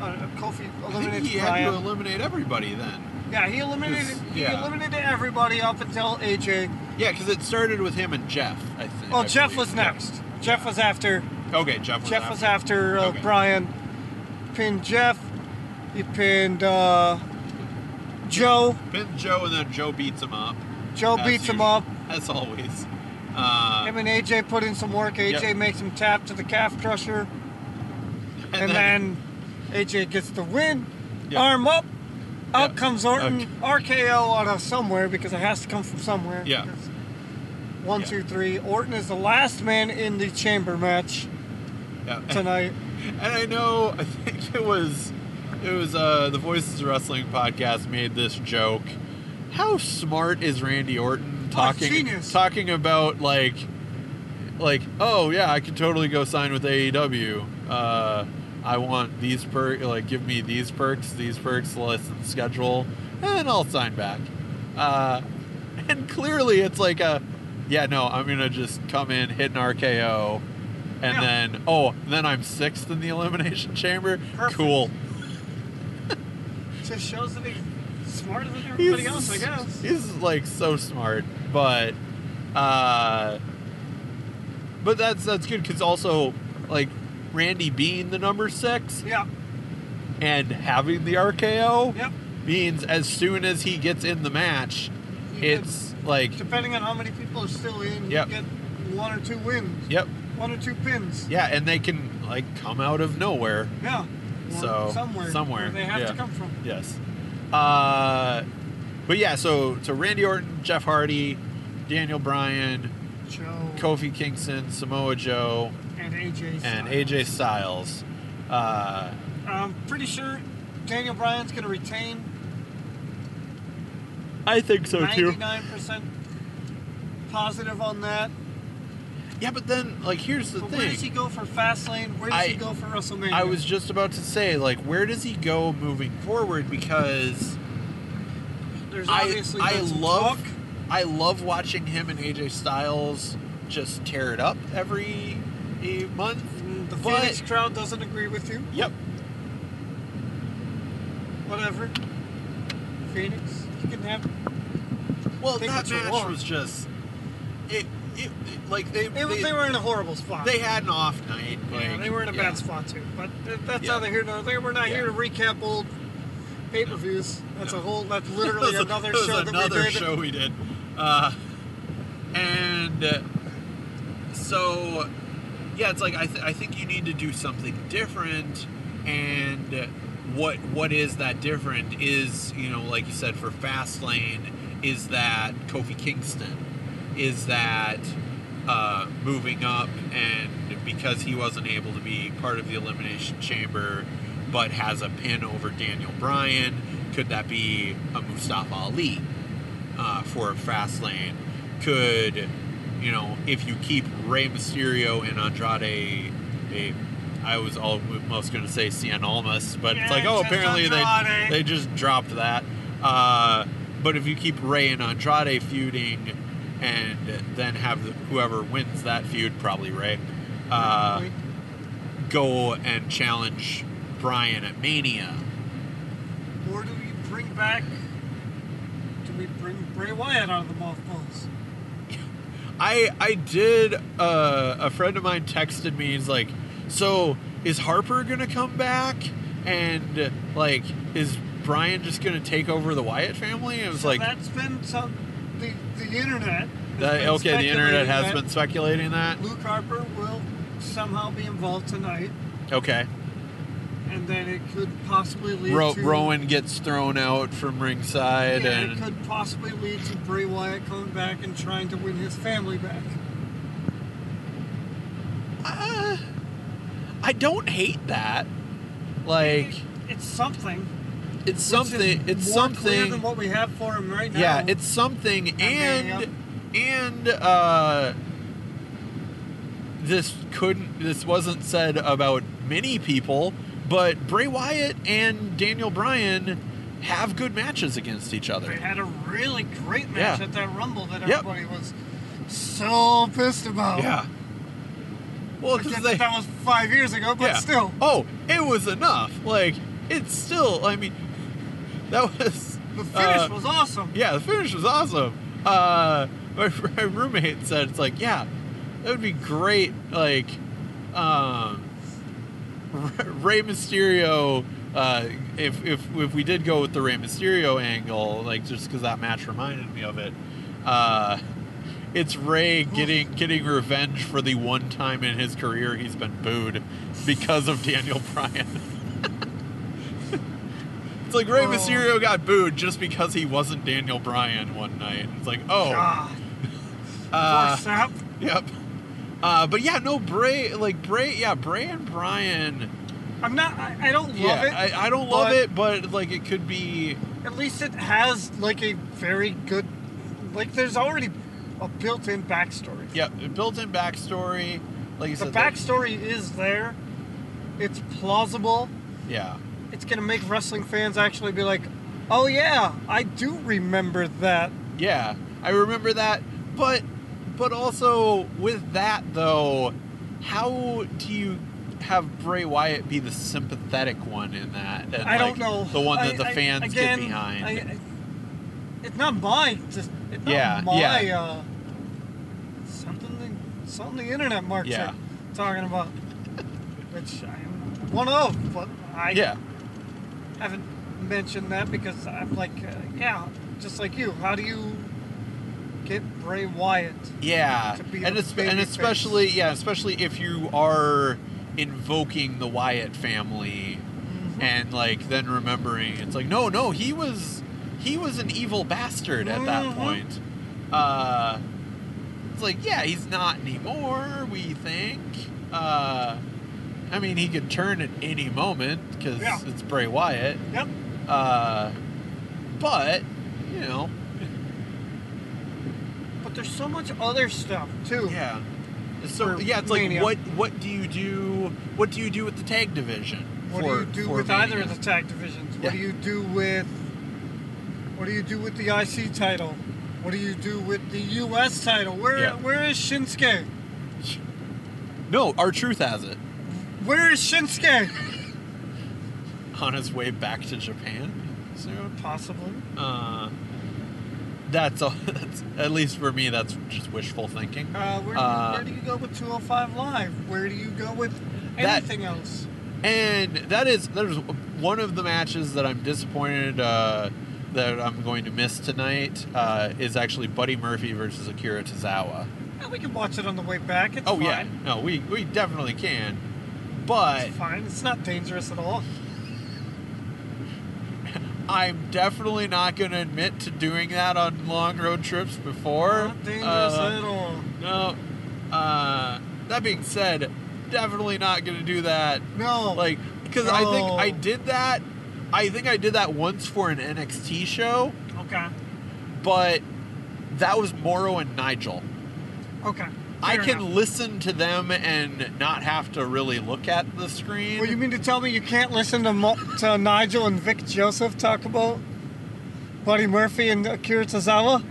[SPEAKER 2] Uh, Kofi
[SPEAKER 1] I think
[SPEAKER 2] eliminates
[SPEAKER 1] he had
[SPEAKER 2] Bryan.
[SPEAKER 1] to eliminate everybody then.
[SPEAKER 2] yeah, he eliminated.
[SPEAKER 1] Just-
[SPEAKER 2] He
[SPEAKER 1] yeah.
[SPEAKER 2] eliminated everybody up until AJ.
[SPEAKER 1] Yeah, because it started with him and Jeff. I think.
[SPEAKER 2] Well,
[SPEAKER 1] I
[SPEAKER 2] Oh, Jeff
[SPEAKER 1] believe.
[SPEAKER 2] was
[SPEAKER 1] Yeah.
[SPEAKER 2] next. Jeff was after.
[SPEAKER 1] Okay, Jeff was.
[SPEAKER 2] Jeff
[SPEAKER 1] after.
[SPEAKER 2] was after uh,
[SPEAKER 1] Okay.
[SPEAKER 2] Brian. Pinned Jeff. He pinned uh, Joe.
[SPEAKER 1] Pinned Joe, and then Joe beats him up.
[SPEAKER 2] Joe
[SPEAKER 1] as
[SPEAKER 2] beats him
[SPEAKER 1] usual-
[SPEAKER 2] up.
[SPEAKER 1] as always. Uh,
[SPEAKER 2] Him and AJ put in some work. AJ
[SPEAKER 1] Yep.
[SPEAKER 2] makes him tap to the calf crusher. And, then, AJ gets the win.
[SPEAKER 1] Yep.
[SPEAKER 2] Arm up. Out
[SPEAKER 1] Yep.
[SPEAKER 2] comes Orton. RKO out of somewhere because it has to come from somewhere.
[SPEAKER 1] Yeah.
[SPEAKER 2] because- One,
[SPEAKER 1] Yeah.
[SPEAKER 2] two, three. Orton is the last man in the chamber match
[SPEAKER 1] yeah.
[SPEAKER 2] tonight.
[SPEAKER 1] And I know, I think it was, it was uh, the Voices of Wrestling podcast made this joke. How smart is Randy Orton talking
[SPEAKER 2] genius.
[SPEAKER 1] talking about like, like oh yeah, I could totally go sign with AEW. Uh, I want these perks, like give me these perks, these perks, less than schedule, and I'll sign back. Uh, and clearly, it's like a, yeah, no, I'm gonna just come in, hit an RKO, and
[SPEAKER 2] Yeah.
[SPEAKER 1] then oh, then I'm sixth in the elimination chamber.
[SPEAKER 2] Perfect.
[SPEAKER 1] Cool.
[SPEAKER 2] Just shows that he's smarter than
[SPEAKER 1] He's-
[SPEAKER 2] everybody else, I guess.
[SPEAKER 1] He's like so smart, but uh, but that's that's good because also like Randy being the number six
[SPEAKER 2] Yeah.
[SPEAKER 1] and having the RKO
[SPEAKER 2] Yep.
[SPEAKER 1] means as soon as he gets in the match,
[SPEAKER 2] You get-
[SPEAKER 1] it's like
[SPEAKER 2] depending on how many people are still in,
[SPEAKER 1] Yep.
[SPEAKER 2] you get one or two wins,
[SPEAKER 1] yep,
[SPEAKER 2] one or two pins.
[SPEAKER 1] yeah, and they can like come out of nowhere.
[SPEAKER 2] Yeah. Or
[SPEAKER 1] So,
[SPEAKER 2] somewhere,
[SPEAKER 1] somewhere,
[SPEAKER 2] where they have
[SPEAKER 1] yeah.
[SPEAKER 2] to come from.
[SPEAKER 1] Yes. Uh, but yeah, so so Randy Orton, Jeff Hardy, Daniel Bryan,
[SPEAKER 2] Joe
[SPEAKER 1] Kofi Kingston, Samoa Joe,
[SPEAKER 2] and AJ.
[SPEAKER 1] and
[SPEAKER 2] Styles.
[SPEAKER 1] AJ Styles. Uh,
[SPEAKER 2] I'm pretty sure Daniel Bryan's going to retain
[SPEAKER 1] I think so
[SPEAKER 2] 99% positive on that.
[SPEAKER 1] Yeah, but then like here's the
[SPEAKER 2] But where does he
[SPEAKER 1] thing.
[SPEAKER 2] go for Fastlane? Where does
[SPEAKER 1] I-
[SPEAKER 2] he go for WrestleMania?
[SPEAKER 1] I was just about to say like where does he go moving forward because
[SPEAKER 2] There's
[SPEAKER 1] I
[SPEAKER 2] obviously
[SPEAKER 1] I
[SPEAKER 2] been some
[SPEAKER 1] love
[SPEAKER 2] talk.
[SPEAKER 1] I love watching him and AJ Styles just tear it up every eh, month.
[SPEAKER 2] Mm, The
[SPEAKER 1] but-
[SPEAKER 2] Phoenix crowd doesn't agree with you.
[SPEAKER 1] Yep.
[SPEAKER 2] Whatever. Phoenix, you can have.
[SPEAKER 1] Well,
[SPEAKER 2] Think
[SPEAKER 1] that
[SPEAKER 2] what you
[SPEAKER 1] match
[SPEAKER 2] want.
[SPEAKER 1] was just it, it, it- like they
[SPEAKER 2] They,
[SPEAKER 1] they,
[SPEAKER 2] were- they were in a horrible spot.
[SPEAKER 1] they had an off night. Like,
[SPEAKER 2] yeah, they were in a
[SPEAKER 1] yeah.
[SPEAKER 2] bad spot too. But th- that's
[SPEAKER 1] Yeah.
[SPEAKER 2] not here nor there. We're not here to recap old pay-per-views. That's a whole. That's literally
[SPEAKER 1] That was-
[SPEAKER 2] another
[SPEAKER 1] that was
[SPEAKER 2] show that
[SPEAKER 1] another
[SPEAKER 2] we did.
[SPEAKER 1] show we did. Uh, and uh, so, yeah, it's like I, th- I think you need to do something different. And what what is that different? Is you know, like you said, for Fastlane, is that Kofi Kingston? Is that uh, moving up and because he wasn't able to be part of the Elimination Chamber, but has a pin over Daniel Bryan, could that be a Mustafa Ali uh, for Fastlane? Could, you know, if you keep Rey Mysterio and Andrade, eh, I was almost going to say Cien Almas, but it's
[SPEAKER 2] Yeah,
[SPEAKER 1] like, oh,
[SPEAKER 2] just
[SPEAKER 1] apparently they,
[SPEAKER 2] Andrade.
[SPEAKER 1] they just dropped that. Uh, but if you keep Rey and Andrade feuding and then have the, whoever wins that feud, probably Rey, uh,
[SPEAKER 2] Like,
[SPEAKER 1] go and challenge Bryan at Mania.
[SPEAKER 2] Or do we bring back? Do we bring Bray Wyatt out of the mothballs?
[SPEAKER 1] I I did. Uh, a friend of mine texted me. He's like, "So is Harper gonna come back? And like, is Brian just gonna take over the Wyatt family?" It was
[SPEAKER 2] So
[SPEAKER 1] like,
[SPEAKER 2] that's been some the the internet. has
[SPEAKER 1] that-
[SPEAKER 2] been
[SPEAKER 1] "Okay, the internet
[SPEAKER 2] speculating
[SPEAKER 1] has
[SPEAKER 2] that
[SPEAKER 1] been speculating that."
[SPEAKER 2] Luke Harper will somehow be involved tonight,
[SPEAKER 1] Okay,
[SPEAKER 2] and then it could possibly lead
[SPEAKER 1] Ro-
[SPEAKER 2] to
[SPEAKER 1] Rowan gets thrown out from
[SPEAKER 2] Yeah,
[SPEAKER 1] ringside,
[SPEAKER 2] it
[SPEAKER 1] and
[SPEAKER 2] could possibly lead to Bray Wyatt coming back and trying to win his family back.
[SPEAKER 1] Uh, I don't hate that. Like,
[SPEAKER 2] It's something.
[SPEAKER 1] it's
[SPEAKER 2] It's just
[SPEAKER 1] something. It's
[SPEAKER 2] more clear
[SPEAKER 1] something.
[SPEAKER 2] than what we have for him right now.
[SPEAKER 1] Yeah, it's something,
[SPEAKER 2] Mania.
[SPEAKER 1] and and uh, this couldn't, this wasn't said about many people, but Bray Wyatt and Daniel Bryan have good matches against each
[SPEAKER 2] They
[SPEAKER 1] other.
[SPEAKER 2] had a really great match
[SPEAKER 1] Yeah.
[SPEAKER 2] at that Rumble that
[SPEAKER 1] Yep.
[SPEAKER 2] everybody was so pissed about.
[SPEAKER 1] Yeah. Well,
[SPEAKER 2] I
[SPEAKER 1] because
[SPEAKER 2] get
[SPEAKER 1] they,
[SPEAKER 2] that that was five years ago, but
[SPEAKER 1] yeah.
[SPEAKER 2] still,
[SPEAKER 1] Oh, it was enough. Like, it's still. I mean, that was
[SPEAKER 2] the finish
[SPEAKER 1] uh,
[SPEAKER 2] was awesome.
[SPEAKER 1] Yeah, the finish was awesome. Uh, my, my roommate said it's like, yeah, that would be great. Like, um, Rey Mysterio. Uh, if, if if we did go with the Rey Mysterio angle, like just because that match reminded me of it, uh, it's Rey getting getting revenge for the one time in his career he's been booed because of Daniel Bryan. It's like Rey
[SPEAKER 2] Oh.
[SPEAKER 1] Mysterio got booed just because he wasn't Daniel Bryan one night. It's like, oh,
[SPEAKER 2] God,
[SPEAKER 1] uh,
[SPEAKER 2] poor sap.
[SPEAKER 1] yep. Uh, but yeah, no Bray, like Bray, yeah, Bray and Bryan.
[SPEAKER 2] I'm not. I, I don't love
[SPEAKER 1] yeah,
[SPEAKER 2] it.
[SPEAKER 1] I, I don't love
[SPEAKER 2] but-
[SPEAKER 1] it, but like it could be.
[SPEAKER 2] At least it has like a very good, like there's already a built-in backstory.
[SPEAKER 1] Yeah, built-in backstory. Like you
[SPEAKER 2] The
[SPEAKER 1] said, that-
[SPEAKER 2] backstory is there. It's plausible.
[SPEAKER 1] yeah,
[SPEAKER 2] It's gonna make wrestling fans actually be like, "Oh yeah, I do remember that."
[SPEAKER 1] yeah, I remember that. But but also with that though, how do you have Bray Wyatt be the sympathetic one in that? and,
[SPEAKER 2] I
[SPEAKER 1] like,
[SPEAKER 2] don't know.
[SPEAKER 1] The one that
[SPEAKER 2] I-
[SPEAKER 1] the
[SPEAKER 2] I-
[SPEAKER 1] fans
[SPEAKER 2] again,
[SPEAKER 1] get behind.
[SPEAKER 2] I, I, it's not my. Just, it's not
[SPEAKER 1] Yeah,
[SPEAKER 2] my.
[SPEAKER 1] yeah.
[SPEAKER 2] Uh, something, the- something the internet marks
[SPEAKER 1] Yeah.
[SPEAKER 2] are talking about, which I'm one of, but I
[SPEAKER 1] yeah.
[SPEAKER 2] haven't mentioned that because I'm like, uh, yeah, just like you. How do you get Bray Wyatt?
[SPEAKER 1] Yeah,
[SPEAKER 2] to be
[SPEAKER 1] and,
[SPEAKER 2] a
[SPEAKER 1] it's, and
[SPEAKER 2] babyface.
[SPEAKER 1] especially yeah, especially if you are invoking the Wyatt family,
[SPEAKER 2] Mm-hmm.
[SPEAKER 1] and like then remembering it's like no, no, he was he was an evil bastard at that
[SPEAKER 2] Mhm.
[SPEAKER 1] point. Uh, it's like yeah, he's not anymore. We think. Uh, I mean, he could turn at any moment because
[SPEAKER 2] Yeah.
[SPEAKER 1] it's Bray Wyatt.
[SPEAKER 2] Yep.
[SPEAKER 1] Uh, but you know,
[SPEAKER 2] But there's so much other stuff too.
[SPEAKER 1] Yeah. So
[SPEAKER 2] For
[SPEAKER 1] yeah, it's like
[SPEAKER 2] Mania.
[SPEAKER 1] what what do you do? What do you do with the tag division?
[SPEAKER 2] What
[SPEAKER 1] for-
[SPEAKER 2] do you do
[SPEAKER 1] for
[SPEAKER 2] with either of
[SPEAKER 1] Mania?
[SPEAKER 2] the tag divisions? What do
[SPEAKER 1] Yeah.
[SPEAKER 2] you do with what do you do with the IC title? What do you do with the US title? Where
[SPEAKER 1] Yeah.
[SPEAKER 2] where is Shinsuke?
[SPEAKER 1] No, our truth has it
[SPEAKER 2] Where is Shinsuke?
[SPEAKER 1] on his way back to Japan soon.
[SPEAKER 2] Possibly.
[SPEAKER 1] Uh, that's all. That's, at least for me, that's just wishful thinking.
[SPEAKER 2] Uh, where, do you,
[SPEAKER 1] Uh,
[SPEAKER 2] where do you go with 205 Live? Where do you go with
[SPEAKER 1] That-
[SPEAKER 2] anything else?
[SPEAKER 1] And that is that is one of the matches that I'm disappointed uh, that I'm going to miss tonight. Uh, is actually Buddy Murphy versus Akira Tozawa.
[SPEAKER 2] Yeah, we can watch it on the way back. It's
[SPEAKER 1] Oh
[SPEAKER 2] fine.
[SPEAKER 1] yeah, no, we we definitely can, but
[SPEAKER 2] It's fine. It's not dangerous at all.
[SPEAKER 1] I'm definitely not going to admit to doing that on long road trips before.
[SPEAKER 2] not dangerous eh?
[SPEAKER 1] Uh,
[SPEAKER 2] at all.
[SPEAKER 1] no. Uh, that being said, definitely not going to do that.
[SPEAKER 2] No.
[SPEAKER 1] Like, because I think
[SPEAKER 2] No.
[SPEAKER 1] I did that. I think I did that once for an NXT show,
[SPEAKER 2] okay.
[SPEAKER 1] but that was Morrow and Nigel.
[SPEAKER 2] Okay.
[SPEAKER 1] I
[SPEAKER 2] Fair
[SPEAKER 1] can
[SPEAKER 2] enough.
[SPEAKER 1] listen to them and not have to really look at the screen.
[SPEAKER 2] Well, you mean to tell me you can't listen to, Mo- to Nigel and Vic Joseph talk about Buddy Murphy and Akira Tozawa?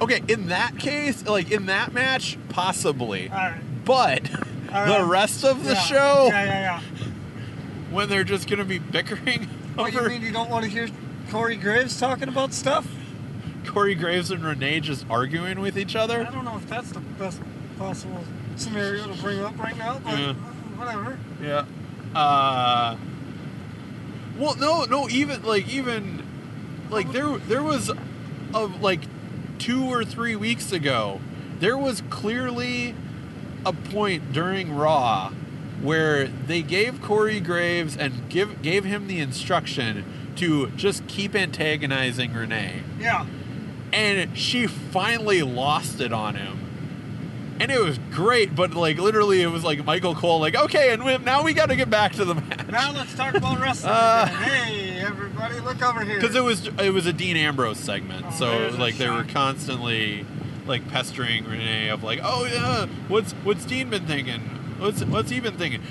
[SPEAKER 1] okay, in that case, like in that match, possibly.
[SPEAKER 2] All right.
[SPEAKER 1] But
[SPEAKER 2] All
[SPEAKER 1] the
[SPEAKER 2] right.
[SPEAKER 1] rest of the
[SPEAKER 2] Yeah.
[SPEAKER 1] show,
[SPEAKER 2] Yeah, yeah, yeah.
[SPEAKER 1] when they're just going to be bickering
[SPEAKER 2] What, you
[SPEAKER 1] over
[SPEAKER 2] mean you don't want to hear Corey Graves talking about stuff?
[SPEAKER 1] Corey Graves and Renee just arguing with each
[SPEAKER 2] I
[SPEAKER 1] other.
[SPEAKER 2] don't know if that's the best possible scenario to bring up right now, but
[SPEAKER 1] Yeah.
[SPEAKER 2] whatever.
[SPEAKER 1] Yeah. Uh, well, no, no. Even like even like there there was of like two or three weeks ago, there was clearly a point during Raw where they gave Corey Graves and give gave him the instruction to just keep antagonizing Renee.
[SPEAKER 2] Yeah.
[SPEAKER 1] and she finally lost it on him. And it was great, but like literally, it was like Michael Cole, like, okay, and we, now we got to get back to the match
[SPEAKER 2] Now let's talk about wrestling.
[SPEAKER 1] Uh,
[SPEAKER 2] again. hey, everybody, look over here.
[SPEAKER 1] because it was it was a Dean Ambrose segment,
[SPEAKER 2] Oh,
[SPEAKER 1] so
[SPEAKER 2] there's a
[SPEAKER 1] like they were
[SPEAKER 2] shock.
[SPEAKER 1] constantly like pestering Renee of like, oh yeah, what's what's Dean been thinking? What's what's he been thinking?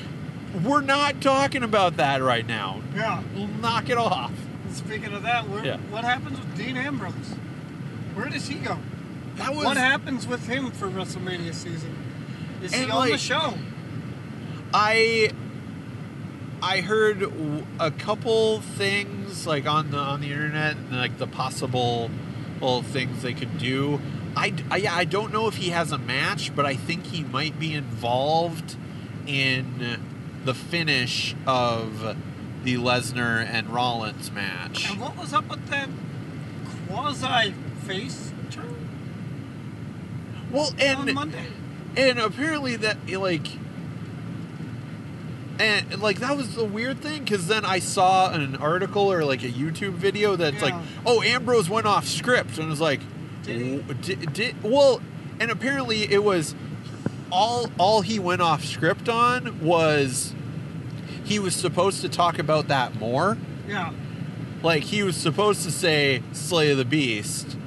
[SPEAKER 1] We're not talking about that right now.
[SPEAKER 2] Yeah.
[SPEAKER 1] Knock it off.
[SPEAKER 2] Speaking of that, where,
[SPEAKER 1] Yeah.
[SPEAKER 2] what happens with Dean Ambrose? Where does he go?
[SPEAKER 1] That was
[SPEAKER 2] What happens with him for WrestleMania season? Is he
[SPEAKER 1] And,
[SPEAKER 2] on the
[SPEAKER 1] like-
[SPEAKER 2] show?
[SPEAKER 1] I I heard w- a couple things like on the on the internet and like the possible little things they could do. I, d- I- yeah, I don't know if he has a match, but I think he might be involved in the finish of the Lesnar and Rollins match.
[SPEAKER 2] And what was up with that quasi face turn
[SPEAKER 1] Well,
[SPEAKER 2] on
[SPEAKER 1] and
[SPEAKER 2] Monday?
[SPEAKER 1] and apparently that like and like that was the weird thing because then i saw an article or like a youtube video that's like
[SPEAKER 2] Yeah.
[SPEAKER 1] oh ambrose went off script and it was like
[SPEAKER 2] Did he?
[SPEAKER 1] did, did well and apparently it was all all he went off script on was he was supposed to talk about that more
[SPEAKER 2] Yeah.
[SPEAKER 1] like he was supposed to say slay the beast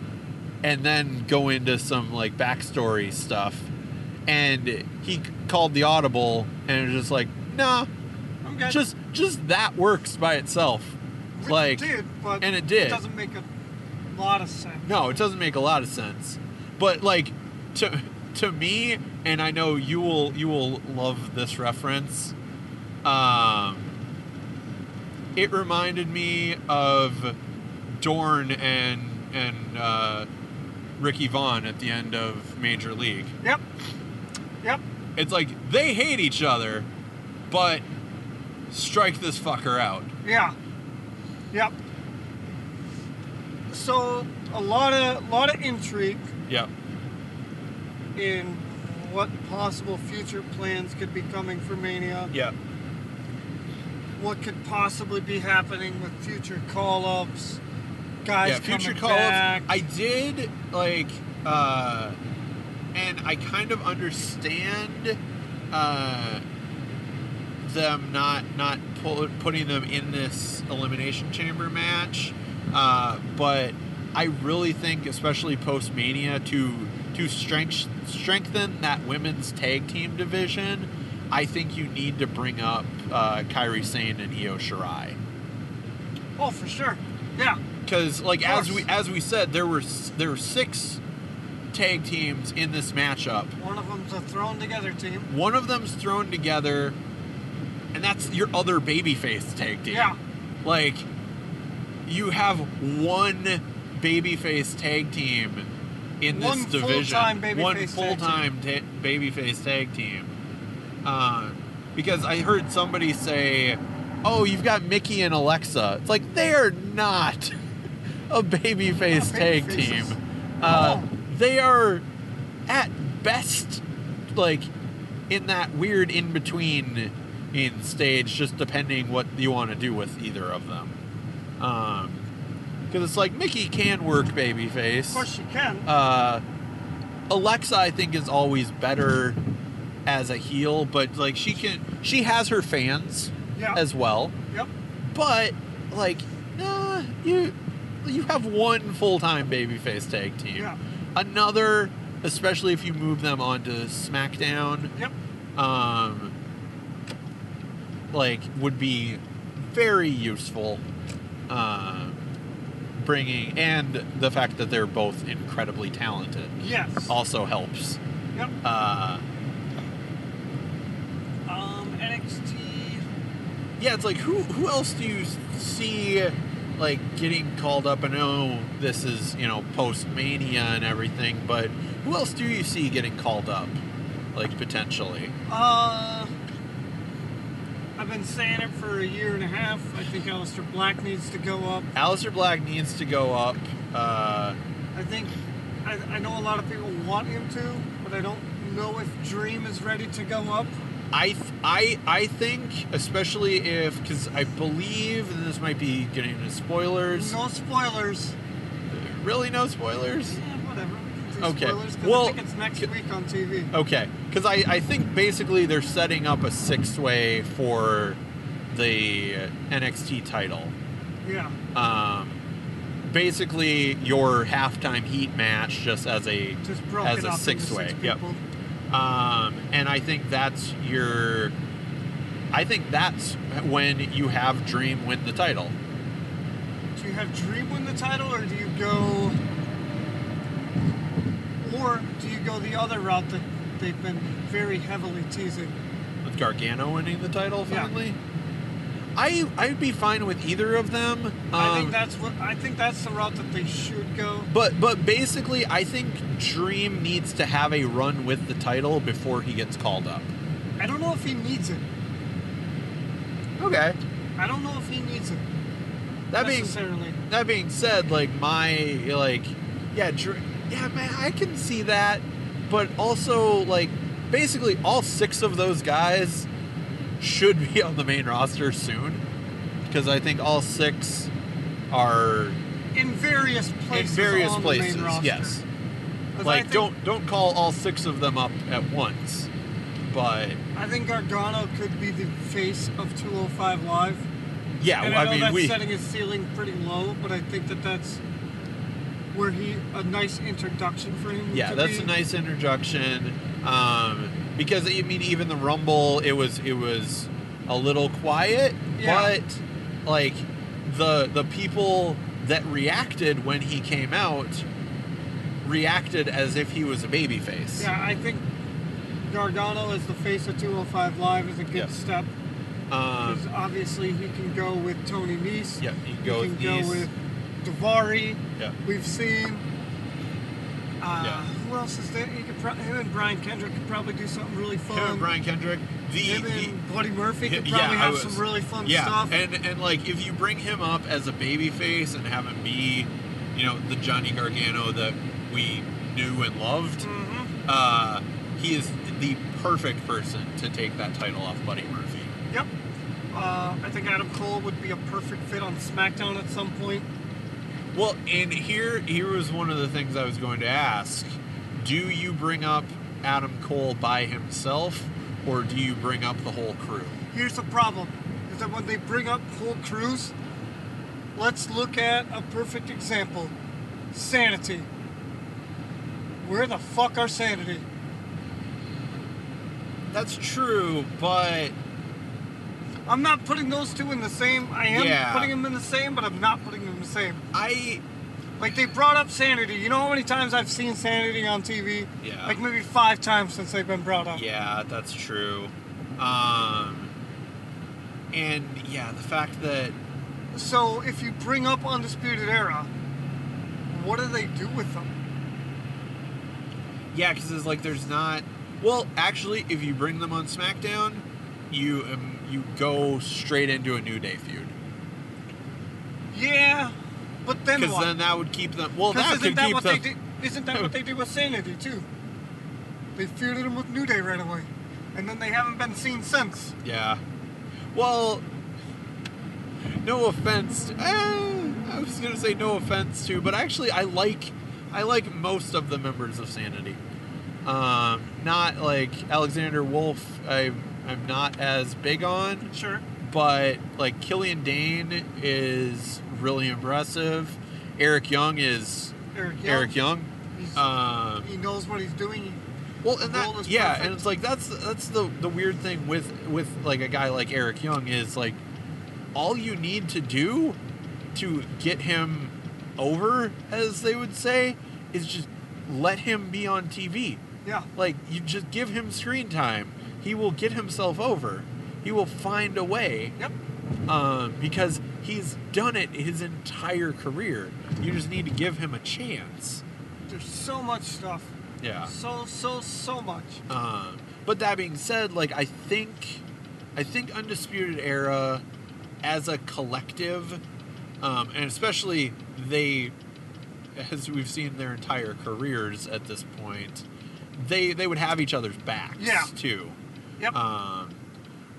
[SPEAKER 1] and then go into some like backstory stuff and he c- called the audible and it was just like nah
[SPEAKER 2] I'm good.
[SPEAKER 1] just just that works by itself
[SPEAKER 2] Which
[SPEAKER 1] like
[SPEAKER 2] it did, but
[SPEAKER 1] and it did.
[SPEAKER 2] It doesn't make a lot of sense.
[SPEAKER 1] no it doesn't make a lot of sense but like to to me, and I know you will you will love this reference. Um, it reminded me of Dorn and and uh, Ricky Vaughn at the end of Major League.
[SPEAKER 2] Yep. Yep.
[SPEAKER 1] It's like they hate each other, but strike this fucker out.
[SPEAKER 2] Yeah. Yep. So a lot of lot of intrigue
[SPEAKER 1] Yeah,
[SPEAKER 2] in what possible future plans could be coming for Mania.
[SPEAKER 1] yeah,
[SPEAKER 2] What could possibly be happening with future call-ups? Guys
[SPEAKER 1] yeah. Future
[SPEAKER 2] coming
[SPEAKER 1] call
[SPEAKER 2] back.
[SPEAKER 1] I did like, uh, and I kind of understand uh, them not not pull, putting them in this elimination chamber match, uh, but I really think, especially post Mania, to to strength, strengthen that women's tag team division. I think you need to bring up uh, Kairi Sane and Io Shirai.
[SPEAKER 2] oh, for sure. Yeah.
[SPEAKER 1] because like
[SPEAKER 2] Of
[SPEAKER 1] as
[SPEAKER 2] course.
[SPEAKER 1] we as we said there were s- there were six tag teams in this matchup
[SPEAKER 2] One of them's a thrown together team.
[SPEAKER 1] one of them's thrown together and that's your other babyface tag team
[SPEAKER 2] Yeah.
[SPEAKER 1] like you have one babyface tag team in
[SPEAKER 2] One
[SPEAKER 1] this division
[SPEAKER 2] full-time babyface
[SPEAKER 1] one
[SPEAKER 2] tag
[SPEAKER 1] full-time ta- babyface tag team uh, because i heard somebody say oh you've got mickey and alexa it's like they're not a babyface
[SPEAKER 2] Not
[SPEAKER 1] tag team
[SPEAKER 2] babyfaces.
[SPEAKER 1] uh,
[SPEAKER 2] No.
[SPEAKER 1] they are at best like in that weird in between in stage, just depending what you want to do with either of them. Because it's like Mickey can work babyface.
[SPEAKER 2] Of course you can.
[SPEAKER 1] Uh, Alexa, I think, is always better as a heel, but like she can, she has her fans
[SPEAKER 2] yeah.
[SPEAKER 1] as well.
[SPEAKER 2] yep.
[SPEAKER 1] But like, nah, you you have one full time babyface tag team.
[SPEAKER 2] Yeah.
[SPEAKER 1] Another, especially if you move them onto SmackDown
[SPEAKER 2] Yep.
[SPEAKER 1] um, like would be very useful um, bringing and the fact that they're both incredibly talented
[SPEAKER 2] Yes.
[SPEAKER 1] also helps
[SPEAKER 2] Yep.
[SPEAKER 1] uh,
[SPEAKER 2] Um, NXT.
[SPEAKER 1] yeah it's like who who else do you see like getting called up and oh this is you know post mania and everything but who else do you see getting called up like potentially
[SPEAKER 2] Uh, I've been saying it for a year and a half. I think Aleister Black needs to go up.
[SPEAKER 1] Alistair Black needs to go up uh,
[SPEAKER 2] I think I, I know a lot of people want him to, but I don't know if Dream is ready to go up.
[SPEAKER 1] I th- I I think especially if because I believe and this might be getting into spoilers.
[SPEAKER 2] No spoilers.
[SPEAKER 1] Really, no spoilers.
[SPEAKER 2] Yeah, whatever. We can do
[SPEAKER 1] Okay.
[SPEAKER 2] Spoilers because
[SPEAKER 1] Well,
[SPEAKER 2] I think it's next week on TV.
[SPEAKER 1] Okay, because I I think basically they're setting up a six way for the NXT title.
[SPEAKER 2] Yeah.
[SPEAKER 1] Um, basically your halftime heat match just as a
[SPEAKER 2] Just broken
[SPEAKER 1] As a
[SPEAKER 2] up into
[SPEAKER 1] six-way,
[SPEAKER 2] Six
[SPEAKER 1] yep.
[SPEAKER 2] people.
[SPEAKER 1] Um, and I think that's your. I think that's when you have Dream win the title.
[SPEAKER 2] Do you have Dream win the title, or do you go, or do you go the other route that they've been very heavily teasing?
[SPEAKER 1] with Gargano winning the title
[SPEAKER 2] Yeah.
[SPEAKER 1] finally. I I'd be fine with either of them.
[SPEAKER 2] I think
[SPEAKER 1] um,
[SPEAKER 2] that's what I think that's the route that they should go.
[SPEAKER 1] but but basically, I think Dream needs to have a run with the title before he gets called up.
[SPEAKER 2] I don't know if he needs it.
[SPEAKER 1] Okay.
[SPEAKER 2] I don't know if he needs it
[SPEAKER 1] That being
[SPEAKER 2] necessarily.
[SPEAKER 1] that being said, like my like yeah, Dream, yeah, man, I can see that, but also like basically all six of those guys should be on the main roster soon because I think all six are
[SPEAKER 2] in various places.
[SPEAKER 1] in various
[SPEAKER 2] on
[SPEAKER 1] places.
[SPEAKER 2] The main roster.
[SPEAKER 1] yes,
[SPEAKER 2] 'Cause I
[SPEAKER 1] like
[SPEAKER 2] think-
[SPEAKER 1] don't don't call all six of them up at once, but
[SPEAKER 2] I think Gargano could be the face of 205 Live.
[SPEAKER 1] yeah,
[SPEAKER 2] And
[SPEAKER 1] well,
[SPEAKER 2] I know
[SPEAKER 1] I, mean
[SPEAKER 2] that's
[SPEAKER 1] we
[SPEAKER 2] setting his ceiling pretty low, but I think that that's where he a nice introduction for him.
[SPEAKER 1] yeah,
[SPEAKER 2] to
[SPEAKER 1] that's
[SPEAKER 2] be.
[SPEAKER 1] a nice introduction um, because I mean even the rumble it was it was a little quiet,
[SPEAKER 2] Yeah.
[SPEAKER 1] but like the the people that reacted when he came out reacted as if he was a babyface.
[SPEAKER 2] Yeah, I think Gargano as the face of 205 Live is a good
[SPEAKER 1] Yeah.
[SPEAKER 2] step
[SPEAKER 1] Um,
[SPEAKER 2] because obviously he can go with Tony Nese.
[SPEAKER 1] yeah, he can
[SPEAKER 2] he
[SPEAKER 1] go
[SPEAKER 2] can
[SPEAKER 1] with
[SPEAKER 2] go
[SPEAKER 1] these.
[SPEAKER 2] with Davari.
[SPEAKER 1] yeah.
[SPEAKER 2] We've seen. Uh,
[SPEAKER 1] Yeah.
[SPEAKER 2] Who else is there? He could pro- him and Brian Kendrick could probably do something really fun.
[SPEAKER 1] Him and Brian Kendrick. The,
[SPEAKER 2] Him
[SPEAKER 1] the-
[SPEAKER 2] and Bloody Murphy could
[SPEAKER 1] Yeah,
[SPEAKER 2] probably
[SPEAKER 1] I
[SPEAKER 2] have
[SPEAKER 1] was-
[SPEAKER 2] some really fun
[SPEAKER 1] yeah,
[SPEAKER 2] stuff.
[SPEAKER 1] and and like if you bring him up as a babyface and have him be, you know, the Johnny Gargano that we knew and loved,
[SPEAKER 2] Mhm.
[SPEAKER 1] uh, he is the perfect person to take that title off Buddy Murphy.
[SPEAKER 2] Yep. Uh, I think Adam Cole would be a perfect fit on SmackDown at some point.
[SPEAKER 1] Well, and here here was one of the things I was going to ask: Do you bring up Adam Cole by himself, or do you bring up the whole crew?
[SPEAKER 2] Here's the problem: is that when they bring up whole crews, let's look at a perfect example: Sanity. Where the fuck are Sanity?
[SPEAKER 1] That's true, but
[SPEAKER 2] I'm not putting those two in the same. I am
[SPEAKER 1] Yeah.
[SPEAKER 2] putting them in the same, but I'm not putting them in the same.
[SPEAKER 1] I
[SPEAKER 2] Like they brought up Sanity. You know how many times I've seen Sanity on TV?
[SPEAKER 1] Yeah.
[SPEAKER 2] Like maybe five times since they've been brought up.
[SPEAKER 1] Yeah, that's true. Um, and yeah, the fact that
[SPEAKER 2] So if you bring up Undisputed Era, what do they do with them?
[SPEAKER 1] yeah, because it's like there's not. Well, actually, if you bring them on SmackDown, you um, you go straight into a New Day feud
[SPEAKER 2] Yeah, but then
[SPEAKER 1] because
[SPEAKER 2] what?
[SPEAKER 1] then that would keep them. Well,
[SPEAKER 2] 'Cause
[SPEAKER 1] that
[SPEAKER 2] isn't
[SPEAKER 1] could
[SPEAKER 2] that
[SPEAKER 1] keep
[SPEAKER 2] what
[SPEAKER 1] them.
[SPEAKER 2] they did? Isn't that what they did with Sanity too? They feuded him with New Day right away, and then they haven't been seen since.
[SPEAKER 1] Yeah. Well, no offense. eh, I was gonna say no offense to, but actually, I like I like most of the members of Sanity. Um, not like Alexander Wolf. I'm I'm not as big on,
[SPEAKER 2] Sure.
[SPEAKER 1] but like Killian Dane is really impressive. Eric Young is
[SPEAKER 2] Eric. Young,
[SPEAKER 1] Eric Young.
[SPEAKER 2] He's-
[SPEAKER 1] Um,
[SPEAKER 2] He knows what he's doing. He-
[SPEAKER 1] well, and
[SPEAKER 2] Role
[SPEAKER 1] that
[SPEAKER 2] is
[SPEAKER 1] yeah,
[SPEAKER 2] perfect.
[SPEAKER 1] and it's like that's that's the the weird thing with with like a guy like Eric Young is like all you need to do to get him over, as they would say, is just let him be on TV.
[SPEAKER 2] Yeah.
[SPEAKER 1] Like you just give him screen time, he will get himself over. He will find a way
[SPEAKER 2] Yep.
[SPEAKER 1] um, because he's done it his entire career. You just need to give him a chance.
[SPEAKER 2] There's so much stuff.
[SPEAKER 1] Yeah.
[SPEAKER 2] So so so much.
[SPEAKER 1] Um, but that being said, like I think, I think Undisputed Era, as a collective, um, and especially they, as we've seen their entire careers at this point, they they would have each other's backs
[SPEAKER 2] Yeah.
[SPEAKER 1] too.
[SPEAKER 2] Yep.
[SPEAKER 1] Um,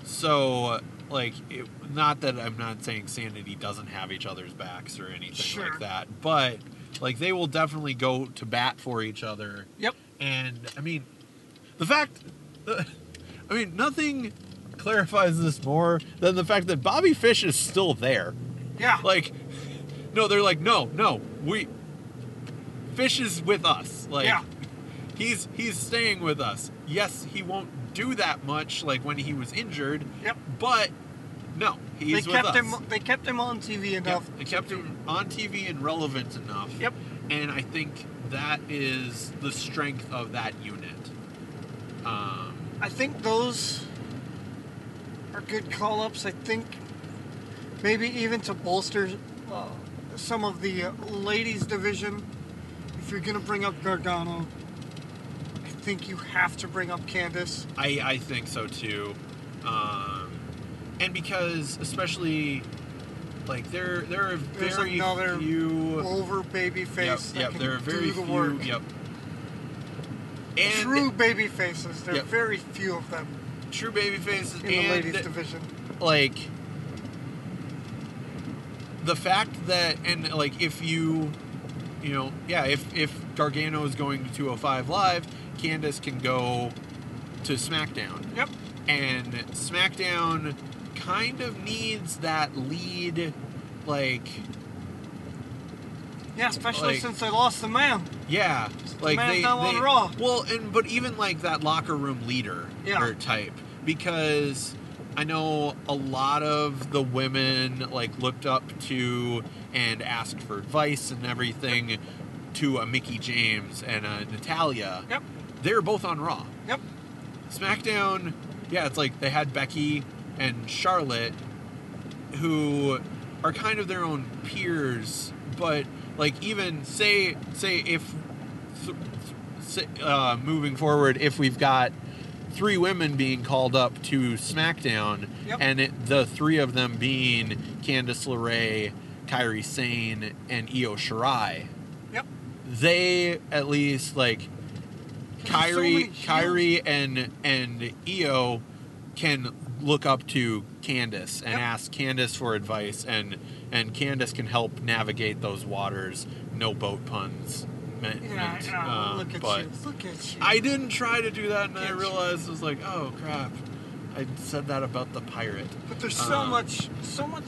[SPEAKER 1] so like, it, not that I'm not saying Sanity doesn't have each other's backs or anything
[SPEAKER 2] Sure.
[SPEAKER 1] like that, but like they will definitely go to bat for each other.
[SPEAKER 2] yep.
[SPEAKER 1] And I mean, the fact, I mean, nothing clarifies this more than the fact that Bobby Fish is still there.
[SPEAKER 2] Yeah.
[SPEAKER 1] Like, no, they're like, no, no, we, Fish is with us. Like,
[SPEAKER 2] Yeah.
[SPEAKER 1] he's he's staying with us. Yes, he won't do that much like when he was injured.
[SPEAKER 2] Yep.
[SPEAKER 1] But no, he's
[SPEAKER 2] they
[SPEAKER 1] with
[SPEAKER 2] kept
[SPEAKER 1] us.
[SPEAKER 2] him. They kept him on TV
[SPEAKER 1] Yep,
[SPEAKER 2] enough.
[SPEAKER 1] It kept him on TV and relevant enough.
[SPEAKER 2] Yep.
[SPEAKER 1] And I think that is the strength of that unit. Um,
[SPEAKER 2] I think those are good call ups. I think maybe even to bolster uh, some of the uh, ladies division. If you're gonna bring up Gargano, I think you have to bring up Candice.
[SPEAKER 1] I, I think so too. Um, and because especially like there there are
[SPEAKER 2] There's
[SPEAKER 1] very
[SPEAKER 2] another
[SPEAKER 1] few
[SPEAKER 2] Over baby
[SPEAKER 1] yep,
[SPEAKER 2] face. that
[SPEAKER 1] yep
[SPEAKER 2] can
[SPEAKER 1] there are very
[SPEAKER 2] do the
[SPEAKER 1] few
[SPEAKER 2] work.
[SPEAKER 1] yep. And
[SPEAKER 2] True baby faces. There are
[SPEAKER 1] Yep.
[SPEAKER 2] very few of them
[SPEAKER 1] true baby faces
[SPEAKER 2] in the
[SPEAKER 1] and
[SPEAKER 2] ladies division.
[SPEAKER 1] like the fact that and like if you you know yeah if if gargano is going to 205 live candace can go to smackdown
[SPEAKER 2] Yep.
[SPEAKER 1] and smackdown kind of needs that lead like
[SPEAKER 2] Yeah, especially
[SPEAKER 1] Like-
[SPEAKER 2] since they lost the man.
[SPEAKER 1] yeah like
[SPEAKER 2] Man
[SPEAKER 1] they,
[SPEAKER 2] down on
[SPEAKER 1] they-
[SPEAKER 2] Raw.
[SPEAKER 1] well and but even like that locker room leader
[SPEAKER 2] Yeah.
[SPEAKER 1] or type because I know a lot of the women like looked up to and asked for advice and everything to uh, Mickey James and uh, Natalia.
[SPEAKER 2] Yep.
[SPEAKER 1] They're both on Raw.
[SPEAKER 2] Yep.
[SPEAKER 1] SmackDown, yeah, it's like they had Becky and Charlotte, who are kind of their own peers, but like even say say if th- th- say, uh, moving forward, if we've got three women being called up to SmackDown,
[SPEAKER 2] Yep.
[SPEAKER 1] and it, the three of them being Candice LeRae, Kyrie Sane, and Io Shirai,
[SPEAKER 2] Yep.
[SPEAKER 1] they at least like
[SPEAKER 2] There's so
[SPEAKER 1] Kyrie,
[SPEAKER 2] many
[SPEAKER 1] Kyrie, and and Io can look up to Candace and
[SPEAKER 2] Yep.
[SPEAKER 1] ask Candace for advice, and and Candace can help navigate those waters. No boat puns. Meant,
[SPEAKER 2] Yeah,
[SPEAKER 1] meant,
[SPEAKER 2] yeah,
[SPEAKER 1] uh,
[SPEAKER 2] look at
[SPEAKER 1] but
[SPEAKER 2] you. Look at you.
[SPEAKER 1] I didn't try to do that, and I
[SPEAKER 2] Can't you?
[SPEAKER 1] realized it was like, oh crap, I said that about the pirate.
[SPEAKER 2] But there's so
[SPEAKER 1] Um,
[SPEAKER 2] much, so much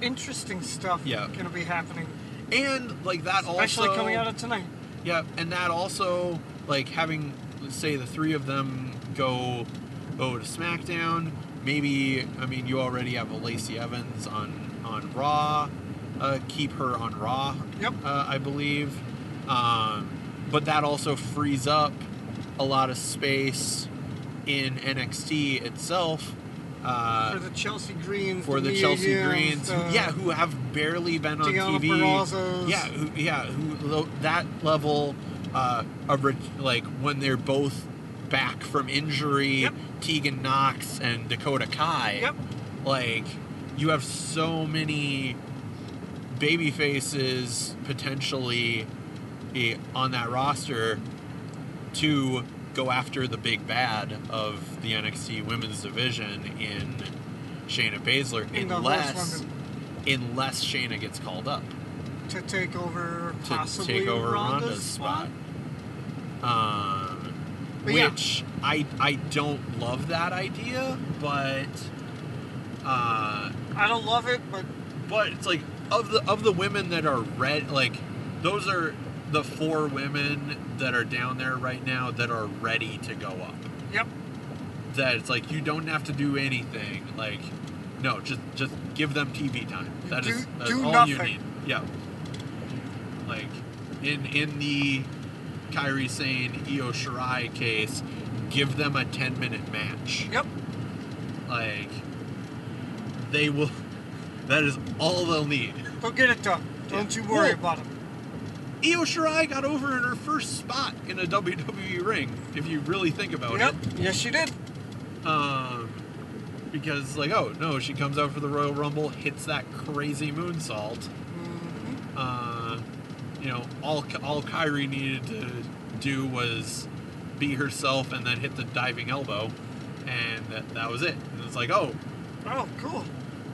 [SPEAKER 2] interesting stuff
[SPEAKER 1] Yeah.
[SPEAKER 2] going to be happening,
[SPEAKER 1] and like that
[SPEAKER 2] especially
[SPEAKER 1] also
[SPEAKER 2] coming out of tonight.
[SPEAKER 1] Yeah, and that also like having let's say the three of them go over to SmackDown. Maybe I mean you already have a Lacey Evans on on Raw. Uh, keep her on Raw.
[SPEAKER 2] Yep.
[SPEAKER 1] Uh, I believe, um, but that also frees up a lot of space in NXT itself. Uh,
[SPEAKER 2] for the Chelsea Greens,
[SPEAKER 1] for the,
[SPEAKER 2] Mia
[SPEAKER 1] Chelsea
[SPEAKER 2] Yim's,
[SPEAKER 1] Greens, who,
[SPEAKER 2] the-
[SPEAKER 1] yeah, who have barely been on
[SPEAKER 2] Diana
[SPEAKER 1] TV.
[SPEAKER 2] Perazzo's.
[SPEAKER 1] Yeah, who, yeah, who lo- that level uh, of re- like when they're both back from injury,
[SPEAKER 2] Yep.
[SPEAKER 1] Tegan Knox and Dakota Kai.
[SPEAKER 2] Yep.
[SPEAKER 1] Like you have so many baby faces potentially eh, on that roster to go after the big bad of the NXT women's division in Shayna Baszler
[SPEAKER 2] In the
[SPEAKER 1] unless
[SPEAKER 2] horse
[SPEAKER 1] unless Shayna gets called up
[SPEAKER 2] to take over
[SPEAKER 1] to
[SPEAKER 2] possibly
[SPEAKER 1] take over
[SPEAKER 2] Ronda's,
[SPEAKER 1] Ronda's, spot. Um,
[SPEAKER 2] But yeah.
[SPEAKER 1] which I I don't love that idea, but uh,
[SPEAKER 2] I don't love it, but
[SPEAKER 1] but it's like of the of the women that are red like those are the four women that are down there right now that are ready to go up
[SPEAKER 2] yep,
[SPEAKER 1] that it's like you don't have to do anything like no just just give them tv time That
[SPEAKER 2] Do-
[SPEAKER 1] is that's
[SPEAKER 2] do
[SPEAKER 1] all you
[SPEAKER 2] nothing.
[SPEAKER 1] need yeah like in in the Kyrie Sane Io Shirai case give them a 10 minute match
[SPEAKER 2] yep,
[SPEAKER 1] like they will that is all they'll need
[SPEAKER 2] they'll get it done. Don't
[SPEAKER 1] Yeah.
[SPEAKER 2] you worry
[SPEAKER 1] Well-
[SPEAKER 2] about it.
[SPEAKER 1] Io Shirai got over in her first spot in a WWE ring, if you really think about
[SPEAKER 2] Yep,
[SPEAKER 1] it.
[SPEAKER 2] yes, she did.
[SPEAKER 1] Um, because, like, oh, no, she comes out for the Royal Rumble, hits that crazy moonsault.
[SPEAKER 2] Mhm.
[SPEAKER 1] Uh, you know, all, all Kyrie needed to do was be herself and then hit the diving elbow, and that, that was it. And it's like, oh,
[SPEAKER 2] Oh, cool.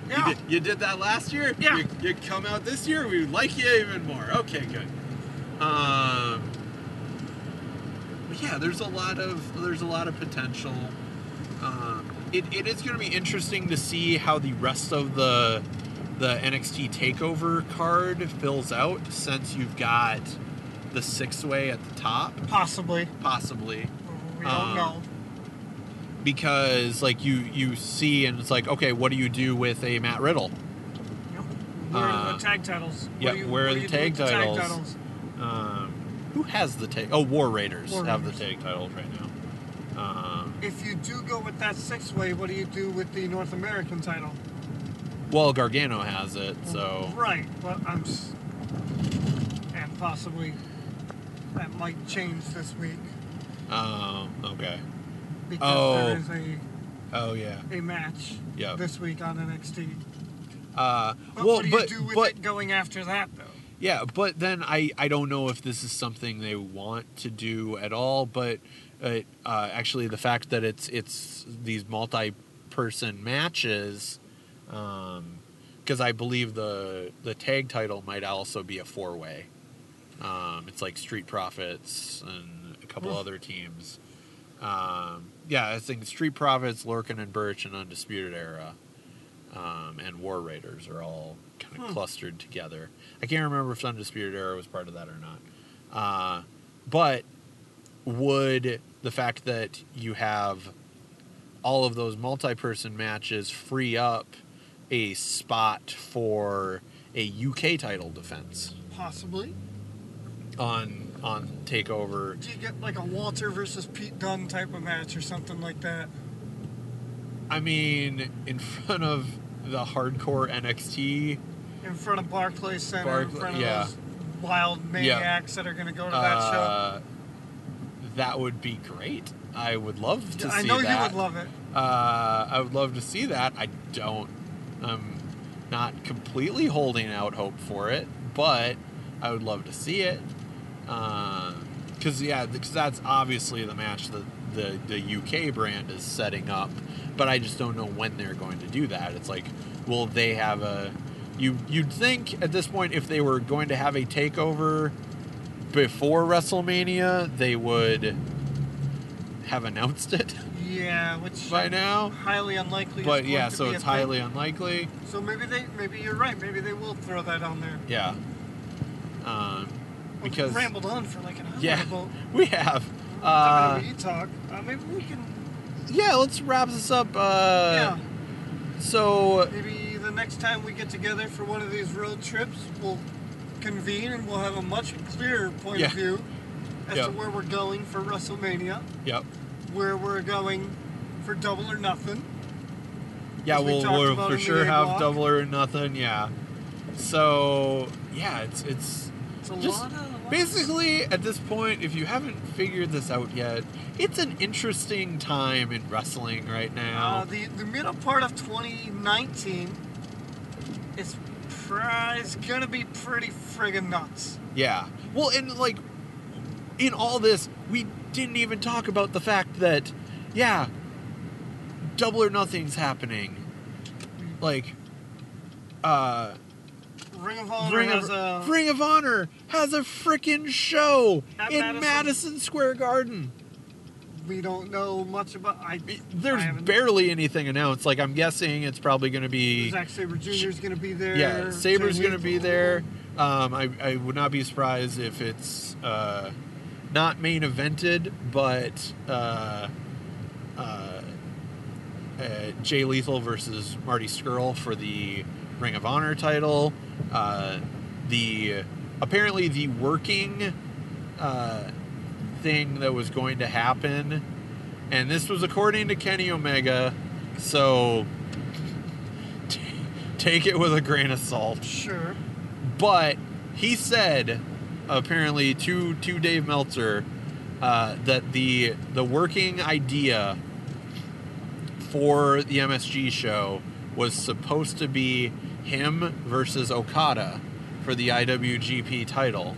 [SPEAKER 1] you,
[SPEAKER 2] Yeah,
[SPEAKER 1] did, you did that last year.
[SPEAKER 2] Yeah.
[SPEAKER 1] You, you come out this year. We like you even more. Okay, good. Um, but yeah, there's a lot of there's a lot of potential. Um, it, it is going to be interesting to see how the rest of the the NXT Takeover card fills out since you've got the six way at the top,
[SPEAKER 2] possibly.
[SPEAKER 1] possibly
[SPEAKER 2] We don't
[SPEAKER 1] Um,
[SPEAKER 2] know.
[SPEAKER 1] because like you you see and it's like okay, what do you do with a Matt Riddle?
[SPEAKER 2] Yep. Where are
[SPEAKER 1] uh,
[SPEAKER 2] the tag titles? What
[SPEAKER 1] yeah,
[SPEAKER 2] do you-
[SPEAKER 1] where are
[SPEAKER 2] what do
[SPEAKER 1] the
[SPEAKER 2] you do with
[SPEAKER 1] tag
[SPEAKER 2] the
[SPEAKER 1] titles?
[SPEAKER 2] Tag titles?
[SPEAKER 1] Um, who has the tag? Oh, War Raiders
[SPEAKER 2] War
[SPEAKER 1] have the
[SPEAKER 2] Raiders.
[SPEAKER 1] tag titles right now. Um,
[SPEAKER 2] If you do go with that six way, what do you do with the North American title?
[SPEAKER 1] well, Gargano has it, so
[SPEAKER 2] Right, but I'm. s- And possibly that might change this week
[SPEAKER 1] um, okay.
[SPEAKER 2] because there is
[SPEAKER 1] Oh yeah,
[SPEAKER 2] a, a match
[SPEAKER 1] yeah.
[SPEAKER 2] this week on NXT.
[SPEAKER 1] Uh,
[SPEAKER 2] But
[SPEAKER 1] well,
[SPEAKER 2] what do
[SPEAKER 1] but
[SPEAKER 2] you do with
[SPEAKER 1] but
[SPEAKER 2] it going after that though?
[SPEAKER 1] yeah, but then I I don't know if this is something they want to do at all. But uh, uh, actually, the fact that it's it's these multi-person matches, because I believe the the tag title might also be a four-way. Um, it's like Street Profits and a couple
[SPEAKER 2] Hmm.
[SPEAKER 1] other teams. Um, yeah, I think Street Profits, Lorcan and Birch, and Undisputed Era, um, and War Raiders are all kind of
[SPEAKER 2] Hmm.
[SPEAKER 1] clustered together. I can't remember if Undisputed Era was part of that or not. Uh, but would the fact that you have all of those multi-person matches free up a spot for a UK title defense?
[SPEAKER 2] Possibly.
[SPEAKER 1] on on Takeover.
[SPEAKER 2] Do you get like a Walter versus Pete Dunne type of match or something like that?
[SPEAKER 1] I mean, in front of the hardcore NXT,
[SPEAKER 2] In front of Barclays Center, in
[SPEAKER 1] Barclay-
[SPEAKER 2] front of
[SPEAKER 1] yeah.
[SPEAKER 2] those wild maniacs that are going to go to that show.
[SPEAKER 1] uh, that would be great. I would love to
[SPEAKER 2] I
[SPEAKER 1] see
[SPEAKER 2] know
[SPEAKER 1] that.
[SPEAKER 2] you would love it.
[SPEAKER 1] Uh, I would love to see that. I don't. I'm not completely holding out hope for it, but I would love to see it. Because yeah, because that's obviously the match that the the UK brand is setting up, but I just don't know when they're going to do that. It's like, will they have a? You you'd think at this point if they were going to have a takeover before WrestleMania, they would have announced it
[SPEAKER 2] Yeah, which
[SPEAKER 1] by now
[SPEAKER 2] highly unlikely. is
[SPEAKER 1] but
[SPEAKER 2] going
[SPEAKER 1] yeah,
[SPEAKER 2] to
[SPEAKER 1] so
[SPEAKER 2] be a
[SPEAKER 1] it's
[SPEAKER 2] thing.
[SPEAKER 1] highly unlikely.
[SPEAKER 2] So maybe they, maybe you're right. Maybe they will throw that on there.
[SPEAKER 1] Yeah. Um,
[SPEAKER 2] We've
[SPEAKER 1] because
[SPEAKER 2] rambled on for like an hour.
[SPEAKER 1] yeah,
[SPEAKER 2] about-
[SPEAKER 1] we have.
[SPEAKER 2] about
[SPEAKER 1] Uh,
[SPEAKER 2] we talk. Uh, maybe we can.
[SPEAKER 1] yeah, let's wrap this up. Uh,
[SPEAKER 2] yeah.
[SPEAKER 1] So
[SPEAKER 2] Maybe the next time we get together for one of these road trips, we'll convene and we'll have a much clearer point
[SPEAKER 1] Yeah.
[SPEAKER 2] of view as
[SPEAKER 1] Yeah.
[SPEAKER 2] to where we're going for WrestleMania,
[SPEAKER 1] yep.
[SPEAKER 2] where we're going for Double or Nothing.
[SPEAKER 1] Yeah,
[SPEAKER 2] As we
[SPEAKER 1] we'll,
[SPEAKER 2] talked
[SPEAKER 1] we'll
[SPEAKER 2] about
[SPEAKER 1] for
[SPEAKER 2] in the
[SPEAKER 1] sure have
[SPEAKER 2] A-block.
[SPEAKER 1] double or nothing. Yeah. So yeah, it's it's
[SPEAKER 2] It's a
[SPEAKER 1] just
[SPEAKER 2] lot of. uh, lot-
[SPEAKER 1] basically at this point, if you haven't figured this out yet, it's an interesting time in wrestling right now.
[SPEAKER 2] Uh, the, the middle part of 2019 is pri- is gonna be pretty friggin' nuts.
[SPEAKER 1] Yeah. Well, and like in all this, we didn't even talk about the fact that yeah, double or nothing's happening. Like uh
[SPEAKER 2] Ring of Honor
[SPEAKER 1] Ring,
[SPEAKER 2] has
[SPEAKER 1] of,
[SPEAKER 2] a
[SPEAKER 1] Ring of Honor has a freaking show
[SPEAKER 2] At
[SPEAKER 1] in
[SPEAKER 2] Madison.
[SPEAKER 1] Madison. Square Garden.
[SPEAKER 2] we don't know much about. I
[SPEAKER 1] I-
[SPEAKER 2] I
[SPEAKER 1] There's
[SPEAKER 2] haven't-
[SPEAKER 1] barely anything announced. Like I'm guessing it's probably going to be
[SPEAKER 2] There's actually Junior's gonna be there.
[SPEAKER 1] yeah, Saber's
[SPEAKER 2] Jay
[SPEAKER 1] going to be
[SPEAKER 2] Lethal.
[SPEAKER 1] there. Um, I, I would not be surprised if it's uh, not main evented, but uh, uh, uh, Jay Lethal versus Marty Skrull for the Ring of Honor title. Uh, the apparently the working uh, thing that was going to happen, and this was according to Kenny Omega, so t- take it with a grain of salt.
[SPEAKER 2] Sure.
[SPEAKER 1] But he said, apparently to to Dave Meltzer, uh, that the the working idea for the MSG show was supposed to be him versus Okada for the IWGP title,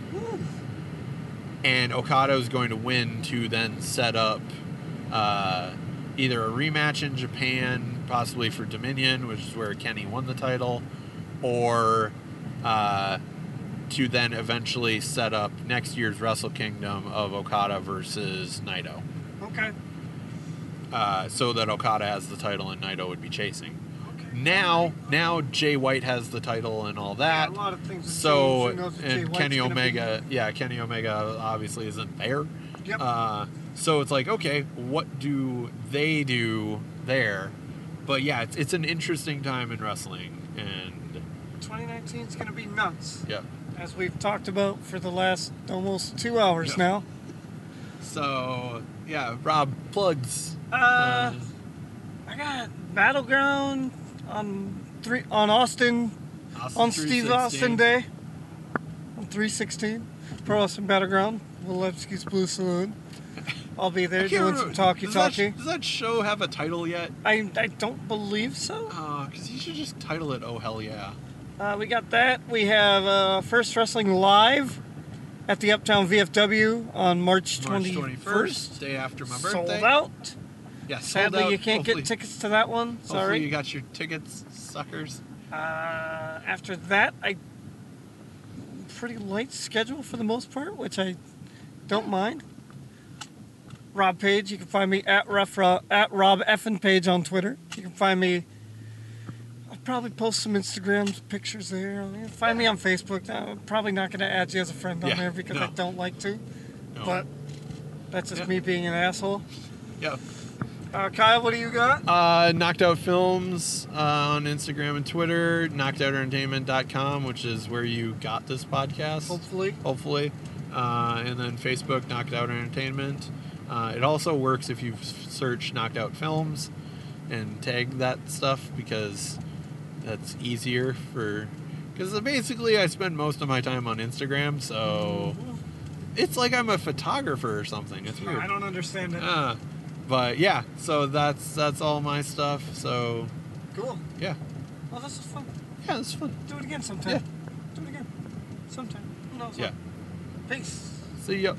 [SPEAKER 1] and Okada was going to win to then set up uh, either a rematch in Japan, possibly for Dominion, which is where Kenny won the title, or uh, to then eventually set up next year's Wrestle Kingdom of Okada versus Naito,
[SPEAKER 2] Okay.
[SPEAKER 1] uh, so that Okada has the title and Naito would be chasing.
[SPEAKER 2] Okay.
[SPEAKER 1] Now, now Jay White has the title and all
[SPEAKER 2] Yeah,
[SPEAKER 1] that.
[SPEAKER 2] a lot of things. have
[SPEAKER 1] so
[SPEAKER 2] changed. Who knows what Jay
[SPEAKER 1] and
[SPEAKER 2] White's
[SPEAKER 1] Kenny
[SPEAKER 2] gonna be.
[SPEAKER 1] Omega, yeah, Kenny Omega obviously isn't there.
[SPEAKER 2] Yep.
[SPEAKER 1] Uh, so it's like, okay, what do they do there? But yeah, it's, it's an interesting time in wrestling, and
[SPEAKER 2] 2019 is gonna be nuts,
[SPEAKER 1] yeah.
[SPEAKER 2] as we've talked about for the last almost two hours
[SPEAKER 1] Yeah.
[SPEAKER 2] now.
[SPEAKER 1] So yeah, Rob plugs.
[SPEAKER 2] Uh, I got Battleground on three on Austin
[SPEAKER 1] Austin
[SPEAKER 2] on Steve
[SPEAKER 1] 316.
[SPEAKER 2] Austin Day on 316 Pro Austin Battleground, Wilevsky's Blue Saloon. I'll be
[SPEAKER 1] I
[SPEAKER 2] there
[SPEAKER 1] can't
[SPEAKER 2] doing some
[SPEAKER 1] remember-
[SPEAKER 2] talkie
[SPEAKER 1] does that sh-
[SPEAKER 2] talkie.
[SPEAKER 1] does that show have a title yet?
[SPEAKER 2] I, I don't believe so.
[SPEAKER 1] Oh, because you should just title it "Oh Hell Yeah."
[SPEAKER 2] Uh, we got that. We have uh, First Wrestling Live at the Uptown VFW on March,
[SPEAKER 1] March
[SPEAKER 2] 21st.
[SPEAKER 1] 21st, day after my birthday.
[SPEAKER 2] Sold out.
[SPEAKER 1] Yeah, sold
[SPEAKER 2] Sadly,
[SPEAKER 1] out.
[SPEAKER 2] you can't
[SPEAKER 1] Hopefully-
[SPEAKER 2] get tickets to that one.
[SPEAKER 1] Hopefully you
[SPEAKER 2] Sorry.
[SPEAKER 1] got your tickets, suckers.
[SPEAKER 2] Uh, after that, I pretty light schedule for the most part, which I don't mind. Rob Page, you can find me at Ruff Ro- at Rob Effin Page on Twitter. You can find me. I'll probably post some Instagram pictures there. You can Find me on Facebook. I'm probably not going to add you as a friend on
[SPEAKER 1] Yeah,
[SPEAKER 2] there because I
[SPEAKER 1] no.
[SPEAKER 2] don't like to.
[SPEAKER 1] No.
[SPEAKER 2] But that's just
[SPEAKER 1] Yeah.
[SPEAKER 2] me being an asshole.
[SPEAKER 1] yeah.
[SPEAKER 2] Uh, Kyle, what do you got?
[SPEAKER 1] Uh, Knocked Out Films uh, on Instagram and Twitter, knockedoutentertainment.com, which is where you got this podcast.
[SPEAKER 2] Hopefully,
[SPEAKER 1] hopefully. uh, and then Facebook Knocked Out Entertainment. Uh, it also works if you search Knocked Out Films and tag that stuff because that's easier for. Because basically, I spend most of my time on Instagram, so it's like I'm a photographer or something. It's weird.
[SPEAKER 2] I don't understand it.
[SPEAKER 1] Uh, but yeah, so that's that's all my stuff. So
[SPEAKER 2] cool.
[SPEAKER 1] yeah,
[SPEAKER 2] Well, this is fun.
[SPEAKER 1] yeah, it's fun.
[SPEAKER 2] Do it again sometime. Do it again. Sometime. Who knows?
[SPEAKER 1] Yeah.
[SPEAKER 2] Peace.
[SPEAKER 1] See ya.